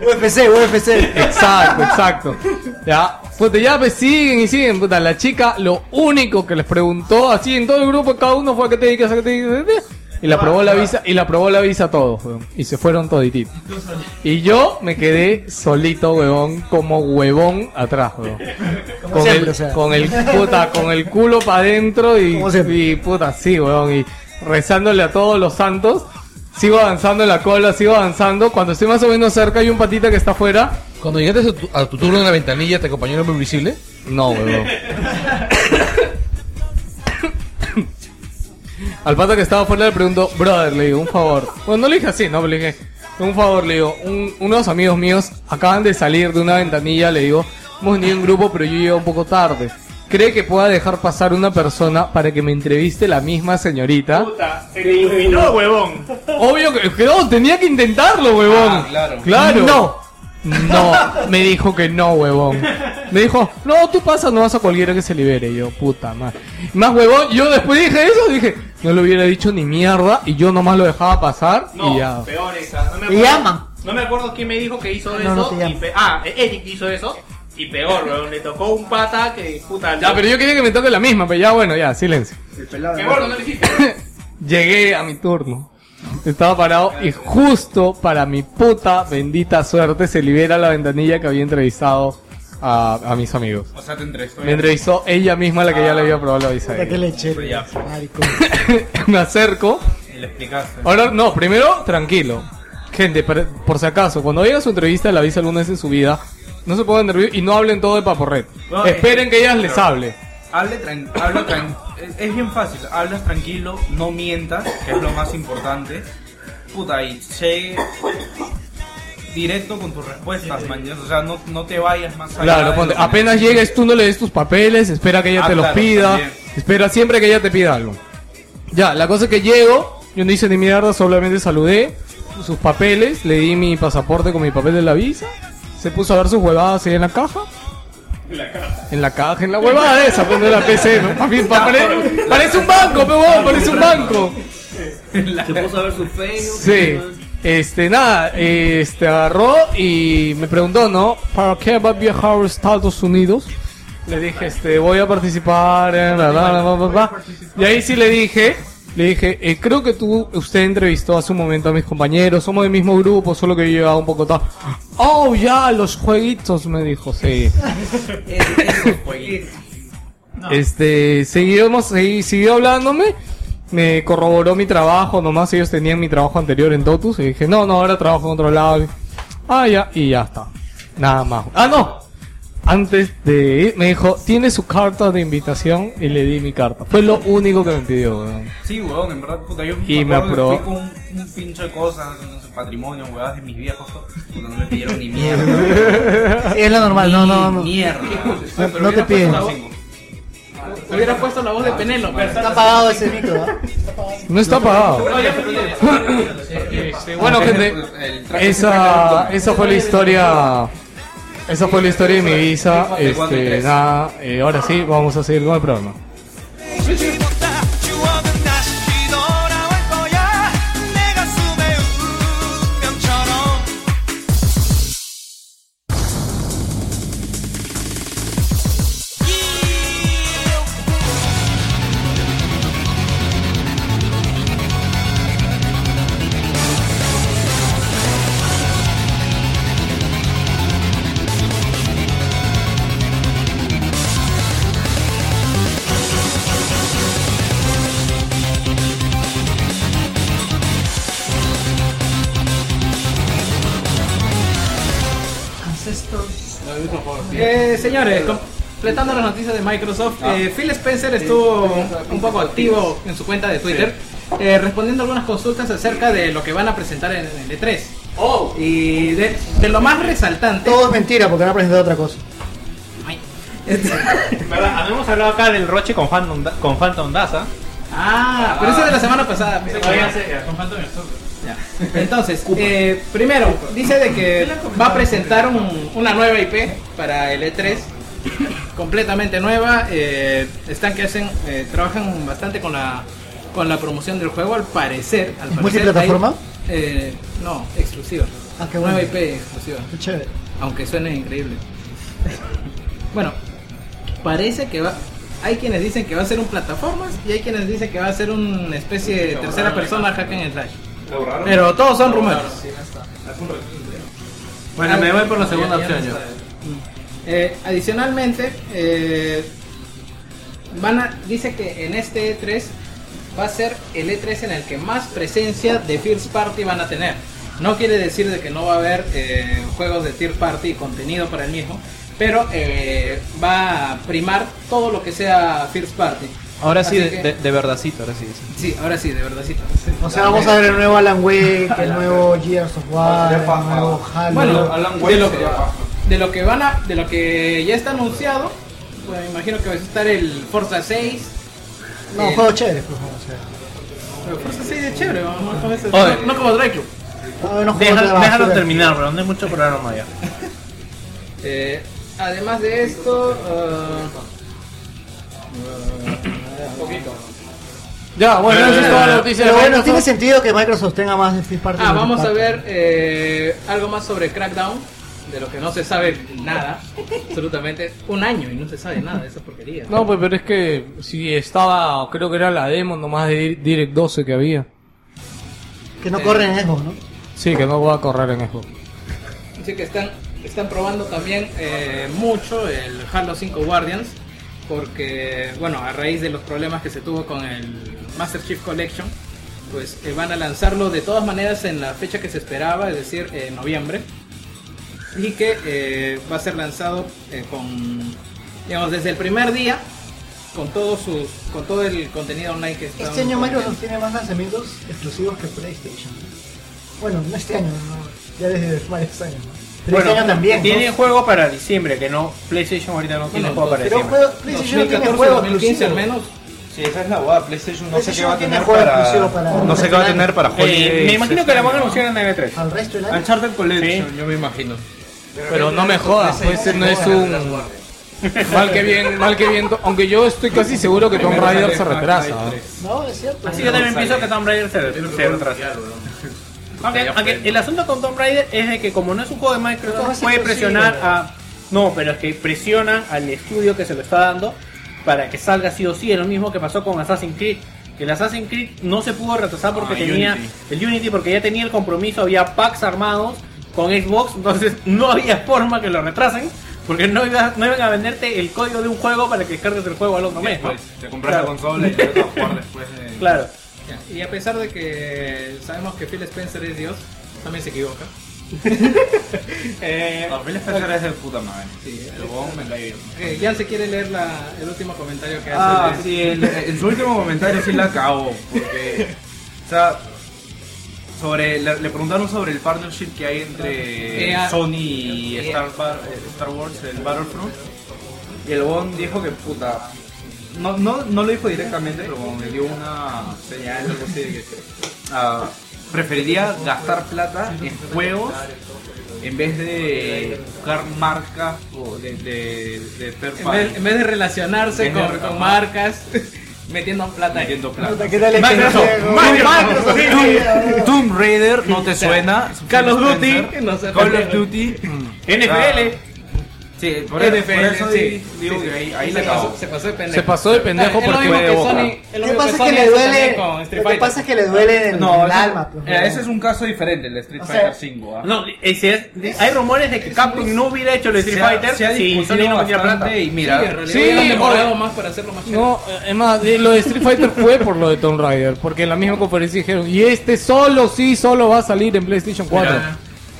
H: UFC, UFC.
C: Exacto, exacto. Ya, puta, ya pues siguen y siguen, puta. La chica, lo único que les preguntó así en todo el grupo, cada uno fue a qué te dedicas, a qué te dedicas. a qué te- Y la aprobó la visa, y la aprobó la visa a todos, weón. Y se fueron todititos. Y yo me quedé solito, weón, como huevón atrás, weón. Con
H: siempre,
C: el,
H: o sea.
C: con el puta, con el culo para adentro y,
H: Como siempre.
C: y puta, sí, weón. Y rezándole a todos los santos. Sigo avanzando en la cola, sigo avanzando. Cuando estoy más o menos cerca, hay un patita que está afuera.
G: Cuando llegaste a tu, a tu turno en la ventanilla, ¿te acompañó el hombre invisible?
C: No, weón. Al pata que estaba afuera le pregunto, brother, le digo, un favor. Bueno, no le dije así, no, pero le dije, un favor, le digo, un- unos amigos míos acaban de salir de una ventanilla, le digo, hemos venido en grupo, pero yo llego un poco tarde. ¿Cree que pueda dejar pasar una persona para que me entreviste la misma señorita?
B: Puta, se le iluminó, huevón.
C: Obvio que, que no, tenía que intentarlo, huevón. claro. No. No, me dijo que no, huevón. Me dijo, no, tú pasas, no vas a cualquiera que se libere. Y yo, puta madre. Más huevón, yo después dije eso, dije, no le hubiera dicho ni mierda y yo nomás lo dejaba pasar
B: No,
C: y ya.
B: peor esa. No me
H: Te
B: acuerdo-
H: llaman.
B: No me acuerdo quién me dijo que hizo
H: no
B: eso.
H: te llaman.
B: y pe- ah, Eric hizo eso. Y peor, weón. Le tocó un pata que puta.
C: Ya, pero yo quería que me toque la misma, pero ya bueno, ya, silencio.
E: El pelado.
B: Qué
E: de-
B: bueno, no le hiciste.
C: Llegué a mi turno. Estaba parado y justo para mi puta bendita suerte se libera la ventanilla que había entrevistado a, a mis amigos.
F: O sea, te entrevistó.
C: Me entrevistó ella misma la que ya le había probado la visa.
H: Puta, qué leche.
F: Ya.
H: Maricón.
C: Me acerco.
F: Y le explicaste.
C: Ahora, no, primero, tranquilo. Gente, per- por, si acaso, cuando llega su entrevista, la visa alguna vez en su vida, no se pongan nerviosos y no hablen todo de paporret.
F: No,
C: Esperen
F: eh,
C: que ellas
F: claro.
C: les hable.
F: Hable tran- habla tran- es, es bien fácil. Hablas tranquilo, no mientas, que es lo más importante. Puta, y llegue directo con tus respuestas, mañana. O sea, no, no te vayas más allá. de
C: Claro,
F: lo
C: ponte,
F: que
C: apenas
F: necesitas.
C: llegues tú no le des tus papeles, espera que ella
F: Ah,
C: te los
F: claro,
C: pida,
F: también.
C: espera siempre que ella te pida algo. Ya, la cosa es que llego, yo no hice ni mierda, solamente saludé sus papeles, le di mi pasaporte con mi papel de la visa, se puso a ver sus huevadas ahí en la caja. En la caja, en la huevada esa, pues, de la PC, ¿no? Papi, pa- pare- parece un banco, pe, huevón, parece un banco.
E: Se puso a ver su Facebook.
C: Sí. Este, nada, este, agarró y me preguntó, ¿no? ¿Para qué va a viajar a Estados Unidos? eh, Le dije, este, voy a participar en... bla, bla, bla, bla, bla, bla. Y ahí sí le dije, Le dije, eh, creo que tú, usted entrevistó hace un momento a mis compañeros, somos del mismo grupo, solo que yo llegaba un poco tarde. Oh, ya, los jueguitos, me dijo, sí. Este, seguimos, seguí- siguió hablándome, me corroboró mi trabajo, nomás ellos tenían mi trabajo anterior en Totus, y dije, no, no, ahora trabajo en otro lado. Ah, ya, y ya está. Nada más. Ah, no. Antes de ir, me dijo, ¿tiene su carta de invitación? Y le di mi carta. Fue lo único que me pidió, weón.
F: Sí, weón, en verdad, puta, yo
C: Y me
F: acuerdo
C: aprobó.
F: que fui con un, un pincho de cosas, no sé, patrimonio, weón, de mis viejos, puta, no me pidieron ni mierda.
H: Sí, es lo normal, no, no, no.
F: Ni Mierda.
H: No-
F: Pero
H: no te
F: hubiera
H: piden.
F: puesto una cinco.
D: Hubiera puesto la voz de Penélope.
H: Está apagado ese micro, ¿ah?
C: No está pagado.
D: No, ya me olvidé. Este,
C: Bueno, gente,
F: El traje
C: esa, esa fue la historia. Esa fue la historia de mi visa. Este, nada, eh, ahora sí, vamos a seguir con el programa.
D: Eh, señores, completando las noticias de Microsoft, eh, Phil Spencer estuvo un poco activo en su cuenta de Twitter, eh, respondiendo algunas consultas acerca de lo que van a presentar en el E3. Y de, de lo más resaltante.
H: Todo es mentira porque no ha presentado otra cosa.
D: Ay. Este-
K: ¿Verdad? Habíamos hablado acá del roche con Phantom, Da- con Phantom Daza.
D: ah, pero eso es de la semana pasada. mira.
K: Con Phantom Daza.
D: Ya. Entonces, eh, primero, dice de que va a presentar un- una nueva IP para el E3, completamente nueva. eh, están que hacen, eh, trabajan bastante con la, con la promoción del juego, al parecer. Al parecer
H: multiplataforma?
D: hay- eh, no, exclusiva.
H: Ah, qué bueno.
D: Nueva IP exclusiva,
H: Qué chévere.
D: aunque suene increíble. Bueno, parece que va... Hay quienes dicen que va a ser un plataformas y hay quienes dicen que va a ser una especie de tercera persona hack and slash.
F: Lo borraron.
D: Pero todos son rumores.
K: Bueno, me voy por la segunda opción yo.
D: Eh, adicionalmente, eh, van a- dice que en este E3 va a ser el E3 en el que más presencia de First Party van a tener. No quiere decir de que no va a haber eh, juegos de Third Party y contenido para el mismo, pero eh, va a primar todo lo que sea First Party.
K: Ahora
D: Así
K: sí, de,
D: que-
K: de, de verdadcito, ahora sí. sí.
D: Sí, ahora sí, de verdadcito.
H: O sea, vamos a ver el nuevo Alan Wake, el nuevo Gears of War, el nuevo Halo.
D: Bueno,
F: Alan
D: de
F: Wake
D: lo, que,
F: sería paja.
D: de lo que van a, de lo que ya está anunciado, pues me imagino que va a estar el Forza 6.
H: no,
D: eh,
H: juegos chéveres, por favor. O sea,
D: pero Forza 6 es chévere, vamos a ver,
K: Oye.
D: no, no como Drive Club.
H: no, no juegos de
K: Déjalo,
H: basura.
K: déjalo terminar, bro. No hay mucho programa ya.
D: Eh, además de esto, eh, poquito.
C: Ya, bueno, eso es toda la noticia. de
H: Pero bueno, tiene
C: Microsoft.
H: sentido que Microsoft tenga más de Steve Party.
D: ah, vamos a ver eh, algo más sobre Crackdown, de lo que no se sabe nada, absolutamente un año y no se sabe nada de esa porquería.
C: No, pues, pero es que si estaba, creo que era la demo nomás de Di- Direct 12 que había.
H: Que no corren
D: Eh,
H: ¿eh? en Xbox, ¿no?
C: Sí, que no voy a correr en eso.
D: Así que están, están probando también eh, mucho el Halo 5 Guardians, porque, bueno, a raíz de los problemas que se tuvo con el Master Chief Collection, pues eh, van a lanzarlo de todas maneras en la fecha que se esperaba, es decir, en noviembre, y que eh, va a ser lanzado eh, con, digamos, desde el primer día, con, todos sus, con todo el contenido online que está.
H: Este año Microsoft tiene más lanzamientos exclusivos que PlayStation. Bueno, no este año, no, ya desde varios años. ¿no? Pero este año también.
K: tiene
H: ¿no?
K: juego para diciembre, que no. PlayStation ahorita no tiene
D: Bueno,
K: juego para
H: Pero
K: diciembre.
H: juego, PlayStation no tiene juegos
D: 2015 al
H: exclusivos.
D: menos.
K: Sí, esa es la guada. PlayStation
H: no sé qué va a tener para,
M: No sé qué va a tener para
K: Eh, me
M: Holiday.
K: imagino que la van a anunciar en el E3.
H: Al resto del año.
F: Uncharted Collection.
D: Yo me imagino.
C: Pero no me jodas, pues ese no es un. Mal que bien, mal que bien. to- Aunque yo estoy casi seguro que Tomb Raider se retrasa.
H: No, es cierto.
K: Así que también pienso que Tomb Raider se, se retrasa. Aunque, aunque el asunto con Tomb Raider es de que como no es un juego de
H: Esto va a
K: Microsoft,
H: ser
K: puede presionar
H: posible.
K: a... No, pero es que presiona al estudio que se lo está dando para que salga sí o sí. Es lo mismo que pasó con Assassin's Creed.
B: que el Assassin's Creed no se pudo retrasar porque
F: Ah,
B: tenía el Unity porque ya tenía el compromiso, había packs armados con Xbox, entonces no había forma que lo retrasen porque no, iba- no iban a venderte el código de un juego para que descargues el juego al otro mes. ¿no?
F: Pues, te compras la
B: Claro.
F: consola y te vas a jugar después de...
B: Claro.
D: Y a pesar de que sabemos que Phil Spencer es Dios, también se equivoca. eh,
F: No, Phil Spencer es de puta madre.
D: Sí,
F: el huevón me cae bien.
D: eh, ya se quiere leer la- el último comentario que hace.
F: Ah,
D: el-
F: sí, el- en su último comentario sí la cagó, porque, o sea, sobre, le, le preguntaron sobre el partnership que hay entre
D: Eh, ah,
F: Sony y Star, Bar- eh, Star Wars, el Battlefront, y el Bon dijo que puta, no, no, no lo dijo directamente, pero como me dio una señal, algo así de que ah, preferiría gastar plata en juegos en vez de buscar marcas o de, de, de third
D: En
F: party.
D: vez, en vez de relacionarse
F: En vez de-
D: con, con marcas, metiendo plata. ahí.
F: Metiendo plata.
H: ¿Qué tal
F: Microsoft, Microsoft,
H: Sí,
F: Tomb- Tomb Raider no te suena.
D: Call of Duty,
F: Spencer.
D: no sé, Mm.
F: Call of
D: también.
F: Duty. Ah.
B: NFL.
F: Sí, por,
D: NFL,
F: por eso di-
D: sí.
F: digo
D: Sí, sí.
F: que ahí, ahí
D: se,
F: la
D: pasó,
F: cagó.
D: se pasó de pendejo.
C: Se pasó de pendejo
D: Es lo
C: porque
D: mismo
C: fue
D: que
C: de Boca.
D: Sony- es lo
H: ¿Qué
D: mismo
H: pasa es que
D: Sony
H: le
D: hace
H: duele?
D: también con Street
H: Lo que
D: Fighter.
H: pasa es que le duele en
F: No,
H: el
F: ese-
H: alma. pues,
F: eh, ese es
H: huevón.
F: un caso diferente, el de Street
H: O sea,
F: Fighter 5. ¿ah?
B: No, ese es- hay rumores de que Capcom no hubiera hecho el Street
F: se ha,
B: Fighter
F: se ha
B: si
F: discutido
B: Sony no metiera plata.
F: bastante y mira,
D: Sí, en realidad
C: Sí,
D: ya lo han
C: oye.
D: demorado más para hacerlo más chévere.
C: No, eh, es más, eh, lo de Street Fighter fue por lo de Tomb Raider, porque en la misma conferencia dijeron, y este solo, sí, solo va a salir en PlayStation 4.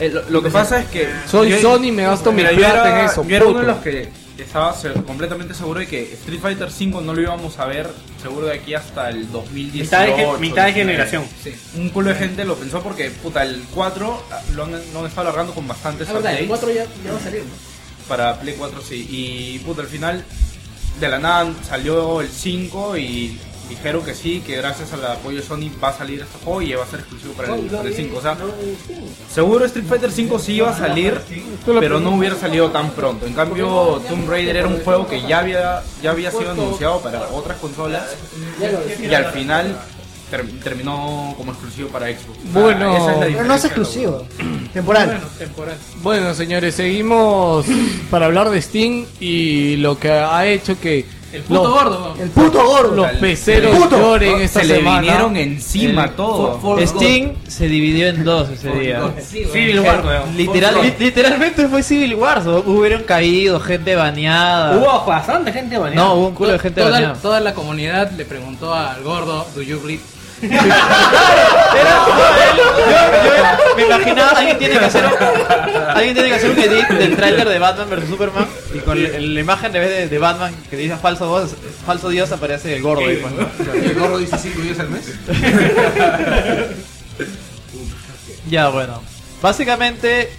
F: eh, lo, lo que pasa es que
C: Soy
F: yo-
C: Sony, me gasto mi
F: Mira, yo
C: plata
F: era-
C: en eso.
F: Yo era uno de
C: puto.
F: los que estaba se- completamente seguro de que Street Fighter 5 no lo íbamos a ver seguro de aquí hasta el 2018.
B: Mitad de, gen- mitad de generación.
F: Sí, un culo de gente lo pensó porque, puta, el 4 lo han, lo han estado alargando con bastantes
C: Ah,
D: Es Ah, verdad, el
F: updates
D: 4 ya, ya va a salir. ¿no?
F: para Play 4, sí. Y, puta, al final, de la nada salió el 5 y dijeron que sí, que gracias al apoyo de Sony va a salir este juego y va a ser exclusivo para el, para el 5. O sea, seguro Street Fighter 5 sí iba a salir, pero no hubiera salido tan pronto. En cambio, Tomb Raider era un juego que ya había, ya había sido anunciado para otras consolas y al final ter- terminó como exclusivo para Xbox. O sea,
C: Bueno,
F: esa es la
H: Pero no es
F: diferencia,
H: exclusivo, temporal.
C: Bueno, señores, seguimos para hablar de Steam y lo que ha hecho que
D: El puto
C: los,
D: gordo.
H: El puto gordo.
C: los peceros
H: Puto.
C: lloren esta
F: Se le
C: semana.
F: vinieron encima todo.
K: Sting se dividió en dos ese día.
B: Civil War, weón.
K: Literal- li- literalmente fue Civil War. so- Hubieron caído, gente
F: Ah.
K: baneada.
B: Hubo bastante gente baneada.
K: no, hubo un culo de gente
D: toda,
K: baneada.
D: toda la comunidad le preguntó al gordo, ¿do you bleed?
K: Me imaginaba alguien tiene que hacer un, alguien tiene que hacer un edit del tráiler de Batman vs Superman y con la, la imagen de, de, de Batman que dice falso voz, falso dios aparece el gordo. ahí, pues, ¿no?
G: El gorro dice 5 días al mes.
K: Ya bueno, básicamente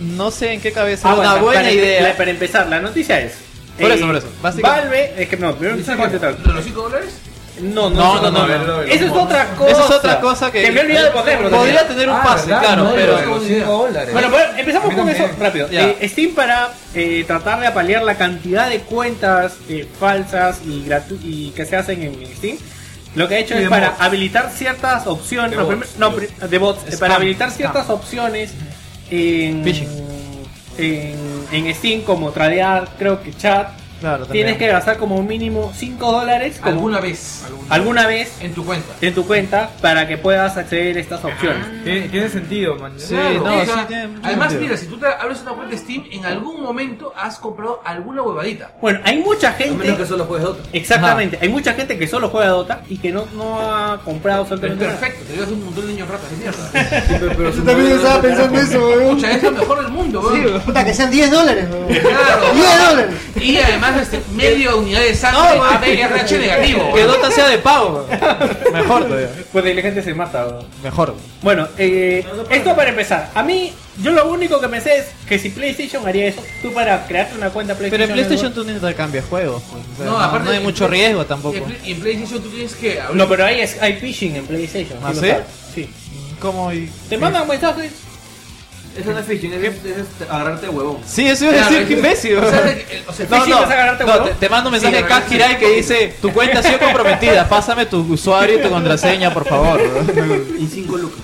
K: no sé en qué cabeza
B: Ah,
K: una
B: bueno,
K: buena
B: para,
K: idea.
B: la- para empezar, la noticia es. eh,
K: Por eso, por eso. Básicamente-
B: Valve, es que no, primero empezar con este
G: ¿De los 5 dólares?
B: No,
K: No, no, no,
B: Eso
K: no.
B: es otra cosa.
K: Esa es otra cosa que,
B: me he olvidado de ponerlo.
K: podría
B: también.
K: tener un pase, claro, pero
B: Bueno, bueno, empezamos con eso rápido.
K: Ya.
B: Eh, Steam para eh, tratar de apalear la cantidad de cuentas eh, falsas y, gratu- y que se hacen en Steam. Lo que ha hecho es para habilitar ciertas opciones, no, prim- no, pri- de bots, eh, para habilitar ciertas opciones en,
K: Ah. Phishing.
B: en, en Steam como tradear, creo que chat.
K: claro,
B: Tienes que gastar como mínimo 5 dólares como-
G: Alguna vez.
B: alguna vez
G: En tu cuenta.
B: en tu cuenta para que puedas acceder a estas
E: Ah.
B: opciones.
F: Tiene, tiene sentido, man.
K: Sí, no,
G: O
K: sí,
G: sea,
K: tiene mucho
G: además,
K: sentido.
G: mira, si tú te abres una cuenta de Steam, en algún momento has comprado alguna huevadita.
B: Bueno, hay mucha
E: A
B: gente
E: menos que solo juegues Dota.
B: Exactamente, hay mucha gente que solo juega Dota y que no, no ha comprado absolutamente nada.
G: Perfecto, te llevas un montón de niños ratas de mierda.
H: Yo también estaba pensando eso, weón.
G: Escucha, es lo mejor del mundo, weón.
H: Puta, que sean 10 dólares, weón. 10
G: Claro.
H: dólares.
G: Y además, este, media unidad de sangre APRH negativo.
K: que Dota sea de pago. Mejor todavía.
B: Pues de la gente se mata. bro.
K: Mejor.
B: Bueno, eh, esto para empezar. A mí, yo lo único que pensé es que si PlayStation haría eso, tú para crearte una cuenta
K: Pero
B: PlayStation.
K: en PlayStation tú no intercambias juegos. pues, o sea,
G: No,
K: no,
G: aparte
K: no hay
G: de-
K: mucho riesgo
G: Y en
K: tampoco.
G: Play- Y en PlayStation tú tienes que abrir.
B: No, pero hay, es- hay phishing en PlayStation.
K: ¿Ah,
B: lo
K: sí?
B: sabes. Sí.
K: ¿Cómo? y-
B: Te mandan mensajes.
E: Eso no es phishing, es,
G: este,
E: es agarrarte de huevón.
K: Sí, eso iba a
G: Claro,
K: decir que
G: es-
K: imbécil.
G: o sea, de que- o sea,
K: No,
B: ¿Phishing
K: no,
B: vas a ganarte,
K: no,
B: huevón?
K: te, te mando un mensaje
G: Sí,
K: de Kaz
G: sí.
K: Hirai que dice Tu cuenta ha sido comprometida, pásame tu usuario y tu contraseña, por favor
E: Y 5 lucas.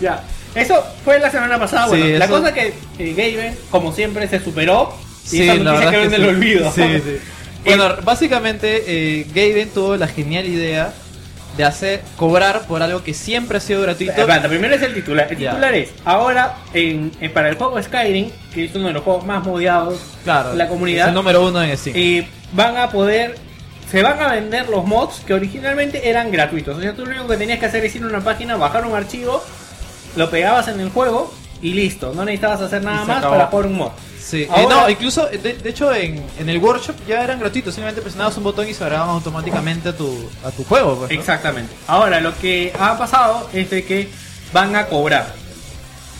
B: Ya. Eso fue la semana pasada.
K: Sí,
B: Bueno, la
K: eso-
B: cosa que eh, Gaben, como siempre, se superó. Y
K: Sí,
B: esa
K: la
B: noticia
K: verdad
B: quedó
K: es
B: en
K: que
B: el
K: sí.
B: olvido.
K: Sí, sí. Bueno, básicamente eh, Gaben tuvo la genial idea de hacer cobrar por algo que siempre ha sido gratuito.
B: Aguanta, primero es el titular. El
K: Ya.
B: titular es, ahora en, en- para el juego Skyrim, que es uno de los juegos más modiados
K: Claro,
B: la comunidad,
K: es el número uno en Steam.
B: eh, van a poder, se van a vender los mods que originalmente eran gratuitos. O sea, tú lo único que tenías que hacer es ir a una página, bajar un archivo, lo pegabas en el juego y listo. No necesitabas hacer nada
K: se
B: más
K: acabó.
B: para jugar un mod.
K: Sí, eh,
B: Ahora-
K: no, incluso, eh, de, de hecho, en, en el workshop ya eran gratuitos, simplemente presionabas un botón y se agregaban automáticamente a tu, a tu juego. pues, ¿no?
B: Exactamente. Ahora, lo que ha pasado es de que van a cobrar.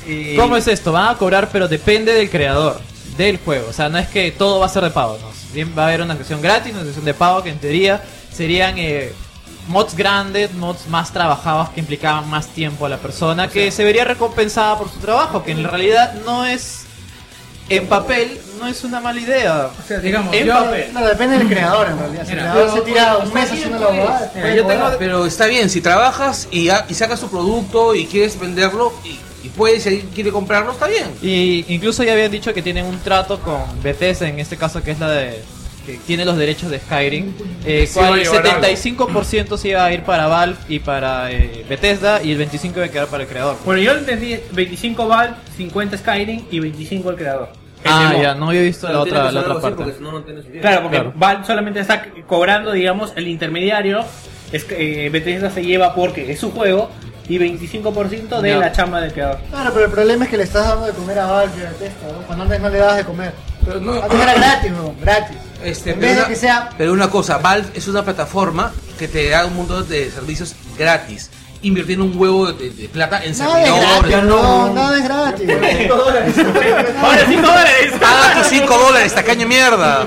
B: Eh,
K: ¿Cómo es esto? Van a cobrar, pero depende del creador del juego. O sea, no es que todo va a ser de pago. ¿no? Bien, va a haber una sección gratis, una sección de pago que en teoría serían eh, mods grandes, mods más trabajados que implicaban más tiempo a la persona, que se vería recompensada por su trabajo, que en realidad no es, en papel, no es una mala idea.
D: O sea, digamos,
K: En
D: yo,
K: papel.
H: No, depende del creador en realidad. Si el
D: Mira,
H: creador se
D: pero-
H: tira un
D: está
H: mes
D: bien,
H: haciendo la
D: pues.
H: bobada,
D: Mira,
H: puede
D: yo
H: cobrar.
D: tengo-
G: Pero está bien, si trabajas y, ha- y sacas tu producto y quieres venderlo y, y puedes, si alguien quiere comprarlo, está bien.
K: Y incluso ya habían dicho que tienen un trato con Bethesda, en este caso que es la de que tiene los derechos de Skyrim, eh,
C: Sí, va
K: cual
C: a
K: el
C: llevar algo.
K: 75% se iba a ir para Valve y para eh, Bethesda y el 25 iba a quedar para el creador.
B: Bueno, yo entendí 25 Valve, 50 Skyrim y 25 el creador.
K: Ah,
B: Ese mod.
K: ya, no había visto la
E: Pero tiene que
K: otra, la
E: ser
K: otra
E: algo así,
K: parte.
E: Porque si no, no tiene sentido.
B: Claro, porque
K: Claro.
B: Valve solamente está cobrando, digamos, el intermediario. Es, que, eh, Bethesda se lleva porque es su juego y 25% de
K: Ya.
B: la chamba del creador.
H: Claro, pero el problema es que le estás dando de comer a Valve y a Bethesda, ¿no? cuando antes no le dabas de comer.
G: Pero no-
H: Antes era gratis, weón, gratis.
G: Este,
H: en vez de que sea
G: pero una cosa, Valve es una plataforma que te da un mundo de servicios gratis, invirtiendo un huevo de, de plata en
H: Nada es gratis,
G: servidores.
H: no, nada es gratis.
B: Ahora 5 dólares.
G: Paga tus 5 dólares, tacaño de
H: Nada
G: mierda.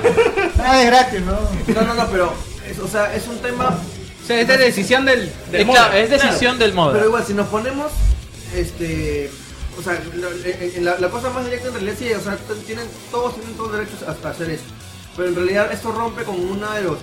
H: Ah, es gratis, ¿no?
E: No, no, no, pero. es- o sea, es un tema.
D: o sea, es de decisión del, del
K: Es,
D: modo.
K: claro, es decisión del
E: Pero
K: mod.
E: igual, si nos ponemos. Este. O sea, la, la- la cosa más directa en realidad sí, o sea, t- tienen, todos tienen todos los derechos hasta hacer eso. Pero en realidad esto rompe con uno de los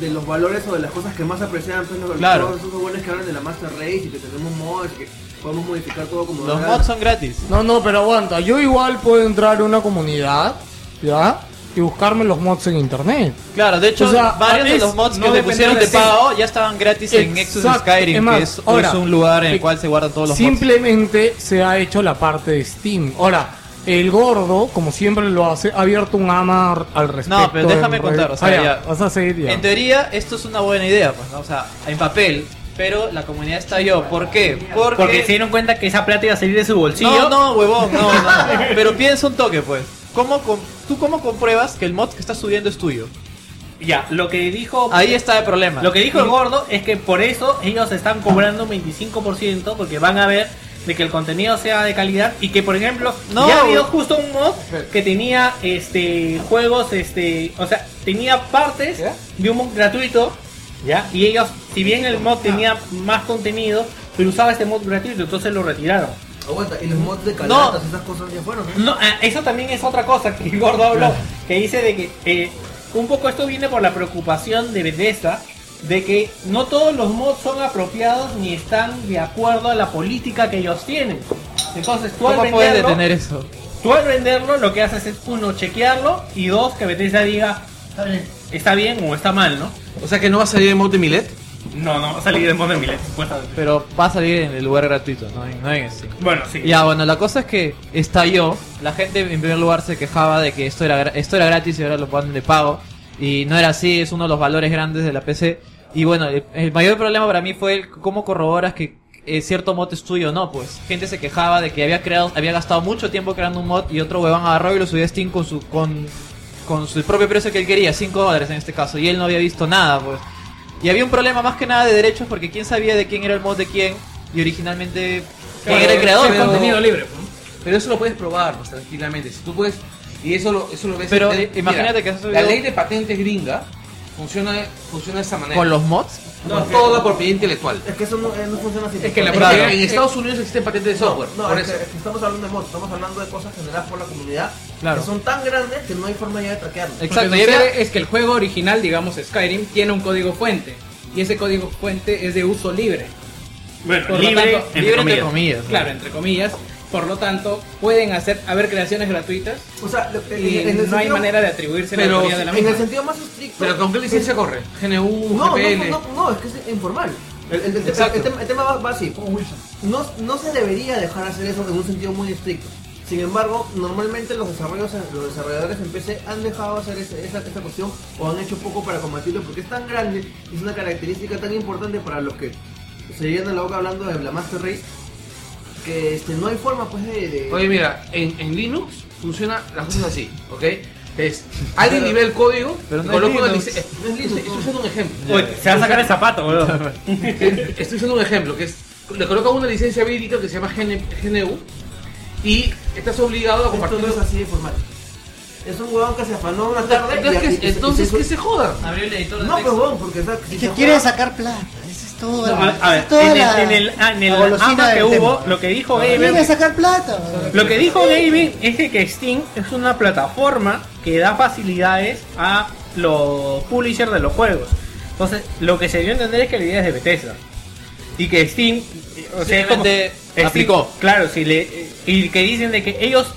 E: de los valores o de las cosas que más aprecian pues, los,
K: Claro.
E: todos esos buenos que hablan de la Master Race y que tenemos mods y que podemos modificar todo como
K: Los
E: haga.
K: mods son gratis.
N: No, no, pero aguanta. Yo igual puedo entrar a una comunidad, ¿ya? Y buscarme los mods en internet.
K: Claro, de hecho,
N: O sea,
K: varios de
N: es-
K: los mods
N: no
K: que te
N: depende
K: pusieron de
N: de ti.
K: pago ya estaban gratis en Nexus
N: Exacto,
K: Skyrim,
N: es más,
K: que es, es
N: ahora,
K: un lugar en el
N: eh,
K: cual se guardan todos los mods.
N: Simplemente se ha hecho la parte de Steam. Ahora, el gordo, como siempre lo hace, ha abierto un ama ar- al respecto.
K: No, pero déjame
N: en redes-
K: contar, o sea,
N: Ah, ya,
K: ya.
N: Vas a seguir ya.
K: En teoría, esto es una buena idea, pues, ¿no? o sea, en papel, pero la comunidad estalló. ¿Por qué? Porque,
B: Porque se dieron cuenta que esa plata iba a salir de su bolsillo.
K: No, no, huevón, no, no. Pero piensa un toque, pues. ¿Cómo com- ¿Tú cómo compruebas que el mod que estás subiendo es tuyo?
B: Ya, lo que dijo.
K: Ahí está el problema.
B: Lo que dijo el gordo es que por eso ellos están cobrando un 25% porque van a ver de que el contenido sea de calidad y que por ejemplo
K: No.
B: ya había justo un mod que tenía este juegos este o sea tenía partes de un mod gratuito ya y ellos si bien el mod tenía más contenido pero usaba este mod gratuito entonces lo retiraron
E: Aguanta, y los mods de calatas,
K: No.
E: esas cosas ya fueron. ¿eh?
B: no, ah, eso también es otra cosa que el gordo habló, que dice de que eh, un poco esto viene por la preocupación de Bethesda de que no todos los mods son apropiados ni están de acuerdo a la política que ellos tienen. Entonces tú al
K: ¿Cómo puedes
B: venderlo,
K: detener eso?
B: tú al venderlo lo que haces es uno chequearlo y dos que Bethesda diga está bien, está bien o está mal, ¿no?
G: O sea que no va a salir el mod de Millet.
B: No, no, ha salido en mod de Millet, supuestamente.
K: Pero va a salir en el lugar gratuito, no en, no en Steam.
B: Bueno, sí.
K: Ya, bueno, la cosa es que estalló. La gente en primer lugar se quejaba de que esto era, gra- esto era gratis y ahora lo ponen de pago. Y no era así, es uno de los valores grandes de la PC. Y bueno, el, el mayor problema para mí fue el cómo corroboras que eh, cierto mod es tuyo o no, pues. Gente se quejaba de que había creado, había gastado mucho tiempo creando un mod y otro huevón agarró y lo subió a Steam con su, con, con su propio precio que él quería, 5 dólares en este caso, y él no había visto nada, pues. Y había un problema más que nada de derechos porque quién sabía de quién era el mod de quién y originalmente quién era el creador.
D: Es
K: Pero-
D: contenido libre. pues.
G: Pero eso lo puedes probar pues, tranquilamente. Si tú puedes. Y eso lo, eso lo ves.
K: Pero,
G: de-
K: eh, imagínate que has subido-
G: La ley de patentes gringa funciona, funciona de esta manera.
K: ¿Con los mods?
G: No, toda propiedad intelectual.
E: Es que eso no, eh, no funciona así.
D: Es que la
G: Porque
D: propiedad-
G: en Estados Unidos existen patentes de software.
E: No,
G: por
E: es que,
G: eso.
E: es que estamos hablando de mods, estamos hablando de cosas generadas por la comunidad
K: Claro.
E: que son tan grandes que no hay forma ya de traquearlas.
K: Ex-
D: Lo que
K: Exacto, y había-
D: sucede es que el juego original, digamos Skyrim, tiene un código fuente. Y ese código fuente es de uso libre.
B: Bueno,
D: Por lo
B: libre,
D: tanto,
B: entre
K: libre entre
B: comillas.
K: comillas.
D: Claro, entre comillas. Por lo tanto, pueden hacer haber creaciones gratuitas
E: O sea, lo- en-
D: y
E: en el
D: no hay
E: sentido-
D: manera de atribuirse la
G: Pero-
D: autoría de la
E: En el
D: misma.
E: sentido más estricto.
G: Pero ¿con qué licencia corre? GNU,
E: No, no,
G: GPL.
E: no, no, no, es que es informal. El, el- el-
G: Exacto.
E: el tema, el tema va, va así. No, no se debería dejar hacer eso en un sentido muy estricto. Sin embargo, normalmente los, desarrollos, los desarrolladores en PC han dejado hacer ese- esa, esa cuestión o han hecho poco para combatirlo porque es tan grande, es una característica tan importante para los que se llenan la boca hablando de la Master Race que este, no hay forma pues de... de-
G: Oye, mira, en, en Linux funciona las cosas así, ¿ok? Es, alguien nivea el código,
K: pero no es
G: coloca una
K: Linux.
G: licencia.
E: No es Linux,
G: Estoy estoy usando un ejemplo.
B: Uy, se va a sacar el zapato, weón.
G: Eh, Estoy usando un ejemplo, que es, le coloca una licencia bíblica que se llama GN GNU y estás obligado a
E: Esto no es
G: compartirlo.
E: así de formal. Es un huevón que se afanó una tarde y-
G: Entonces,
E: y-
G: ¿qué-
E: y-
G: entonces
E: y-
G: que se jodan.
D: Abrió el editor de
E: No,
D: texto.
E: pues huevón, porque... o sea, si
H: que
E: se
H: quiere
E: joda-
H: sacar plata. Eso es todo.
B: A
H: la-
B: a ver,
H: es toda
B: en el,
H: la-
B: en el, ah, en el
H: la golosina
B: ama que
H: del
B: hubo,
H: tema.
B: lo que dijo
H: Quiere
B: Gabe,
H: sacar plata.
B: lo que dijo Gabe es que, que Steam es una plataforma que da facilidades a los publishers de los juegos. Entonces, lo que se dio a entender es que la idea es de Bethesda. Y que Steam, o sea, es como-
K: Simplemente
B: Steam,
K: aplicó.
B: Claro, si le, y que dicen de que ellos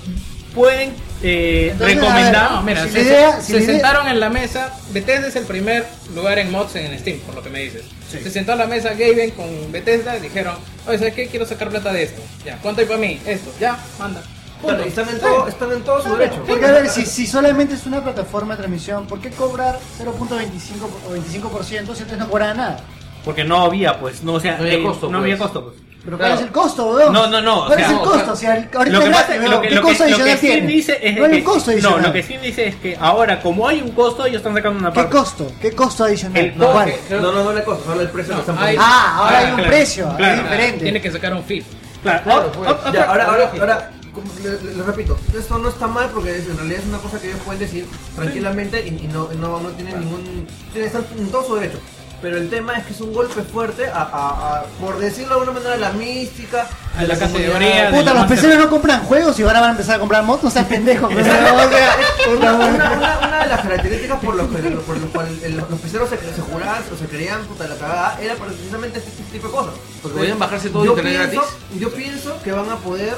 B: pueden eh,
H: Entonces,
B: recomendar.
H: a ver,
D: No, mira,
H: Si
D: se,
H: la idea- si
D: se
H: la idea-
D: sentaron en la mesa. Bethesda es el primer lugar en mods en Steam, por lo que me dices. Se sentó a la mesa Gaben con Bethesda y dijeron: Oye, ¿sabes qué? Quiero sacar plata de esto. Ya, ¿cuánto hay para mí? Esto, ya, manda.
E: Claro, y están en todo, están en todo su derecho.
H: Porque a ver, si, si solamente es una plataforma de transmisión, ¿por qué cobrar 0.25 o 25% si antes no cobraba nada?
B: Porque no había, pues, no, o sea,
G: No había
B: eh,
G: costo,
B: no
G: pues.
B: había costo, pues.
H: ¿Pero
G: Claro.
H: cuál es el costo, weón?
B: No, no, no, o
H: ¿Cuál
B: sea,
H: es el
B: o
H: costo? O sea, el- ahorita
B: Lo que
H: es
B: pasa
H: gratis,
B: es que
H: weón.
B: lo que,
H: ¿Qué
B: lo que-
H: costo
B: lo que
H: adicional
B: Steam
H: tiene?
B: dice es
H: no
B: de
H: hay
B: que,
H: un costo adicional.
B: No, lo que Steam dice es que ahora, como hay un costo, ellos están sacando una
H: ¿Qué
B: parte.
H: costo? ¿Qué costo adicional?
B: El
H: No,
B: costo
H: ¿cuál?
E: No, no, no le costo, solo el precio que están
D: hay-
E: poniendo.
H: Ah, ahora hay un
B: claro,
H: precio, ahora
B: claro.
H: es diferente.
D: Tiene que sacar un feed.
B: Claro,
E: Claro,
B: o- o-
E: pues. Ya,
B: otra-
E: ahora, ahora,
D: lógica.
E: ahora, como le- le- les repito, esto no está mal porque es- en realidad es una cosa que ellos pueden decir tranquilamente y, y no, no, no tienen ningún. Tienen, están en todo su derecho. Pero el tema es que es un golpe fuerte a, a- a- por decirlo de alguna manera, a la mística,
D: A la
E: comunidad.
D: categoría de-
H: Puta, los peceros no compran juegos y ahora van a empezar a comprar motos, no seas pendejo. weón. O sea,
E: Una,
H: puta, weón.
E: una- una- una de las características por las que- por las cuales el- los peceros se, se juraban o se creían puta la cagada era precisamente este tipo de cosas. Porque
G: Podían bajarse todo
E: yo
G: internet
E: pienso-
G: gratis.
E: Yo pienso que van a poder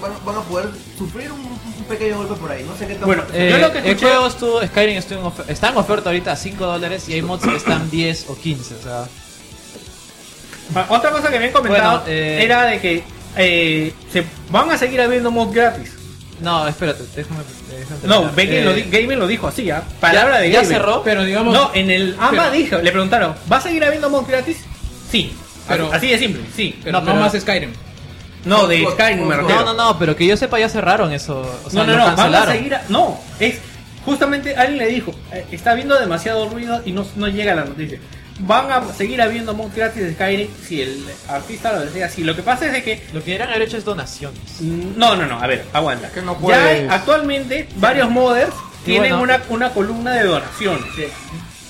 E: van, van a poder sufrir un, un pequeño golpe por ahí. No sé qué tan
B: Bueno,
K: Eh,
B: Yo lo que
K: el
B: escuché-
K: juego estuvo, Skyrim estuvo en ofer- está en oferta ahorita a 5 dólares y hay mods que están 10 o 15. O sea,
B: Bueno, Otra cosa que me han comentado
K: Bueno, eh,
B: era de que eh, se van a seguir habiendo mods gratis.
K: no, espérate, déjame. déjame
B: No,
K: terminar.
B: Gaben
K: Eh,
B: lo, di- Gaben lo dijo así, ¿ah? Palabra de
K: ya
B: Gaben.
K: cerró, Ah,
D: Pero digamos.
B: No, en el AMA
D: Pero-
B: dijo, le preguntaron, ¿va a seguir habiendo mods gratis? Sí.
D: Pero-
B: así de simple, sí.
D: pero no,
K: pero-
D: más Skyrim.
B: No, de
E: Con-
B: Skyrim me
E: con-
B: refiero.
K: No, no, no, pero que yo sepa ya cerraron eso. O sea,
B: no,
K: lo
B: no, no, van a
K: cancelaron.
B: seguir. a- no, es. Justamente alguien le dijo, eh, está habiendo demasiado ruido y no, no llega la noticia. Van a seguir habiendo mods gratis de Skyrim si el artista lo desea así. Lo que pasa es de que.
K: Lo que deberían haber hecho es donaciones.
B: mm, No, no, no, a ver, aguanta.
C: Que no
B: ya hay-
C: puedes.
B: actualmente varios modders
K: Y
B: tienen
K: bueno.
B: una, una columna de donaciones.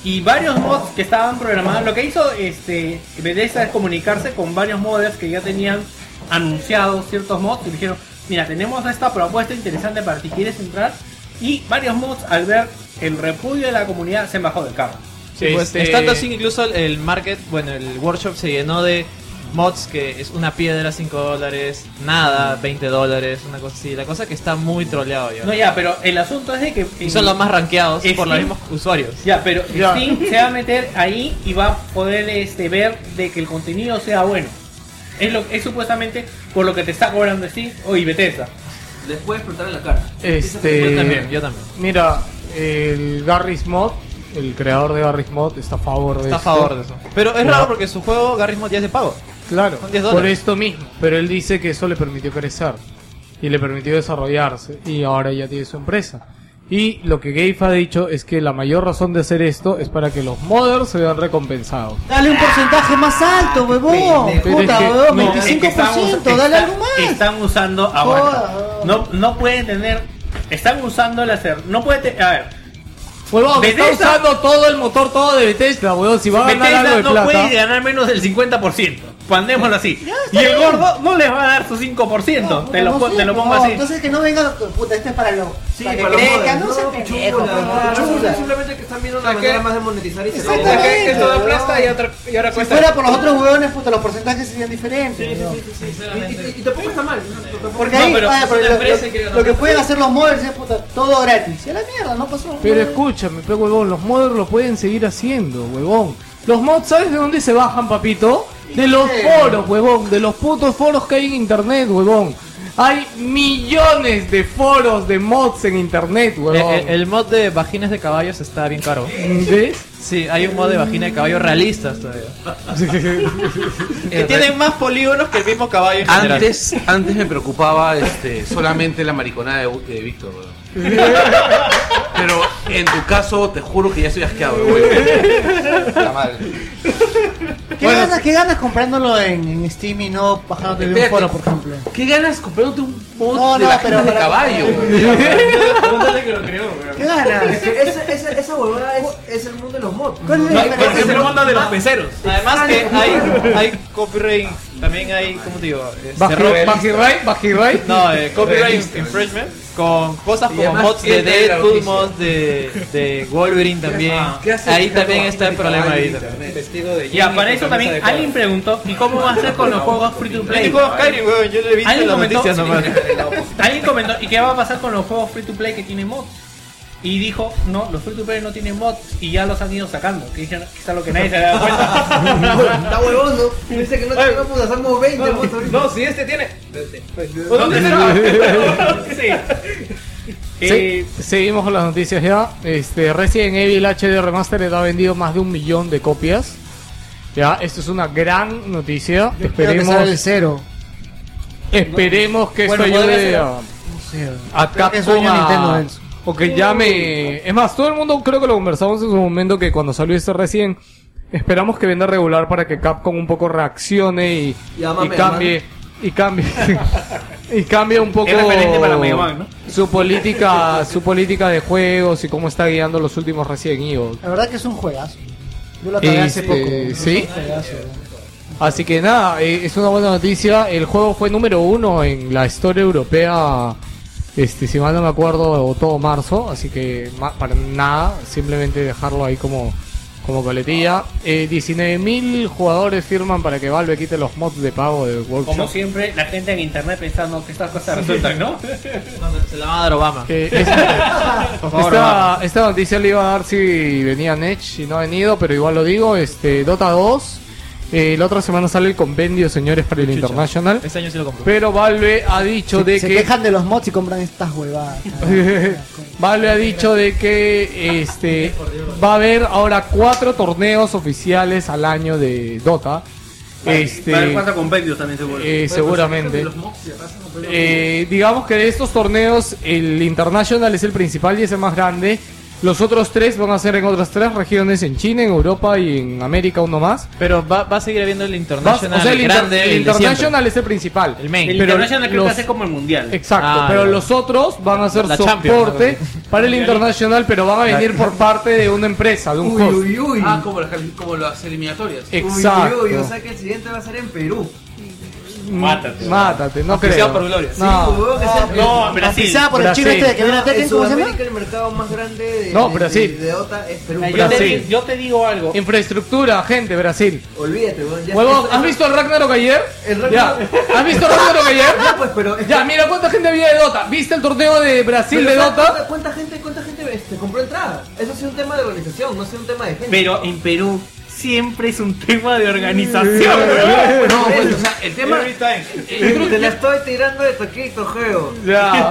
B: Y varios mods que estaban programados. Lo que hizo este Bethesda es comunicarse con varios modders que ya tenían anunciados ciertos mods y dijeron, mira, tenemos esta propuesta interesante para ti, ¿quieres entrar? Y varios mods al ver el repudio de la comunidad se han bajado del carro.
K: Sí, pues,
C: Este-
K: Estando así, incluso el- el market, bueno, el workshop se llenó de mods que es una piedra 5 dólares, nada 20 dólares, una cosa así. La cosa que está muy troleado ya.
B: No, ya, pero el asunto es de que...
K: y son los más rankeados por los
B: Steam-
K: mismos usuarios.
B: Ya, pero
H: Ya.
B: Steam se va a meter ahí y va a poder este, ver de que el contenido sea bueno. Es, lo, es supuestamente por lo que te está cobrando Steam o y Bethesda.
E: les puede explotar en la cara.
K: Yo
C: Este.
K: también, yo también.
C: Mira, el Garry's Mod, el creador de Garry's Mod, está a favor de
K: Está a
C: esto.
K: favor de eso. Pero es
C: Ya.
K: raro porque su juego Garry's Mod ya es de pago.
C: Claro,
K: Son 10
C: por
K: dólares.
C: esto mismo. Pero él dice que eso le permitió crecer y le permitió desarrollarse y ahora ya tiene su empresa. Y lo que Gabe ha dicho es que la mayor razón de hacer esto es para que los modders se vean recompensados.
H: Dale un porcentaje más alto, huevón.
C: Pero es
H: Puta,
C: que-
H: huevón,
C: no,
H: 25%,
B: Es que están us-
H: dale
B: está-
H: algo más.
B: Están usando ahora.
H: Joda.
B: No, no pueden tener. Están usando el hacer. No puede. te- A ver.
C: Huevón, está
B: Bethesda-
C: usando todo el motor, todo de Bethesda, huevón. Si va a ganar
B: Bethesda
C: algo de
B: no
C: plata.
B: puede ganar menos del 50%. Pandémoslo así. Y el gordo no les va a dar su 5%. te, lo,
H: No,
B: pon-
H: sí,
B: te lo pongo
H: no,
B: así.
H: Entonces que no venga, puta, este es para los.
E: Sí,
H: para que
E: para los
H: crezcan,
E: modelos,
H: no se
E: no,
H: pendejo,
E: pichula,
H: pues,
E: no,
H: chulas.
E: Simplemente que están viendo la
O: ¿Sabes qué?
E: manera más de monetizar y se
H: Exacto.
E: acabó.
O: que esto da plata y, otra- y ahora
H: Si
O: cuesta.
H: fuera por los otros huevones, puta, los porcentajes serían diferentes. ¿no?
E: Y- y- Y tampoco está mal. ¿no? Tampoco-
H: Porque
O: No,
H: ahí,
O: pero
H: vaya,
O: es
H: porque
O: una
H: lo,
O: empresa
H: lo-
O: que
H: lo
O: no-
H: que pueden hacer los modders es puta, todo gratis. Y a la mierda, no pasó.
C: Pero
H: nada.
C: escúchame, pe huevón, los mods lo pueden seguir haciendo, huevón. Los mods, ¿sabes de dónde se bajan, papito? De los foros, huevón, de los putos foros que hay en internet, huevón. Hay millones de foros de mods en internet,
K: El,
C: huevón.
K: el- el mod de vaginas de caballos está bien caro.
C: ¿Ves?
K: Sí, hay un mod de vagina de caballos realistas todavía. Eh, que tienen más polígonos que el mismo caballo en general.
G: Antes, antes me preocupaba este, solamente la mariconada de, de Víctor, weón. Pero en tu caso, te juro que ya estoy asqueado, weón. La madre.
H: ¿Qué, ganas, ¿Qué ganas comprándolo en, en Steam y no bajándote de un
G: Espérate.
H: foro, por ejemplo?
G: ¿Qué ganas comprándote un bot
H: No,
G: de
H: no,
G: vagina
H: pero-
G: de caballo? weón?
O: Pregúntale que lo creó, weón.
H: ¿Qué ganas?
E: Es que esa- esa- Esa huevada es- es el mundo de los mods.
H: ¿Cuál es la
B: Porque es
H: diferencia?
B: el mundo de los peceros.
K: Ah. Además
G: Ah,
K: que hay, hay copyright, también hay, ¿cómo te digo? Eh, se
C: Baji-
K: rompe-
C: Bajirray, Bajirray.
K: No, eh, copyright infringement con cosas como
G: además,
K: mods de
G: ¿quién te da la
K: Deadpool,
G: noticia?
K: mods de, de Wolverine también.
G: ¿Qué haces
K: Ahí
G: buscando
K: también está el
G: vagina de
K: problema ahí
G: caballo en
K: también.
O: Vestido de
B: Ya,
O: Jenny
B: para
O: con camisa
B: eso también
O: de cuadro.
B: alguien preguntó, ¿y cómo va a ser con los juegos free to play?
K: weón, yo le he
B: visto en las noticias nomás.
K: nomás.
B: Alguien comentó, ¿y qué va a pasar con los juegos free to play que tienen mods? Y dijo, no, los free to play no tienen mods y ya los han ido sacando. Que dijeron, quizá lo que nadie se había dado cuenta.
E: Está huevón, ¿no? Dice que no te vamos a como 20 mods ahorita.
O: No, si este tiene.
B: ¿Dónde será? sí. Eh,
C: Se- seguimos con las noticias ya. Este, Resident Evil HD Remastered ha vendido más de un millón de copias. Ya, esto es una gran noticia.
H: Creo que
C: Esperemos,
H: sale el cero.
C: esperemos que
K: Bueno,
C: esto
K: podría
C: ayude
K: ser-
C: a,
H: No sé.
C: a
H: Creo que
C: Capcom
H: sueño
C: a-
H: Nintendo, Enzo.
C: o que llame. Es más, todo el mundo creo que lo conversamos en su momento que cuando salió este Resident esperamos que venda regular para que Capcom un poco reaccione y,
E: Llámame,
C: y cambie y cambie y cambie un poco
B: Es referente para Mega Man, ¿no?
C: su política su política de juegos y cómo está guiando los últimos Resident Evil.
H: La verdad que es un juegazo. Yo lo acabé hace
C: Este,
H: poco. Es
C: ¿sí?
H: un juegazo.
C: Así que nada, eh, es una buena noticia. El juego fue número uno en la historia europea, este, si mal no me acuerdo, o todo marzo. Así que ma- para nada, simplemente dejarlo ahí como, como coletilla. Eh, 19.000 jugadores firman para que Valve quite los mods de pago de
B: como
C: Workshop.
B: siempre, la gente en internet pensando que estas cosas resultan, ¿no?
K: Se la va a dar Obama.
C: Eh, es-
K: Por favor,
C: esta, esta noticia le iba a dar si venía Nech y no ha venido, pero igual lo digo. Este, Dota 2. eh, la otra semana sale el compendio, señores, para el
K: Chucha.
C: International.
K: Este año sí lo compro.
C: Pero Valve ha dicho
H: Se,
C: de
H: se
C: que
H: quejan de los mods y compran estas huevadas.
C: Valve ha dicho de que este va a haber ahora cuatro torneos oficiales al año de Dota. Este,
B: Va a haber cuatro compendios también seguro.
C: eh, seguramente. Eh, digamos que de estos torneos el International es el principal y es el más grande. Los otros tres van a ser en otras tres regiones, en China, en Europa y en América uno más.
K: Pero va, va a seguir habiendo el
C: Vas-
K: International
C: o sea, el, inter-
K: grande,
C: el
K: el de
C: International es el principal.
K: siempre. El main.
B: el
C: pero
B: internacional creo
C: los-
B: que hace como el mundial.
C: Exacto,
K: Ah,
C: pero
K: ya.
C: los otros van a ser
K: La Champions,
C: soporte
K: ¿no?
C: para el internacional, pero van a venir por parte de una empresa, de un
E: Uy,
C: host.
E: uy, uy.
G: Ah, como las, como las eliminatorias.
C: Exacto.
E: Uy, uy, uy, o sea que el siguiente va a ser en Perú.
B: Mátate.
C: Mm, Mátate, no
K: Oficiado
C: creo.
K: por Gloria.
E: Sí,
C: No,
E: huevón, que sea Ah, en Perú.
B: No, en Brasil.
H: Quizá por el
C: Brasil.
H: chino este que viene a Tekken,
E: En
H: ¿cómo se llama?
E: Sudamérica el mercado más grande de,
C: No,
E: de-
C: Brasil.
E: de, de Dota es Perú.
B: Yo te,
C: Brasil.
B: di- yo te digo algo.
C: infraestructura, gente, Brasil.
E: Olvídate, huevón. ya-
C: Huevón,
E: ya-
C: ¿has visto el Ragnarok ayer?
E: El Ragnarok-
C: Ya. ¿Has visto el Ragnarok ayer?
E: Ya, pues, pero...
C: Ya, mira cuánta gente había de Dota. ¿Viste el torneo de Brasil
E: Pero
C: de
E: ¿sabes
C: Dota?
E: ¿cuánta, cuánta gente, cuánta gente este, compró entrada? Eso sí es un tema de organización, no es un tema de gente.
B: Pero en Perú siempre es un tema de organización, weón.
G: No, pues, o sea, el tema.
E: eh, te la estoy tirando de toquito, juego.
G: Yo te
C: Ya.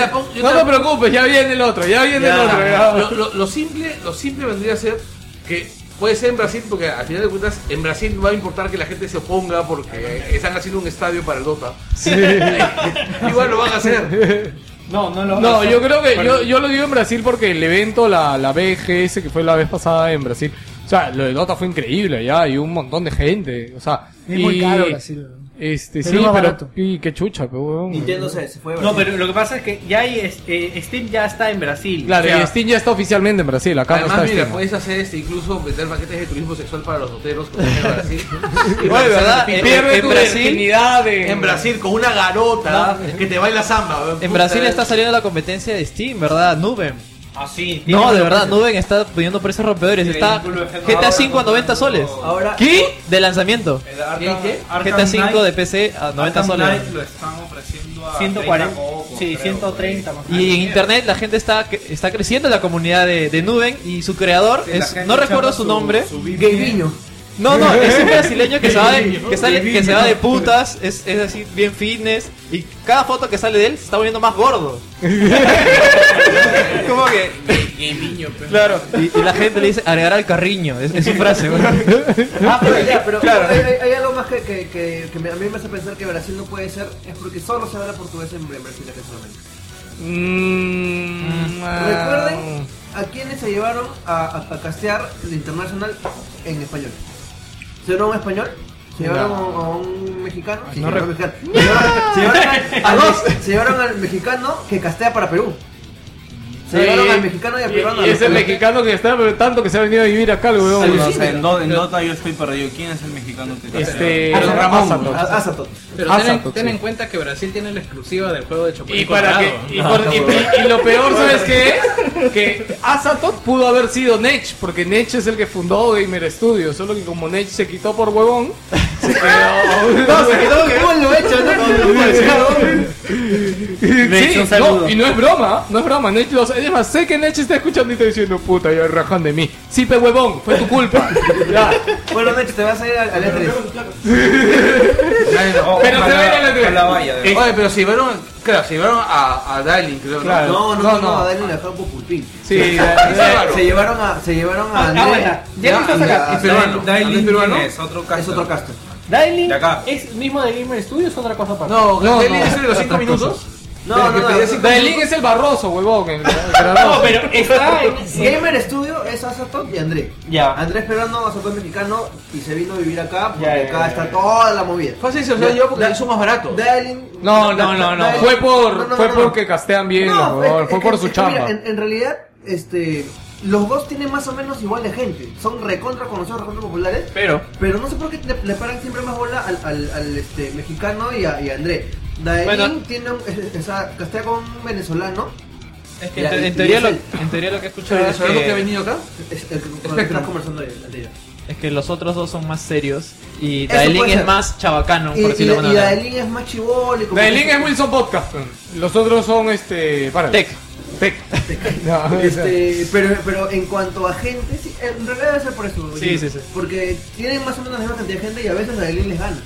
G: la pongo- yo
C: No
G: te
C: te
G: la-
C: preocupes, ya viene el otro, ya viene el otro. ya.
G: Lo, lo- lo simple, lo simple vendría a ser que puede ser en Brasil, porque al final de cuentas en Brasil no va a importar que la gente se oponga porque están haciendo un estadio para el Dota. Igual lo van a hacer.
B: No, no lo
C: No, yo creo que yo, yo lo digo en Brasil porque el evento, la, la BGS que fue la vez pasada en Brasil, o sea, lo de Dota fue increíble ya, y un montón de gente, o sea,
H: Es
C: y-
H: muy caro Brasil.
C: Este,
H: Pero
C: sí,
H: es más
C: pero.
H: barato.
C: Y qué chucha, pero weón.
E: Nintendo se, se fue. de
B: No,
E: Brasil.
B: pero lo que pasa es que ya hay, es- eh, Steam ya está en Brasil.
C: Claro,
B: O sea,
C: y Steam ya pues, está oficialmente en Brasil, acá
G: Además,
C: no está
G: mira,
C: Steam.
G: puedes hacer este, incluso vender paquetes de turismo sexual para los hoteros. como en Brasil. Y
K: Oye, ¿verdad?
G: para-
K: En-
C: Pierde
K: en
C: tu
K: Brasil,
C: virginidad de-
G: En Brasil, con una garota que te baila samba.
K: en Brasil está saliendo la competencia de Steam, ¿verdad? Nuben.
B: Ah, sí. tiene
K: No, de
B: una
K: verdad,
B: cosa-
K: Nuben está poniendo precios rompedores.
F: Sí,
K: Está
F: culo de gente.
K: GTA
F: Ahora
K: 5 a 90 soles.
E: Ahora,
K: ¿Qué? De lanzamiento.
F: El Arkham- Arkham
K: GTA 5 de
F: Knight-
K: PC a 90
F: Arkham
K: soles.
F: Knight lo están ofreciendo a
B: 140.
F: 30 cocos,
B: sí,
F: creo,
B: 130 más o menos.
K: Y en internet la gente está, cre- está creciendo la comunidad de, de Nuben y su creador,
F: Sí, la
K: es,
F: gente
K: no recuerdo
F: echando
K: su nombre.
F: su beat.
E: Gaviño.
K: No, no, es un brasileño que, sabe, que, sale, que se va de putas, es, es así bien fitness y cada foto que sale de él se está volviendo más gordo. Como que...
F: pues.
K: Claro, y, y la gente le dice agregar al carriño, es, es su frase. güey.
E: Ah, pero ya, pero hay, hay- hay algo más que, que, que, que me- a mí me hace pensar que Brasil no puede ser, es porque solo se habla portugués en Brasil acá en este Sudamérica.
C: Mm, ah.
E: Recuerden a quienes se llevaron a, a, a castear el internacional en español. ¿Se llevaron a un español? ¿Se llevaron a, a un mexicano? Sí, se llevaron a un mexicano. Se llevaron, se llevaron al- al, se llevaron al mexicano que castea para Perú. Se
C: Sí.
E: llevaron al mexicano y al
C: Y-
E: peruano.
C: y es el
E: Al-
C: mexicano que está pero tanto que se ha venido a vivir acá, el weón.
F: No sé, en, Do- en Dota yo estoy perdido. ¿Quién es el mexicano que
C: Este.
E: Al-
C: Ramón.
E: Ramón. A- Azatot.
H: Ah,
D: Pero
C: Asa,
D: ten,
C: Toxi.
D: ten en cuenta que Brasil tiene la exclusiva del juego de Chocolate Ah,
C: Y para que, y, por- y- y- y lo peor, ¿sabes qué es? Que Asatot pudo haber sido Nech, porque Nech es el que fundó Gamer Studios, solo que como Nech se quitó por huevón, se quedó...
E: No, se quedó como lo hecho, ¿no?
C: Sí, no, y no es broma, no es broma, Nech lo sabe. Es más, sé que Nech está escuchando y está diciendo, puta, ya rajan de mí. Sí, pe huevón, fue tu culpa. Ya.
E: Bueno, Nacho, te vas a ir al, al E3.
C: Pero se ve en la tele.
F: la valla. de-
G: Oye, pero si llevaron, claro, se llevaron a, a Dalin, creo. ¿no?
E: No, no,
C: No,
E: no,
C: no.
E: no, a Daniel le dejaron por pulpín.
C: Sí,
E: Se llevaron a. Se llevaron a.
B: Ah, bueno,
E: Andrés.
B: ya que estás acá.
G: Y peruano.
F: Dailin
G: ¿Andrés peruano?
F: es otro caso.
E: Es otro caster.
B: Daily
F: De acá.
B: es mismo de Gamer Studios, otra cosa para.
G: No, Dalin es el de los 5 minutos.
E: No, no, no.
C: Berlín es el barroso, huevón. el- el
B: No,
C: granoso.
B: pero está en-
E: Gamer Studio es Azatot y André.
B: Ya.
E: Andrés Peruano, Azatot mexicano y se vino a vivir acá porque
B: Ya, ya,
E: acá
B: ya,
E: está toda la movida.
G: Fácil se los llevó porque hizo más barato.
E: Daniel-
C: No, no, no, no.
E: Daniel-
C: Fue por,
E: No, no,
C: fue
E: no, no.
C: porque castean bien,
E: No, eh,
C: los huevón,
E: es-
C: fue
E: es-
C: por
E: es
C: su
E: que mira,
C: chamba.
E: en, en realidad, este. Los dos tienen más o menos igual de gente. Son recontra conocidos, recontra populares.
B: Pero.
E: Pero no sé por qué le, le paran siempre más bola al, al, al, este, mexicano y a, y a André. Daelin
K: Bueno.
E: tiene un, es- es- esa- castea con un venezolano.
K: Es que
E: Ya,
K: en,
E: y-
K: en teoría
E: y
K: lo,
E: es
K: en teoría lo que he escuchado
G: ¿Sabes
K: es
G: lo que ha
K: que,
G: venido acá?
E: Es, el que- con el que estás conversando anterior.
K: es que los otros dos son más serios y
E: Eso
K: Daelin
E: puede
K: es
E: ser.
K: más chabacano,
E: Y,
K: por
E: y,
K: decirlo de alguna
E: y
K: manera.
E: Daelin es más chivólico.
C: Berlín es Wilson Podcast. Los otros son este. Para.
K: Tech.
C: Tec. No,
E: Este, pero, pero en cuanto a gente, sí, en realidad debe ser por eso.
K: Sí,
E: Jimmy,
K: sí, sí.
E: Porque tienen más o menos la misma cantidad de gente y a veces Daelin les gana.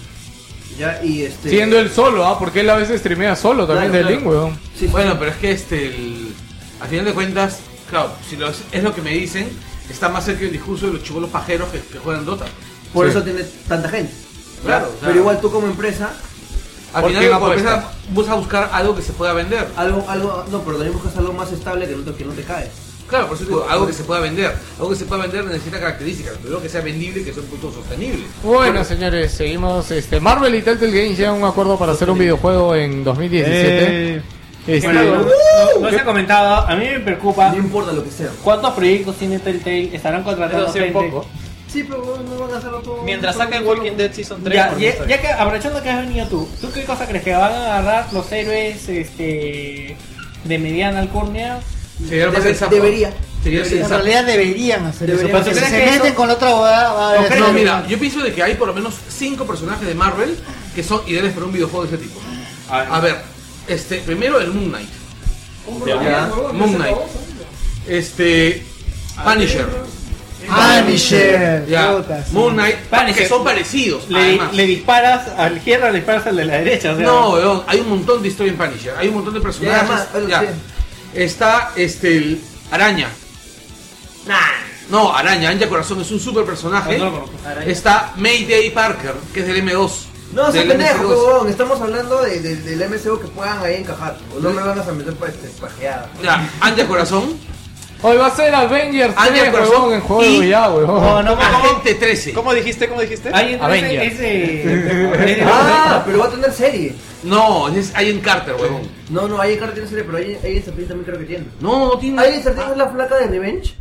E: Ya, y este.
C: Siendo él solo, ¿ah? Porque él a veces streamea solo también
E: Claro,
C: de Link,
E: claro.
C: weón.
E: Sí, sí.
G: Bueno, pero es que este, el- al final de cuentas, claro, si los- es lo que me dicen, está más cerca el discurso de los chivolos pajeros que, que juegan Dota.
E: por
C: sí.
E: eso tiene tanta gente.
G: Claro,
E: Pero igual tú como empresa,
G: Al
C: ¿Por qué
G: final, como
C: apuesta?
G: empresa, vas a buscar algo que se pueda vender.
E: algo, algo, no, pero también buscas algo más estable que no te, que no te cae.
G: Claro, por eso digo, algo que se pueda vender. Algo que se pueda vender necesita características, pero que sea vendible y que sea un punto sostenible.
C: Bueno, señores, seguimos. Este, Marvel y Telltale Games llegan a un acuerdo para hacer un videojuego en 2017.
E: Eh,
C: Este,
B: Bueno, no, no se ha comentado, a mí me preocupa.
E: No importa lo que sea.
B: ¿Cuántos proyectos tiene Telltale? ¿Estarán contratando
K: Eso sí, un
B: gente?
K: poco.
E: Sí, pero no van a hacerlo todo.
K: Mientras saquen Walking Dead Season 3,
B: Ya,
K: por mí
B: ya,
K: está
B: ya
K: bien.
B: que aprovechando que has venido tú, ¿tú qué cosa crees que van a agarrar los héroes este, de mediana alcurnia?
G: Sería lo más
E: Debe-
G: sensato.
E: debería.
G: Sería lo
H: En
G: sensato.
H: realidad deberían hacer eso.
E: Deberían
H: Porque si
E: hacer
H: se
B: eso.
H: meten con la otra abogada, va a haber
G: No,
H: otro-
G: mira, yo pienso de que hay por lo menos cinco personajes de Marvel que son ideales para un videojuego de ese tipo. A ver, este, primero el Moon Knight. Ya, Moon Knight. Este, Punisher.
H: Ah, Michelle.
G: Ya,
H: putas.
G: Moon Knight,
B: Punisher.
G: que son parecidos.
B: Le,
G: además.
B: le disparas al izquierda, le disparas al de la derecha. O sea,
G: No, weón, hay un montón de historia en Punisher, hay un montón de personajes.
E: Ya, más, pero
G: ya.
E: sí.
G: Está este el araña. No, araña, Anja Corazón es un super personaje.
B: No, no lo conozco. Araña.
G: Está Mayday Parker, que es del M2.
E: No, se
G: del
E: pendejo,
G: MC2.
E: huevón, estamos hablando de, de- del MCU que puedan ahí encajar. O no me van a meter pa- este, pajeada.
G: Ya, Anja Corazón.
C: Hoy va a ser Avengers 3,
G: Ángel Corazón
C: huevón, en juego de
G: y-
C: Goya, huevón.
B: no, ¿cómo?
G: Agente 13.
K: ¿Cómo dijiste? ¿Cómo dijiste?
B: Ahí entonces
N: Avengers.
B: ese.
E: Ah, pero va a tener serie.
G: No, es Agent Carter, huevón.
E: No, no, Agent Carter tiene serie, pero Agent Agent Serpent también creo que tiene.
G: No, no tiene. Ah.
E: ¿Agent Serpent es la flaca de Revenge?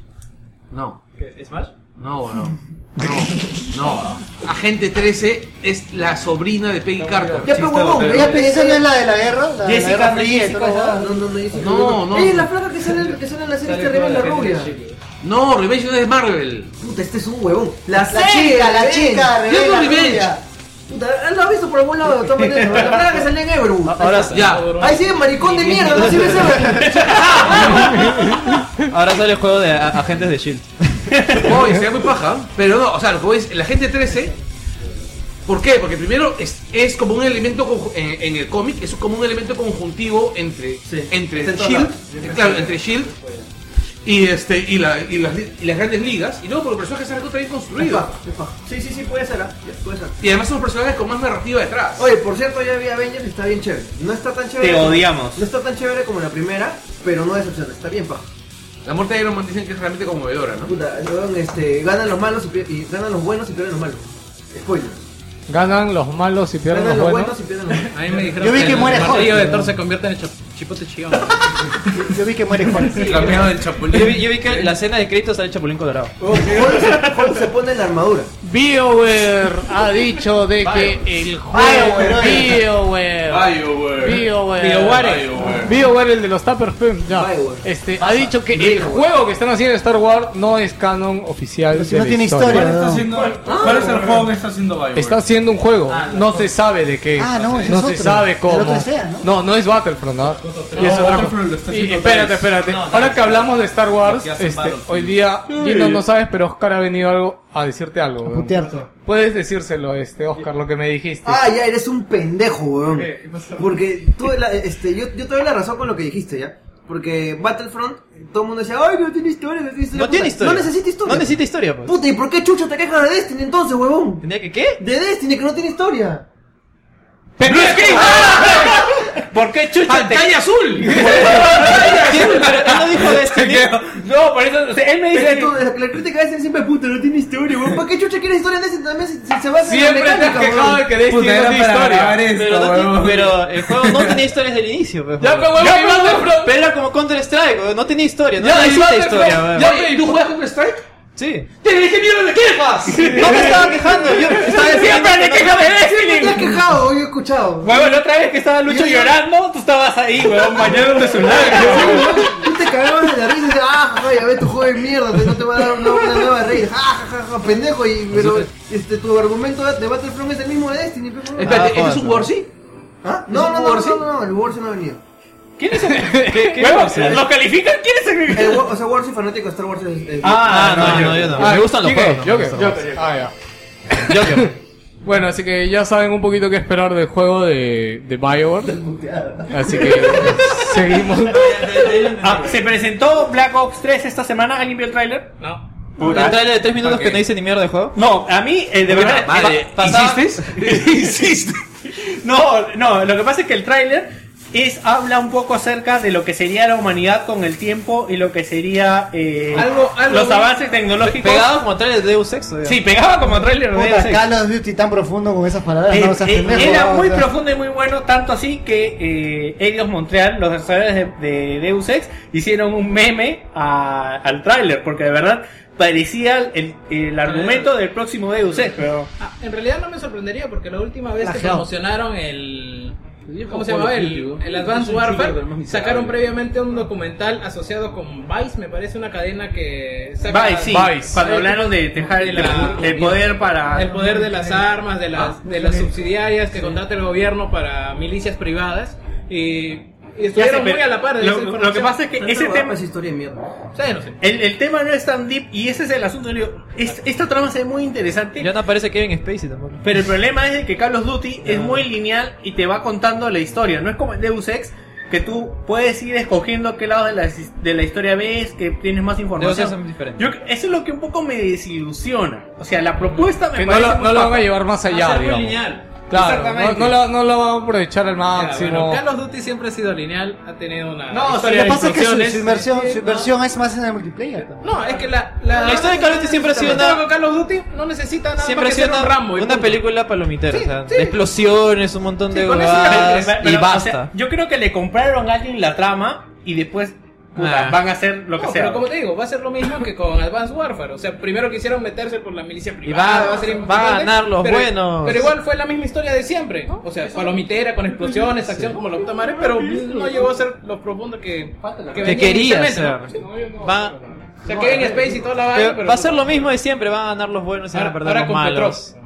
G: No,
D: ¿Smash?
G: no, no. No, no. Agente 13 es la sobrina de Peggy Carter.
E: Ya, pero huevón, ella
H: ¿Esa no es la de la guerra? La de la
B: Jessica,
H: guerra
B: no,
H: fría y
B: Jessica,
H: todo eso.
E: No, no, no, Jessica
G: No,
E: Biel.
G: no.
E: Ella es la flaca que sale, que sale en la serie este Revenge, la rubia.
G: No, Revenge no es Marvel.
E: Puta, este es un huevón. La,
H: La chica, la chica,
G: Yo
H: Revenge,
G: no
H: la
G: vi Revenge.
H: rubia.
E: Puta, lo has visto por algún lado de otra manera. La flaca que sale en Ebru.
K: Ahora,
G: Ah, Ya.
E: Ahí sigue maricón de mierda, no sirve ese.
K: ahora sale el juego de a- agentes de Shield.
E: E
G: Oye, sería muy paja. ¿eh? Pero no, o sea, lo que voy es, el agente 13. ¿Por qué? Porque primero es, es como un elemento conju- en, en el cómic, es como un elemento conjuntivo entre, entre
E: Está en todas
G: Shield,
E: partes.
G: eh, claro, entre Shield y este y, la- y las, li- y las grandes ligas. Y luego por los personajes están bien construidos.
E: Sí, sí, sí, puede ser, ah, ya, puede ser.
G: Y además son los personajes con más narrativa detrás.
E: Oye, por cierto, ya vi Avengers y está bien chévere. No está tan chévere.
B: Te
E: como-
B: odiamos.
E: No está tan chévere como la primera, pero no decepciona. Está bien, paja.
G: La muerte de Iron Man dicen que es realmente conmovedora, ¿no?
E: Puta, weón, este, ganan los malos y, pier- y ganan los buenos y pierden los malos. Spoiler.
C: Ganan los malos y pierden
E: Ganan
C: los
E: los
C: buenos.
E: buenos y pierden los malos.
D: A mí me dijeron
H: Yo vi que
D: el
H: muere
D: martillo
H: Hulk,
D: de
H: ¿no?
D: Thor se convierte en el chap- chipote chillón.
H: Yo vi que muere Juan.
F: El cameo del Chapulín.
K: Yo vi, yo vi que la escena de crédito sale el Chapulín Colorado.
E: Hulk se- Hulk se pone en la armadura.
N: BioWare ha dicho de que el juego
E: BioWare, oye.
N: BioWare
F: BioWare.
N: BioWare
F: BioWare.
C: BioWare, el de los Tupper Film, ya.
E: BioWare.
C: Este, ha dicho que el juego que están haciendo de Star Wars no es canon oficial.
H: Pero Pues si
C: de
H: no
C: la
H: tiene
F: ¿Cuál
H: historia.
F: está
H: No.
F: haciendo- Ah, ¿Cuál es el juego que está haciendo BioWare?
C: Está haciendo un juego, no se sabe de qué.
H: Ah, no, ese es
C: se
H: otro.
C: sabe cómo.
H: El otro es EA, ¿no?
C: no, no es Battlefront, ¿no? Y es otra
F: No,
C: cosa.
F: Battlefront lo está
C: Y-
F: haciendo
C: espérate,
F: Dice.
C: espérate. Ahora que hablamos de Star Wars,
F: que hacen
C: este,
F: Battlefield.
C: hoy día, Gino, no sabes, pero Oscar ha venido algo a decirte algo. weón.
H: Putearte.
C: Puedes decírselo, este, Oscar, lo que me dijiste.
E: Ah, ya, eres un pendejo, weón. Porque tú, la- este, yo, yo te doy la razón con lo que dijiste, ¿ya? Porque Battlefront, todo el mundo decía, ay, no tiene historia, no tiene historia.
K: No tiene
E: Puta,
K: historia.
E: No necesita historia.
K: No necesita historia, pues.
E: Puta, ¿y por qué chucha te quejas de Destiny entonces, huevón?
K: ¿Tendría que qué?
E: De Destiny que no tiene historia.
K: ¿Por qué chucha te
G: ¡Pantalla azul!
K: Pero él no dijo Destiny.
B: No, por eso. o sea, él me
E: Pero
B: dice.
E: tú, la, la crítica de Destiny siempre, puta, no tiene historia, huevón. ¿Por qué chucha quieres historia de Destiny también si, si se basa
C: Siempre
E: en la
C: te has
E: mecánica,
C: quejado
E: huevón?
C: de que Destiny no tiene historia.
K: Pero, no tiene- pero el juego no tenía historia desde el inicio, pues,
C: Ya,
K: joder.
C: pero huevón, y Battlefront.
K: Pero era como Counter Strike, weón, no tenía historia, no
C: Ya, y
K: necesita
C: Battlefront.
K: historia, weón.
C: Ya,
G: Oye, ¿Tú juegas Counter Strike?
K: Sí.
G: ¡Te dije mierda de quejas!
K: No me estaba quejando, yo estaba diciendo que no-
E: Siempre te has quejado, yo he escuchado.
B: Huevón, la otra vez que estaba Lucho llorando, tú estabas ahí, huevón, bañándote sus lágrimas.
E: Tú te cagabas de la risa y dices, ah, jaja, ya ves tu juego de mierda, te- no te va a dar una, una nueva raid, ja, ja, ja, ja, pendejo, y, pero este, tu argumento de Battlefront es el mismo de Destiny, pero no.
G: Espérate, ¿este es un Warsi?
E: ¿Ah? No, no, no, no, no, no, el Warzone no ha venido.
B: ¿Quién es el.? ¿Qué, qué ¿Lo califican? ¿Quién es el.?
E: El, Wa- o sea, Warzone fanático de Star Wars es... es-
K: Ah, no, no, yo no.
C: Ah,
K: me gustan los
C: ¿quién
K: juegos.
C: es?
K: no me
C: Joker,
K: gustan los
C: Joker. Ah, ya.
K: juegos. Joker.
C: Bueno, así que ya saben un poquito qué esperar del juego de, de Bioware. Así que seguimos.
B: Ah, se presentó Black Ops 3 esta semana. ¿Alguien vio el tráiler?
D: No.
K: Un trailer de 3 minutos que no dice ni mierda de juego.
B: No, a mí, eh, de verdad.
K: Puta madre,
B: pa- pasaba-
G: ¿Insistes? ¿Insistes?
B: No, no, lo que pasa es que el tráiler es, habla un poco acerca de lo que sería la humanidad con el tiempo y lo que sería eh,
D: Algo- algo-
B: los avances tecnológicos.
K: Pegado como trailer de Deus Ex, weón.
B: Sí, pegaba como tráiler de
H: Puta,
B: ese.
H: Call of Duty tan profundo con esas palabras.
B: Eh,
H: no, o sea,
B: eh,
H: pendejo,
B: era
H: o
B: muy
H: sea.
B: profundo y muy bueno, tanto así que eh, Eidos Montreal, los desarrolladores de, de Deus Ex, hicieron un meme a- al tráiler, porque de verdad parecía el, el argumento del próximo Deus Ex, pero...
D: Ah, en realidad no me sorprendería porque la última vez que
H: Relajado.
D: promocionaron el. ¿Cómo se
G: Call of
D: llamaba?
G: Duty,
D: El,
G: weón.
D: el
G: Es
D: Advanced
G: un shooter
D: Warfare.
G: del más miserable.
D: Sacaron previamente un documental asociado con Vice, me parece una cadena que saca
B: Bye, sí,
C: Vice.
B: cuando hablaron de dejar el,
D: La-
B: el poder para...
D: el poder de las armas, de las, de
G: Ah,
D: las subsidiarias que contrata el gobierno para milicias privadas. Y, y
B: Ya sé,
D: estuvieron
B: pero
D: muy a la par de esa
B: lo, lo que
D: información.
B: pasa es que
E: Pero
B: ese
E: esa
B: tema...
E: es historia de mierda.
D: O sea, no sé.
B: El, el tema no es tan deep y ese es el asunto. yo digo, es- esta trama se ve muy interesante.
K: Ya no aparece Kevin Spacey tampoco.
B: Pero el problema es de que Call of Duty es muy lineal y te va contando la historia. No es como en Deus Ex, que tú puedes ir escogiendo qué lado de la, his- de la historia ves, que tienes más
K: Deus Ex es
B: información.
K: muy diferente.
B: Yo- eso es lo que un poco me desilusiona. O sea, la propuesta me
C: Que no
B: parece Ah,
C: lo,
B: muy
C: no lo
B: paja.
C: van a llevar más
D: Va a
C: allá,
D: ser muy
C: digamos.
D: lineal.
C: Claro, no,
B: Exactamente.
C: no lo, no lo va a aprovechar al
D: Ya, bueno,
C: máximo.
D: Call of Duty siempre ha sido lineal, ha tenido una.
H: No, lo que
D: historia de
H: pasa es que su,
D: incursiones.
H: su inversión, su
D: No.
H: inversión es más en el multiplayer. también.
D: No, es que la, la,
K: La historia de Call of Duty siempre ha sido
D: la historia
K: una-
D: con Call of Duty no necesita nada
K: Siempre ha
D: más que
K: sido
D: ser un
K: una,
D: Rambo. y
K: una
D: punto.
K: película palomitera,
D: Sí,
K: o sea,
D: sí.
K: de explosiones, un montón de
D: Sí, con eso ya-
K: huevadas
B: Pero,
K: y
B: pero,
K: basta.
B: o sea, yo creo que le compraron a alguien la trama y después puta,
K: Ah.
B: van a hacer lo que
D: No,
B: sea.
D: pero como te digo, va a ser lo mismo que con Advanced Warfare. O sea, primero quisieron meterse por la milicia privada.
K: va-
D: va a ser
K: va a
D: importante,
K: ganar los
D: pero,
K: buenos.
D: Pero igual fue la misma historia de siempre. O sea, palomitera, con explosiones, acción como la puta madre, pero no llegó a ser lo profundo que, que venía
K: quería
D: inicialmente,
K: ser.
D: ¿no?
K: Va-
D: O sea, Kevin Space y toda la vaina,
K: Pero
D: pero
K: va a ser lo mismo de siempre, van a ganar los buenos y van a
D: Ahora,
K: perder
D: ahora
K: los
D: con
K: malos.
D: Petrov.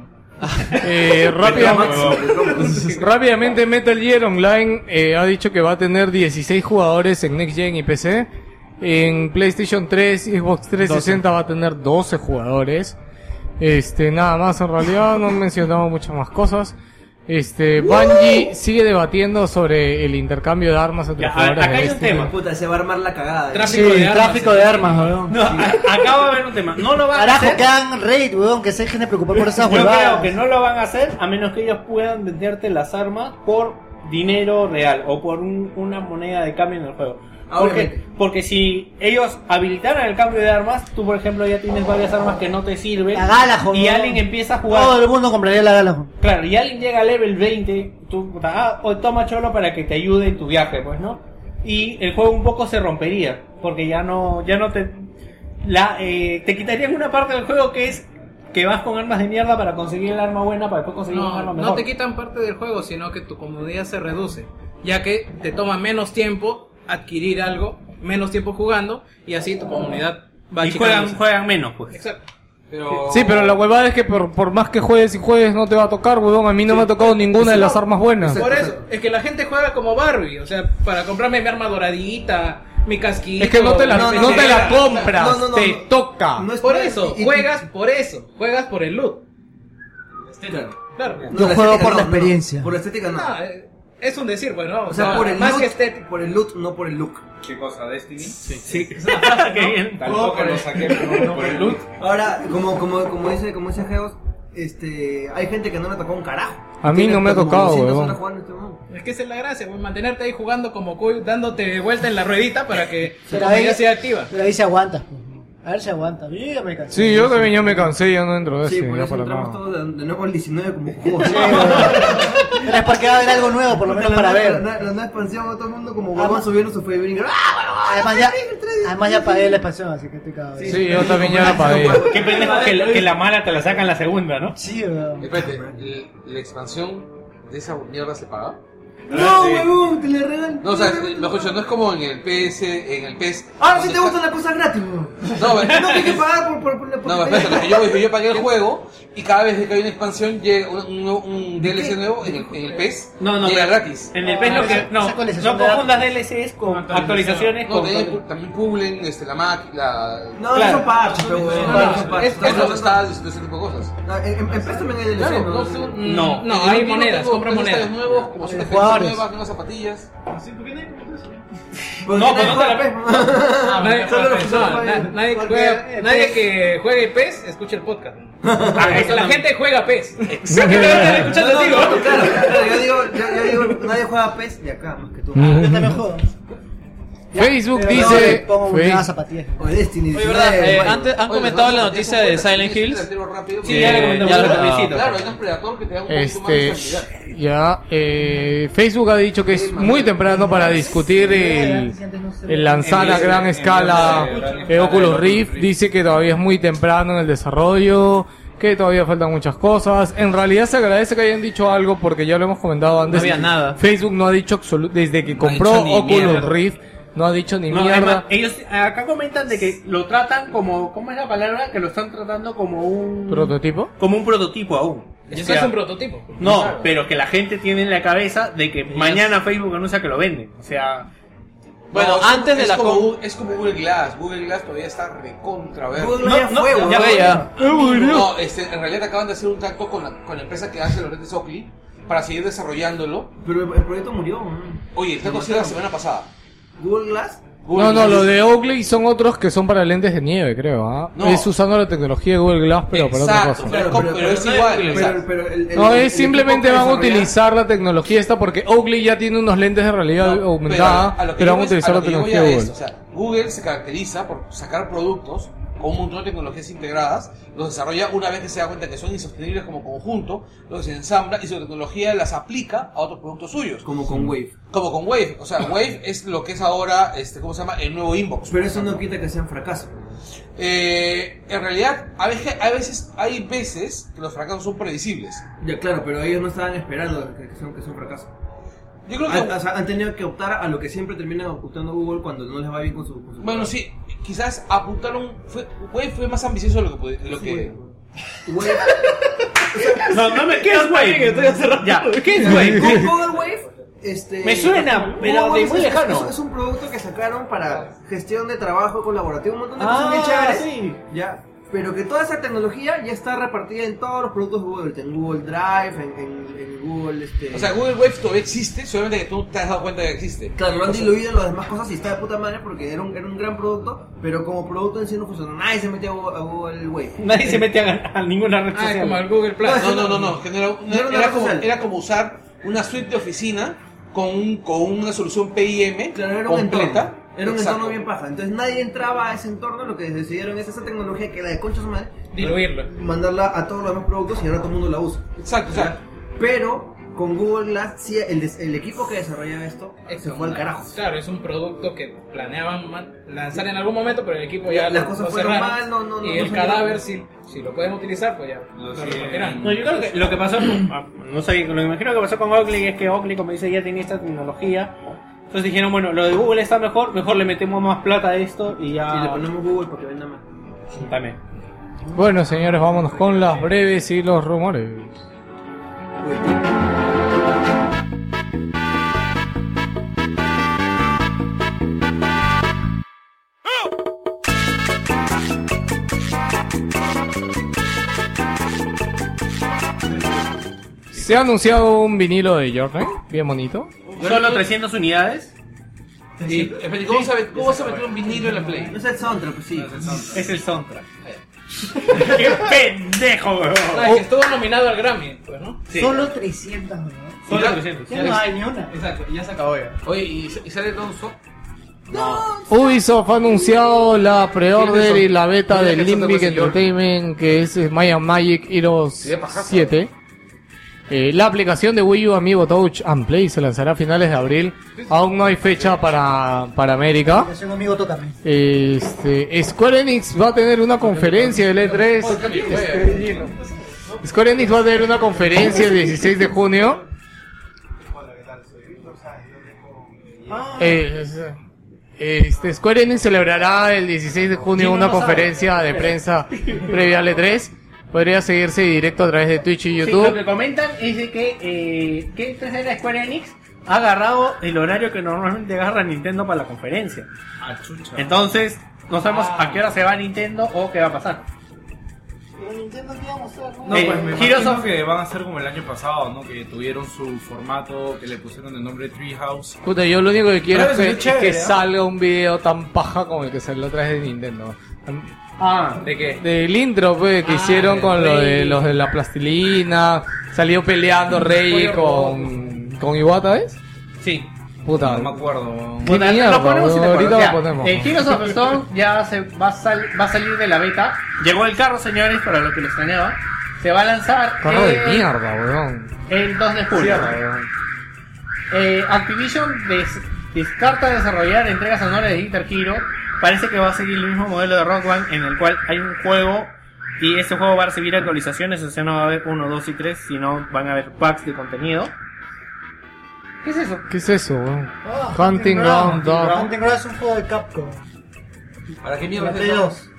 C: Eh, rápidamente, rápidamente, Metal Gear Online eh, ha dicho que va a tener 16 jugadores en Next Gen y PC. En PlayStation 3 y Xbox 360 va a tener 12 jugadores. Este, nada más en realidad, no han mencionado muchas más cosas. Este, Bungie sigue debatiendo sobre el intercambio de armas entre
B: Ya, a-
C: jugadores.
B: acá
C: de
B: hay un
C: Destiny.
B: tema.
E: Puta, se va a armar la cagada. ¿eh?
D: Tráfico
H: Sí,
D: de armas.
H: tráfico de armas, weón.
B: No, a- acá va a haber un tema. No lo van a
H: Carajo,
B: hacer.
H: que hagan raid, weón, que se dejen de preocupar por esas
B: Yo
H: huevadas.
B: creo que no lo van a hacer a menos que ellos puedan venderte las armas por dinero real o por un- una moneda de cambio en el juego. Porque,
E: Ah, Obviamente.
B: porque si ellos habilitaran el cambio de armas, tú por ejemplo ya tienes varias armas que no te sirven
H: La Galajo,
B: y
H: weón.
B: alguien empieza a jugar.
H: Todo el mundo compraría la Galajo.
B: Claro, y alguien llega a level 20, tú, puta, ah, o toma cholo para que te ayude en tu viaje, pues, ¿no? Y el juego un poco se rompería, porque ya no, ya no te, la, eh, te quitarían una parte del juego que es que vas con armas de mierda para conseguir el arma buena, para después conseguir un
D: No,
B: arma
D: no
B: mejor.
D: te quitan parte del juego, sino que tu comodidad se reduce, ya que te toma menos tiempo adquirir algo, menos tiempo jugando, y así tu comunidad va
B: y juegan,
D: achicándose.
B: juegan menos, pues.
D: Exacto.
F: Pero...
C: Sí, pero la huevada es que por, por más que juegues y juegues no te va a tocar, weón. A mí no me ha tocado ninguna de las armas buenas.
D: Por eso, es que la gente juega como Barbie, o sea, para comprarme mi arma doradita, mi casquito.
C: Es que no te la,
D: mi
C: no te la
D: pechera.
C: compras,
E: No, no, no,
C: te
E: no.
C: toca.
E: No es-
D: Por eso,
E: y- y-
D: juegas por eso, juegas por el loot. Claro.
E: No,
H: Yo
E: la
H: juego
E: estética
H: por la
E: no, no,
H: experiencia.
E: por la estética no.
D: Ah, eh, es un decir, bueno,
E: o sea, por el
D: más que
E: loot,
D: estético.
E: Este, por el loot, no por el look.
F: ¿Qué cosa? ¿Destiny?
B: Qué bien.
F: Tampoco lo saqué pero no por el loot.
E: Ahora, como, como, como dice, como dice Geos, este, hay gente que no le tocó un carajo.
C: A mí
E: Tiene
C: no me ha
E: como
C: tocado,
E: 200
C: huevón.
E: horas jugando en este momento.
D: Es que esa es la gracia, pues, mantenerte ahí jugando como cuy, dándote vuelta en la ruedita para que tu
H: Pero ahí,
D: comunidad sea activa.
H: pero ahí se aguanta. pues. A ver si aguanta. Yo ya me cansé.
C: Sí, yo también ya me cansé, ya no entro de
E: Sí,
C: ese.
E: por
C: ya
E: eso
C: para
E: entramos
C: nada.
E: todos de, de nuevo al 19 como juego.
H: Sí, weón. Pero es porque va a haber algo nuevo, por lo menos para ver.
E: La, la nueva expansión, todo el mundo como
H: Ah,
E: huevón
H: no.
E: subiendo su Facebook. ¡Ah,
H: Además ya, además ya pagué la expansión, así que estoy cagado.
C: Sí, yo también ya la pagué.
B: Qué pendejo que, la- que la mala te la sacan la segunda, ¿no?
H: Sí, weón.
G: Espérate, ¿l- eh, ¿la expansión de esa mierda se paga? Eh,
E: No, huevón, te la regalan.
G: No, o sea, mejor dicho, no es como en el PS, en el PS...
E: Ahora sí
G: donde
E: te
G: está-
E: gustan las cosas gratis, huevón.
G: No, pero-
E: No, que hay que pagar por, por, por, por
G: No, espérate, lo que yo, voy, yo pagué el juego y cada vez que hay una expansión llega un, un- un DLC nuevo en el, en el PES,
B: No, no,
G: llega
B: pero-
G: gratis.
B: En el PES
D: Ah,
C: Ah,
B: lo que,
H: esa-
B: no,
H: esa
B: no
H: actualización de
B: confundas DLCs con actualizaciones
G: No,
B: con...
G: también, pu- también Publin, este, la Mac, la...
E: No,
B: Claro.
E: no son parches, pero huevón,
D: No, no,
E: no son parches.
D: es-
G: Los
E: No,
G: no,
E: no, no.
G: ese tipo de cosas.
E: No, en- en- en préstamo eh, em, en el DLC,
G: Claro,
E: ¿no?
G: no, son-
B: No,
D: no,
G: en el
D: hay
G: último
D: monedas,
G: tengo
D: compra
G: tres estados
D: monedas.
G: nuevos, como son defensas
H: jugadores.
G: nuevas, nuevas zapatillas.
E: Porque
B: No, pues
E: nadie
B: no te la-
E: juega, pues, huevón.
D: Nadie,
E: Solo los que
D: no,
E: son
D: na-
E: juegan.
D: nadie,
E: Porque,
D: juega-
E: eh,
D: nadie
E: PES,
D: que juegue PES escucha el podcast.
B: Ah,
D: Porque
B: eso
D: la
B: también.
D: gente juega PES. Exactamente, escuchando
E: No,
D: digo.
E: no, no, claro, claro, yo digo, yo, yo digo, nadie juega PES de acá más que tú.
H: Yo también juego.
C: Facebook
H: Pero no, le
C: dice.
H: pongo
C: Fe-
H: una zapatilla.
E: O Destiny.
K: Oye, verdad,
E: 19,
K: eh,
E: bueno.
K: antes, han
G: Oye,
K: comentado
G: ¿no?
K: la
G: ¿no?
K: noticia
G: ¿no?
K: de
G: ¿no?
K: Silent
G: ¿no?
K: Hills.
G: Delantero rápido,
B: Sí,
G: que-
B: ya le comentamos,
K: ya
B: lo
K: lo comentamos.
B: felicito.
G: Claro, es un predador que te da un poquito más
C: Este,
G: de estabilidad.
C: ya, eh, Facebook ha dicho que es muy temprano para discutir el, el lanzar a gran escala el Oculus Rift. Dice que todavía es muy temprano en el desarrollo, que todavía faltan muchas cosas. En realidad se agradece que hayan dicho algo porque ya lo hemos comentado antes.
K: había nada.
C: Facebook no ha dicho absolu- desde que compró
G: dicho ni
C: Oculus
G: mierda.
C: Rift, no ha dicho ni
B: No, además,
C: mierda.
B: ellos acá comentan de que lo tratan como, ¿cómo es la palabra? Que lo están tratando como un
C: ¿Prototipo?
B: como un prototipo aún.
D: Eso
B: O sea,
D: es un prototipo.
B: no, pero que la gente tiene en la cabeza de que mañana Facebook anuncia que lo venden. O sea,
K: Bueno,
G: es-
K: antes de
G: es
K: la
G: como,
K: com-
G: Gu- es como Google Glass. Google Glass todavía está recontra verde.
E: Google
B: No,
E: ya
B: no,
E: fue,
B: ya
E: huevón.
B: fue,
K: Güey, ya.
G: No, este, en realidad acaban de hacer un tacto con la, con la empresa que hace los lentes Oakley para seguir desarrollándolo.
E: Pero el proyecto murió. huevón.
G: Oye, el tacto ha sido la semana pasada.
E: Google Glass.
C: No, no, lo de Oakley son otros que son para lentes de nieve, creo. ¿ah?
G: No.
C: Es usando la tecnología de Google Glass, pero para otra
G: Exacto,
C: cosa.
G: pero, es como- pero es
E: no,
G: igual.
E: pero-
G: exacto.
E: E pero el- el-
C: No,
E: el
C: es
E: equipo
C: simplemente
E: que
C: van a
E: desarrolla-
C: utilizar la tecnología esta porque Oakley ya tiene unos lentes de realidad
G: No,
C: aumentada,
G: a
C: pero,
G: lo que yo
C: van a
G: voy-
C: utilizar
G: a lo
C: la
G: que yo voy
C: tecnología
G: a
C: de
G: es,
C: Google.
G: o sea, Google se caracteriza por sacar productos con un montón de tecnologías integradas, los desarrolla una vez que se da cuenta que son insostenibles como conjunto, los ensambla y su tecnología las aplica a otros productos suyos.
E: Como con Wave.
G: Como con Wave, o sea, Wave es lo que es ahora, este, ¿cómo se llama? El nuevo inbox.
E: Pero eso no quita que sean fracaso.
G: Eh, en realidad, a veces, hay veces, hay veces que los fracasos son predecibles.
E: Ya, claro, pero ellos no estaban esperando que que son, que son fracaso.
G: Yo creo que
E: Han, o sea, han tenido que optar a lo que siempre termina optando Google cuando no les va bien con su. con su-
G: Bueno, sí, quizás apuntaron. Fue, güey, fue más ambicioso de lo que. pudi- de lo que
E: Wave.
B: No, no me quedas, güey. Ya, ¿qué es, güey?
E: Con Google Wave. Este,
B: Me suena, pero
E: Google
B: de
E: Wave
B: muy
E: es- es-
B: lejano.
E: Es, un producto que sacaron para gestión de trabajo colaborativo, un montón de
B: Ah,
E: cosas bien chéveres.
B: sí.
E: Ya. Pero que toda esa tecnología ya está repartida en todos los productos de Google, en Google Drive, en, en- en Google este.
G: o sea, Google Wave todavía existe, solamente que tú te has dado cuenta de que existe.
E: Claro, lo han diluido en las demás cosas y está de puta madre porque era un, era un gran producto, pero como producto en sí no funcionó. Nadie se metió a Google- a Google Wave.
B: Nadie se mete a, a ninguna red
D: Ah, es como el
B: social.
D: Google Plus.
G: No, no, no, no, que no era, no
E: era una
G: era
E: red
G: como,
E: social.
G: era como usar una suite de oficina con, un- con una solución PIM
E: Claro, era un
G: completa.
E: entorno. Era un
G: Exacto.
E: entorno bien paja. Entonces nadie entraba a ese entorno, lo que decidieron es esa tecnología que la de concha su madre,
D: Diluirlo.
E: mandarla a todos los demás productos y ahora todo el mundo la usa.
G: Exacto, o sea,
E: Pero con Google Glass, sí, el, des- el equipo que desarrollaba esto se fue al carajo.
D: Claro, es un producto que planeaban man- lanzar en algún momento, pero el equipo
E: Ya,
D: ya
E: las
D: lo-
E: cosas
D: lo
E: fueron
D: cerraron.
E: mal, no, no, no,
D: Y
E: no
D: el
E: salió.
D: cadáver, si, si lo pueden utilizar, pues ya lo
F: sí.
D: recogerán.
B: No, yo creo que lo que pasó con, ah, no sé, lo que imagino que pasó con Oakley es que Oakley, como dice, ya tenía esta tecnología. Entonces dijeron, bueno, lo de Google está mejor, mejor le metemos más plata a esto y
E: Y le
B: ya.
E: ponemos Google porque venda más.
B: También.
C: Bueno, señores, vámonos con las breves y los rumores. Se ha anunciado un vinilo de Jordan, bien bonito.
B: Solo 300 unidades.
G: y- espérate, ¿cómo, sabes, ¿cómo vas a meter un vinilo en la Play?
E: No es el soundtrack, pues sí.
B: Es el soundtrack. ¡Qué pendejo, weón!
D: Ah, es que estuvo nominado al Grammy, pues, ¿no?
B: Sí,
N: Solo 300, ¿no?
B: solo 300.
N: Ya no hay ni una.
D: Exacto, y ya se acabó ya.
G: Oye, ¿y, y sale Don Sock?
C: Ubisoft ha anunciado la pre-order y la beta
F: Mira
C: del
F: que eso te
C: Limbic
F: fue, señor.
C: Entertainment, que es eh, Maya Magic Heroes
G: de pajazo.
C: 7. Eh, la aplicación de Wii U Amiibo Touch and Play se lanzará a finales de abril. Aún no hay fecha para, para América.
H: Yo soy amigo Tota.
C: Este, Square Enix va a tener una conferencia del E3.
H: Este,
C: Square Enix va a tener una conferencia el 16 de junio. Eh, este, Square Enix celebrará el 16 de junio una conferencia de prensa previa al E3. Podría seguirse directo a través de Twitch y
B: Sí, lo que
C: YouTube.
B: comentan es de que, eh, que 3 de la Square Enix ha agarrado el horario que normalmente agarra Nintendo para la conferencia. Entonces, no sabemos a qué hora se va Nintendo o qué va a pasar.
N: Pero Nintendo qué iba a mostrar, ¿no?
F: No,
B: Eh,
F: pues me
B: Heroes
F: imagino
B: of-
F: que van a ser como el año pasado, ¿no? Que tuvieron su formato, que le pusieron el nombre Treehouse.
C: Puta, yo lo único que quiero
F: Pero
C: es
F: eso
C: que,
F: es chévere,
C: es que
F: ¿eh?
C: salga un video tan paja como el que salió otra vez de Nintendo.
F: ¿eh?
B: Ah,
D: ¿De qué?
C: Del intro pues, que
D: Ah,
C: hicieron
D: del
C: con lo
D: Rey.
C: de los de la plastilina, salió peleando Rey
D: Pollo
C: con, con Iwata, ¿ves?
B: sí.
C: Puta.
F: No me acuerdo. weón.
C: Qué mierda,
B: lo ponemos y
C: weón,
B: te
C: ahorita
B: ponemos. Ya,
C: lo ponemos.
B: eh, Heroes of Storm ya se va, a sal- va a salir de la beta. Llegó el carro, señores, para lo que lo extrañaba. Se va a lanzar
C: Carro de
B: eh,
C: mierda, weón.
B: el 2 de julio. Eh, Activision des- descarta desarrollar entregas anuales de Guitar Hero. Parece que va a seguir el mismo modelo de Rock Band en el cual hay un juego y ese juego va a recibir actualizaciones, o sea, no va a haber 1, 2 y 3, sino van a haber packs de contenido. ¿Qué es eso? Ah,
C: ¿Qué es eso, weón? Hunting Ground Dog.
H: Hunting Ground es un juego de Capcom.
F: ¿Para qué mierda
H: La
F: es
H: Play
F: eso?
H: 2.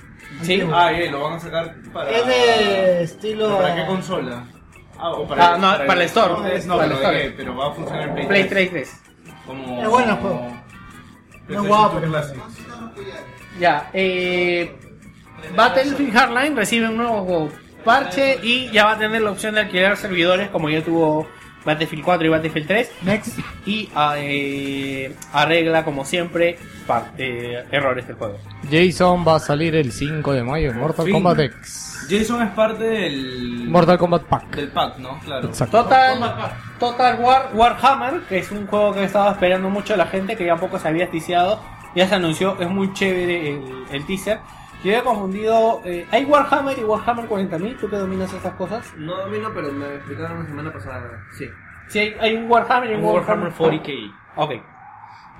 B: Sí.
F: Ah, eh, lo van a sacar para.
H: Es de estilo.
F: ¿Para qué consola? Ah, o
B: Ah, no, para el store.
F: No, es- no,
B: Para el
F: pero, de
B: store.
F: qué, pero va a funcionar en Play,
B: Play
F: 3.
B: 3 3.
F: Como.
H: Es bueno el
F: como-
B: pues.
H: juego.
F: PlayStation
H: guapo,
F: Two
H: pero-
F: Classics.
B: Ya, eh, Battlefield Hardline recibe un nuevo parche y ya va a tener la opción de alquilar servidores como ya tuvo Battlefield 4 y Battlefield 3
C: Next.
B: y ah, eh, arregla como siempre par- eh, errores del juego.
C: Jason va a salir el 5 de mayo en Mortal
F: Fin.
C: Kombat X.
F: Jason es parte del.
C: Mortal Kombat Pack.
F: Del pack, ¿no? Claro.
C: Exacto.
B: Total, Total War Warhammer, que es un juego que estaba esperando mucho la gente, que ya poco se había ticiado, ya se anunció, es muy chévere el, el teaser. Yo había confundido, eh, ¿hay Warhammer y Warhammer 40.000? ¿Tú que dominas estas cosas?
E: No domino, pero me explicaron la semana pasada. Sí.
B: Sí, hay, hay un Warhammer y un Warhammer 40. Ok.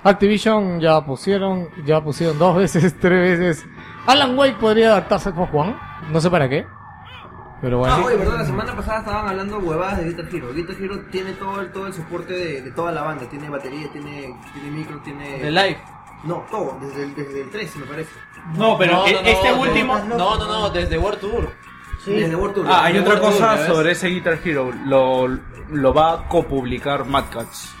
C: Activision ya pusieron, ya pusieron dos veces, tres veces. Alan Wake podría adaptarse a Xbox One. No sé para qué. Pero bueno.
E: Ah, oye, perdón, la semana pasada estaban hablando huevadas de Guitar Hero. Guitar Hero tiene todo el, todo el soporte de, de toda la banda. Tiene batería, tiene, tiene micro, tiene...
K: De live.
E: No, todo, desde el, desde el 3 me parece.
B: No, pero
K: No,
B: e-
K: no, no,
B: este
K: de-
B: último...
K: No, no, no, desde World Tour.
E: Desde World Tour.
F: Ah, hay otra
K: Seguro,
F: cosa
K: ¿ves?
F: sobre ese Guitar Hero. Lo, lo va a copublicar Mad Cats.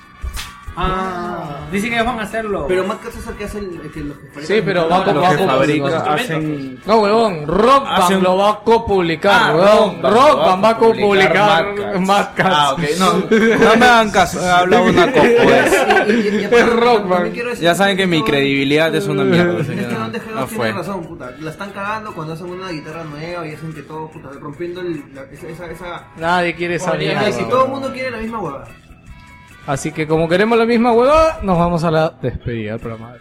B: Ah, dicen que van a hacerlo.
E: Pero más caso es el que hace el, el que los que
C: Sí, pero va a
F: Los que
C: copiar
F: fabrica, hacen.
C: No, huevón, Rock Band
F: Hace un-
C: lo va a copublicar,
F: Ah,
C: huevón.
F: Rock Band
C: Rock
F: lo va a
C: Band va a
F: copublicar
C: copublicar
F: Madcast.
C: Madcast.
F: Ah, ok, no, no me hagan caso, he hablado una copa.
C: Es rock, man.
F: Ya saben que mi credibilidad es una mierda. así que
E: Es que
F: no,
E: Don Tejero
F: no
E: tiene
F: fue.
E: razón, puta. La están cagando cuando hacen una guitarra nueva y hacen que todo, puta, rompiendo el, la- esa, esa, esa...
C: Nadie quiere esa
E: Oye,
C: mierda,
E: si
C: huevón.
E: todo el mundo quiere la misma huevada.
C: Así que como queremos la misma huevada, nos vamos a la despedida del programa.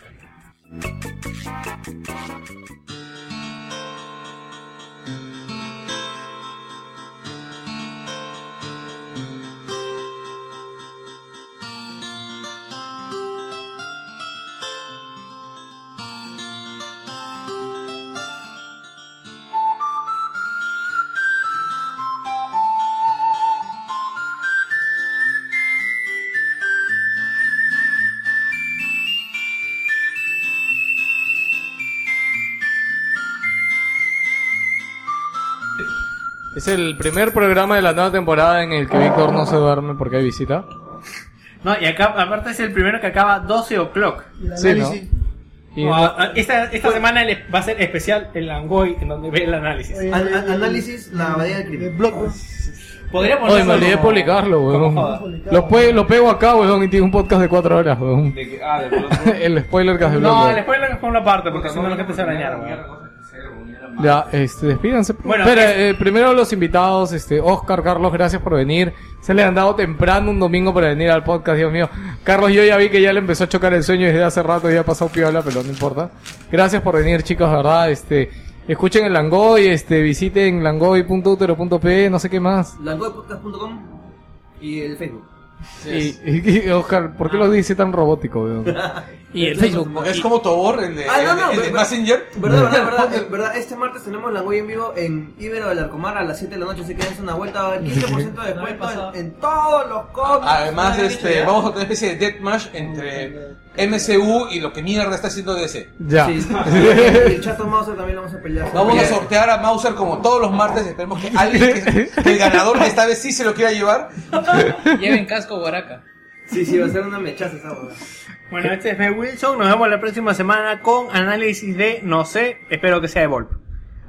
C: Es el primer programa de la nueva temporada en el que Víctor no se duerme porque hay visita.
B: No, y acá, aparte es el primero que acaba 12 o'clock.
C: Sí, ¿no? Y
B: No, a- a- esta esta semana le- va a ser especial el Angoy, en donde ve el análisis.
E: An- an- análisis, la abadía del crimen.
B: Podría ponerlo
C: Oye, me olvidé de
B: como-
C: publicarlo,
B: como
C: huevón.
B: joda.
C: Lo, pe- lo pego acá, huevón, y tiene un podcast de cuatro horas, huevón.
F: De que- ah, de pronto.
C: el spoiler que hace
B: No,
C: Bloodborne.
B: después lo con una parte, porque si no la gente se va a dañar,
F: Mierda,
B: weón.
F: cosa que se reuniera más.
C: Ya, este, despídanse.
B: Bueno,
C: Espera,
B: es-
C: eh, primero los invitados, este, Oscar, Carlos, gracias por venir. Se le han dado temprano un domingo para venir al podcast, Dios mío. Carlos, yo ya vi que ya le empezó a chocar el sueño desde hace rato, ya ha pasado piola, pero no importa. Gracias por venir, chicos, de verdad, este, escuchen el Langoy, este, visiten langoy.utero.p, no sé qué más.
E: Langoypodcast.com y el Facebook.
C: Y, y- y, Oscar, ¿por qué
G: Ah.
C: lo dice tan robótico, weón?
K: Y el Facebook.
G: Porque es como Tobor, el de,
E: Ah, no,
G: el de-
E: no,
G: el de
E: pero-
G: Messenger.
E: Verdad, verdad, verdad, eh, verdad. Este martes tenemos Langoy en vivo en Ibero del Arcomar a las 7 de la noche, así que dense una vuelta, va a haber 15% de descuento en, en todos los cómics.
G: Además,
E: Madre
G: este,
E: mía.
G: vamos a tener una especie de deathmatch entre MCU y lo que mierda está haciendo DC.
C: Ya.
E: Sí, y el Chato Mauser también lo vamos a pelear.
G: Vamos a sortear a Mauser como todos los martes. Esperemos que alguien, que, que el ganador de esta vez sí se lo quiera llevar.
D: Lleven casco guaraca.
E: Sí, sí, va a ser una mechaza esa huevada.
B: Bueno, este es Ben Wilson, nos vemos la próxima semana con análisis de, no sé, espero que sea de Volp.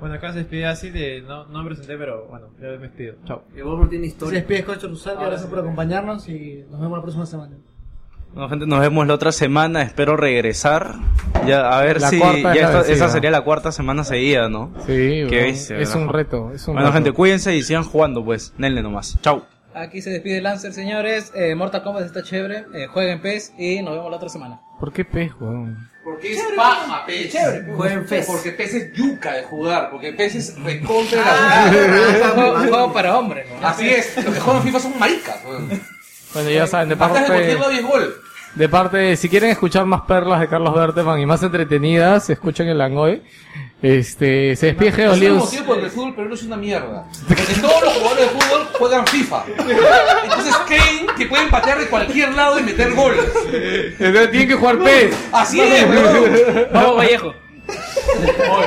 K: Bueno, acá se despide así de. No, no me presenté, pero bueno, ya me despido. Chao.
E: El Wolfram tiene
H: Se
E: historia.
H: despide Jorge Rusalca, gracias por acompañarnos y nos vemos la próxima semana.
P: Bueno, gente, nos vemos la otra semana. Espero regresar. Ya, a ver
C: La
P: si.
C: cuarta es
P: ya
C: la
P: esta-
C: vencida.
P: esa sería la cuarta semana seguida, ¿no?
C: Sí, weón.
P: bestia,
C: es un
P: ¿no?
C: reto, es un
P: Bueno,
C: reto.
P: gente, cuídense y sigan jugando, pues. Denle nomás. Chau.
D: Aquí se despide Lancer, señores. Eh, Mortal Kombat está chévere. Eh, jueguen PES y nos vemos la otra semana.
C: ¿Por qué pez, weón?
G: Porque es paja, pez.
E: Jueguen PES.
G: pues. Porque pez es yuca de jugar. Porque pez es recontra
D: Juego, juego para hombres. ¿no?
G: Así es. Los que juegan FIFA son maricas. weón.
C: Bueno, ya saben, de
G: Marcas de
C: parte...
G: cualquier lado y es gol.
C: De parte, de- si quieren escuchar más perlas de Carlos Berteman y más entretenidas, escuchen el Langoy. Este, se despide
G: Es el
C: Geolius.
G: motivo por el que el fútbol peruano es una mierda. Porque todos los jugadores de fútbol juegan FIFA. Entonces creen que pueden patear de cualquier lado y meter goles.
C: Entonces, Tienen que jugar PES.
G: Así es, weón.
K: Vamos, Vallejo.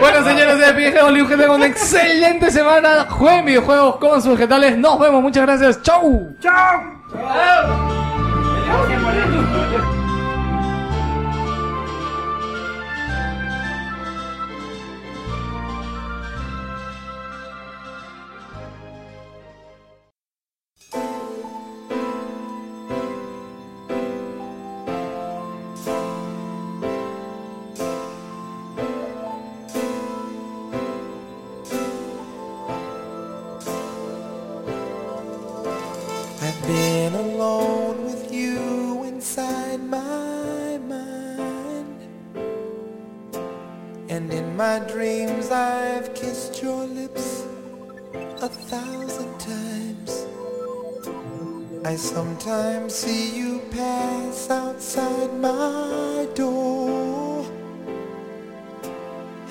C: Bueno, señores, se despide Geolius. Que tengan una excelente semana. Jueguen videojuegos con sus vegetales. Nos vemos. Muchas gracias. Chau.
J: been alone with you inside my mind. And in my dreams, I've kissed your lips a thousand times. I sometimes see you pass outside my door.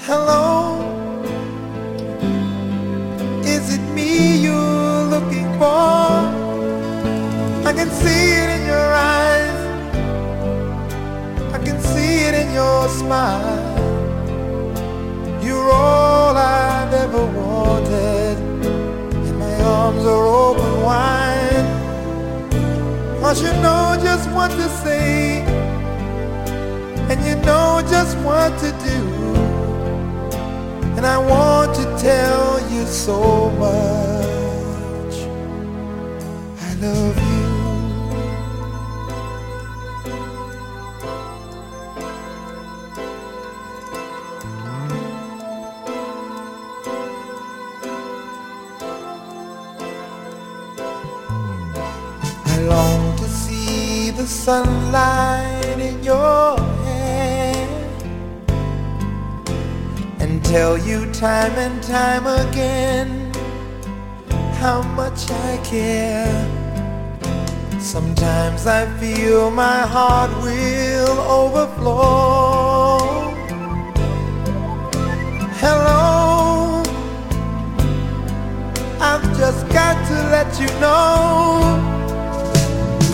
J: Hello, is it me you're looking for? I can see it in your eyes. I can see it in your smile. You're all I've ever wanted. And my arms are open wide. Cause you know just what to say. And you know just what to do. And I want to tell you so much. I love you. I long to see the sunlight in your hair and tell you time and time again how much I care. Sometimes I feel my heart will overflow. Hello, I've just got to let you know.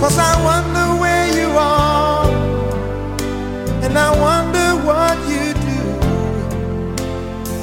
J: Cause I wonder where you are And I wonder what you do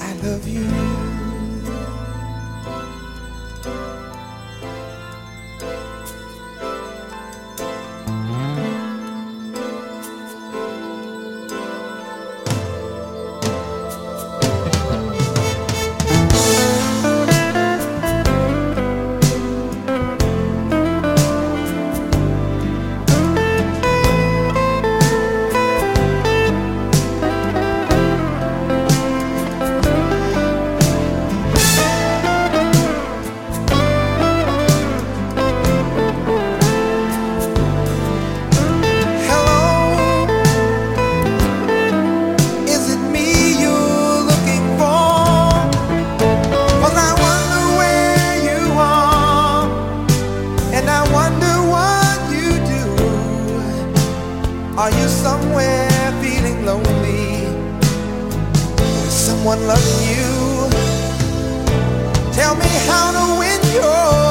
J: I love you Hello, is it me you're looking for? 'Cause I wonder where you are, and I wonder what you do. Are you somewhere feeling lonely? Is someone loving you? Tell me how to win your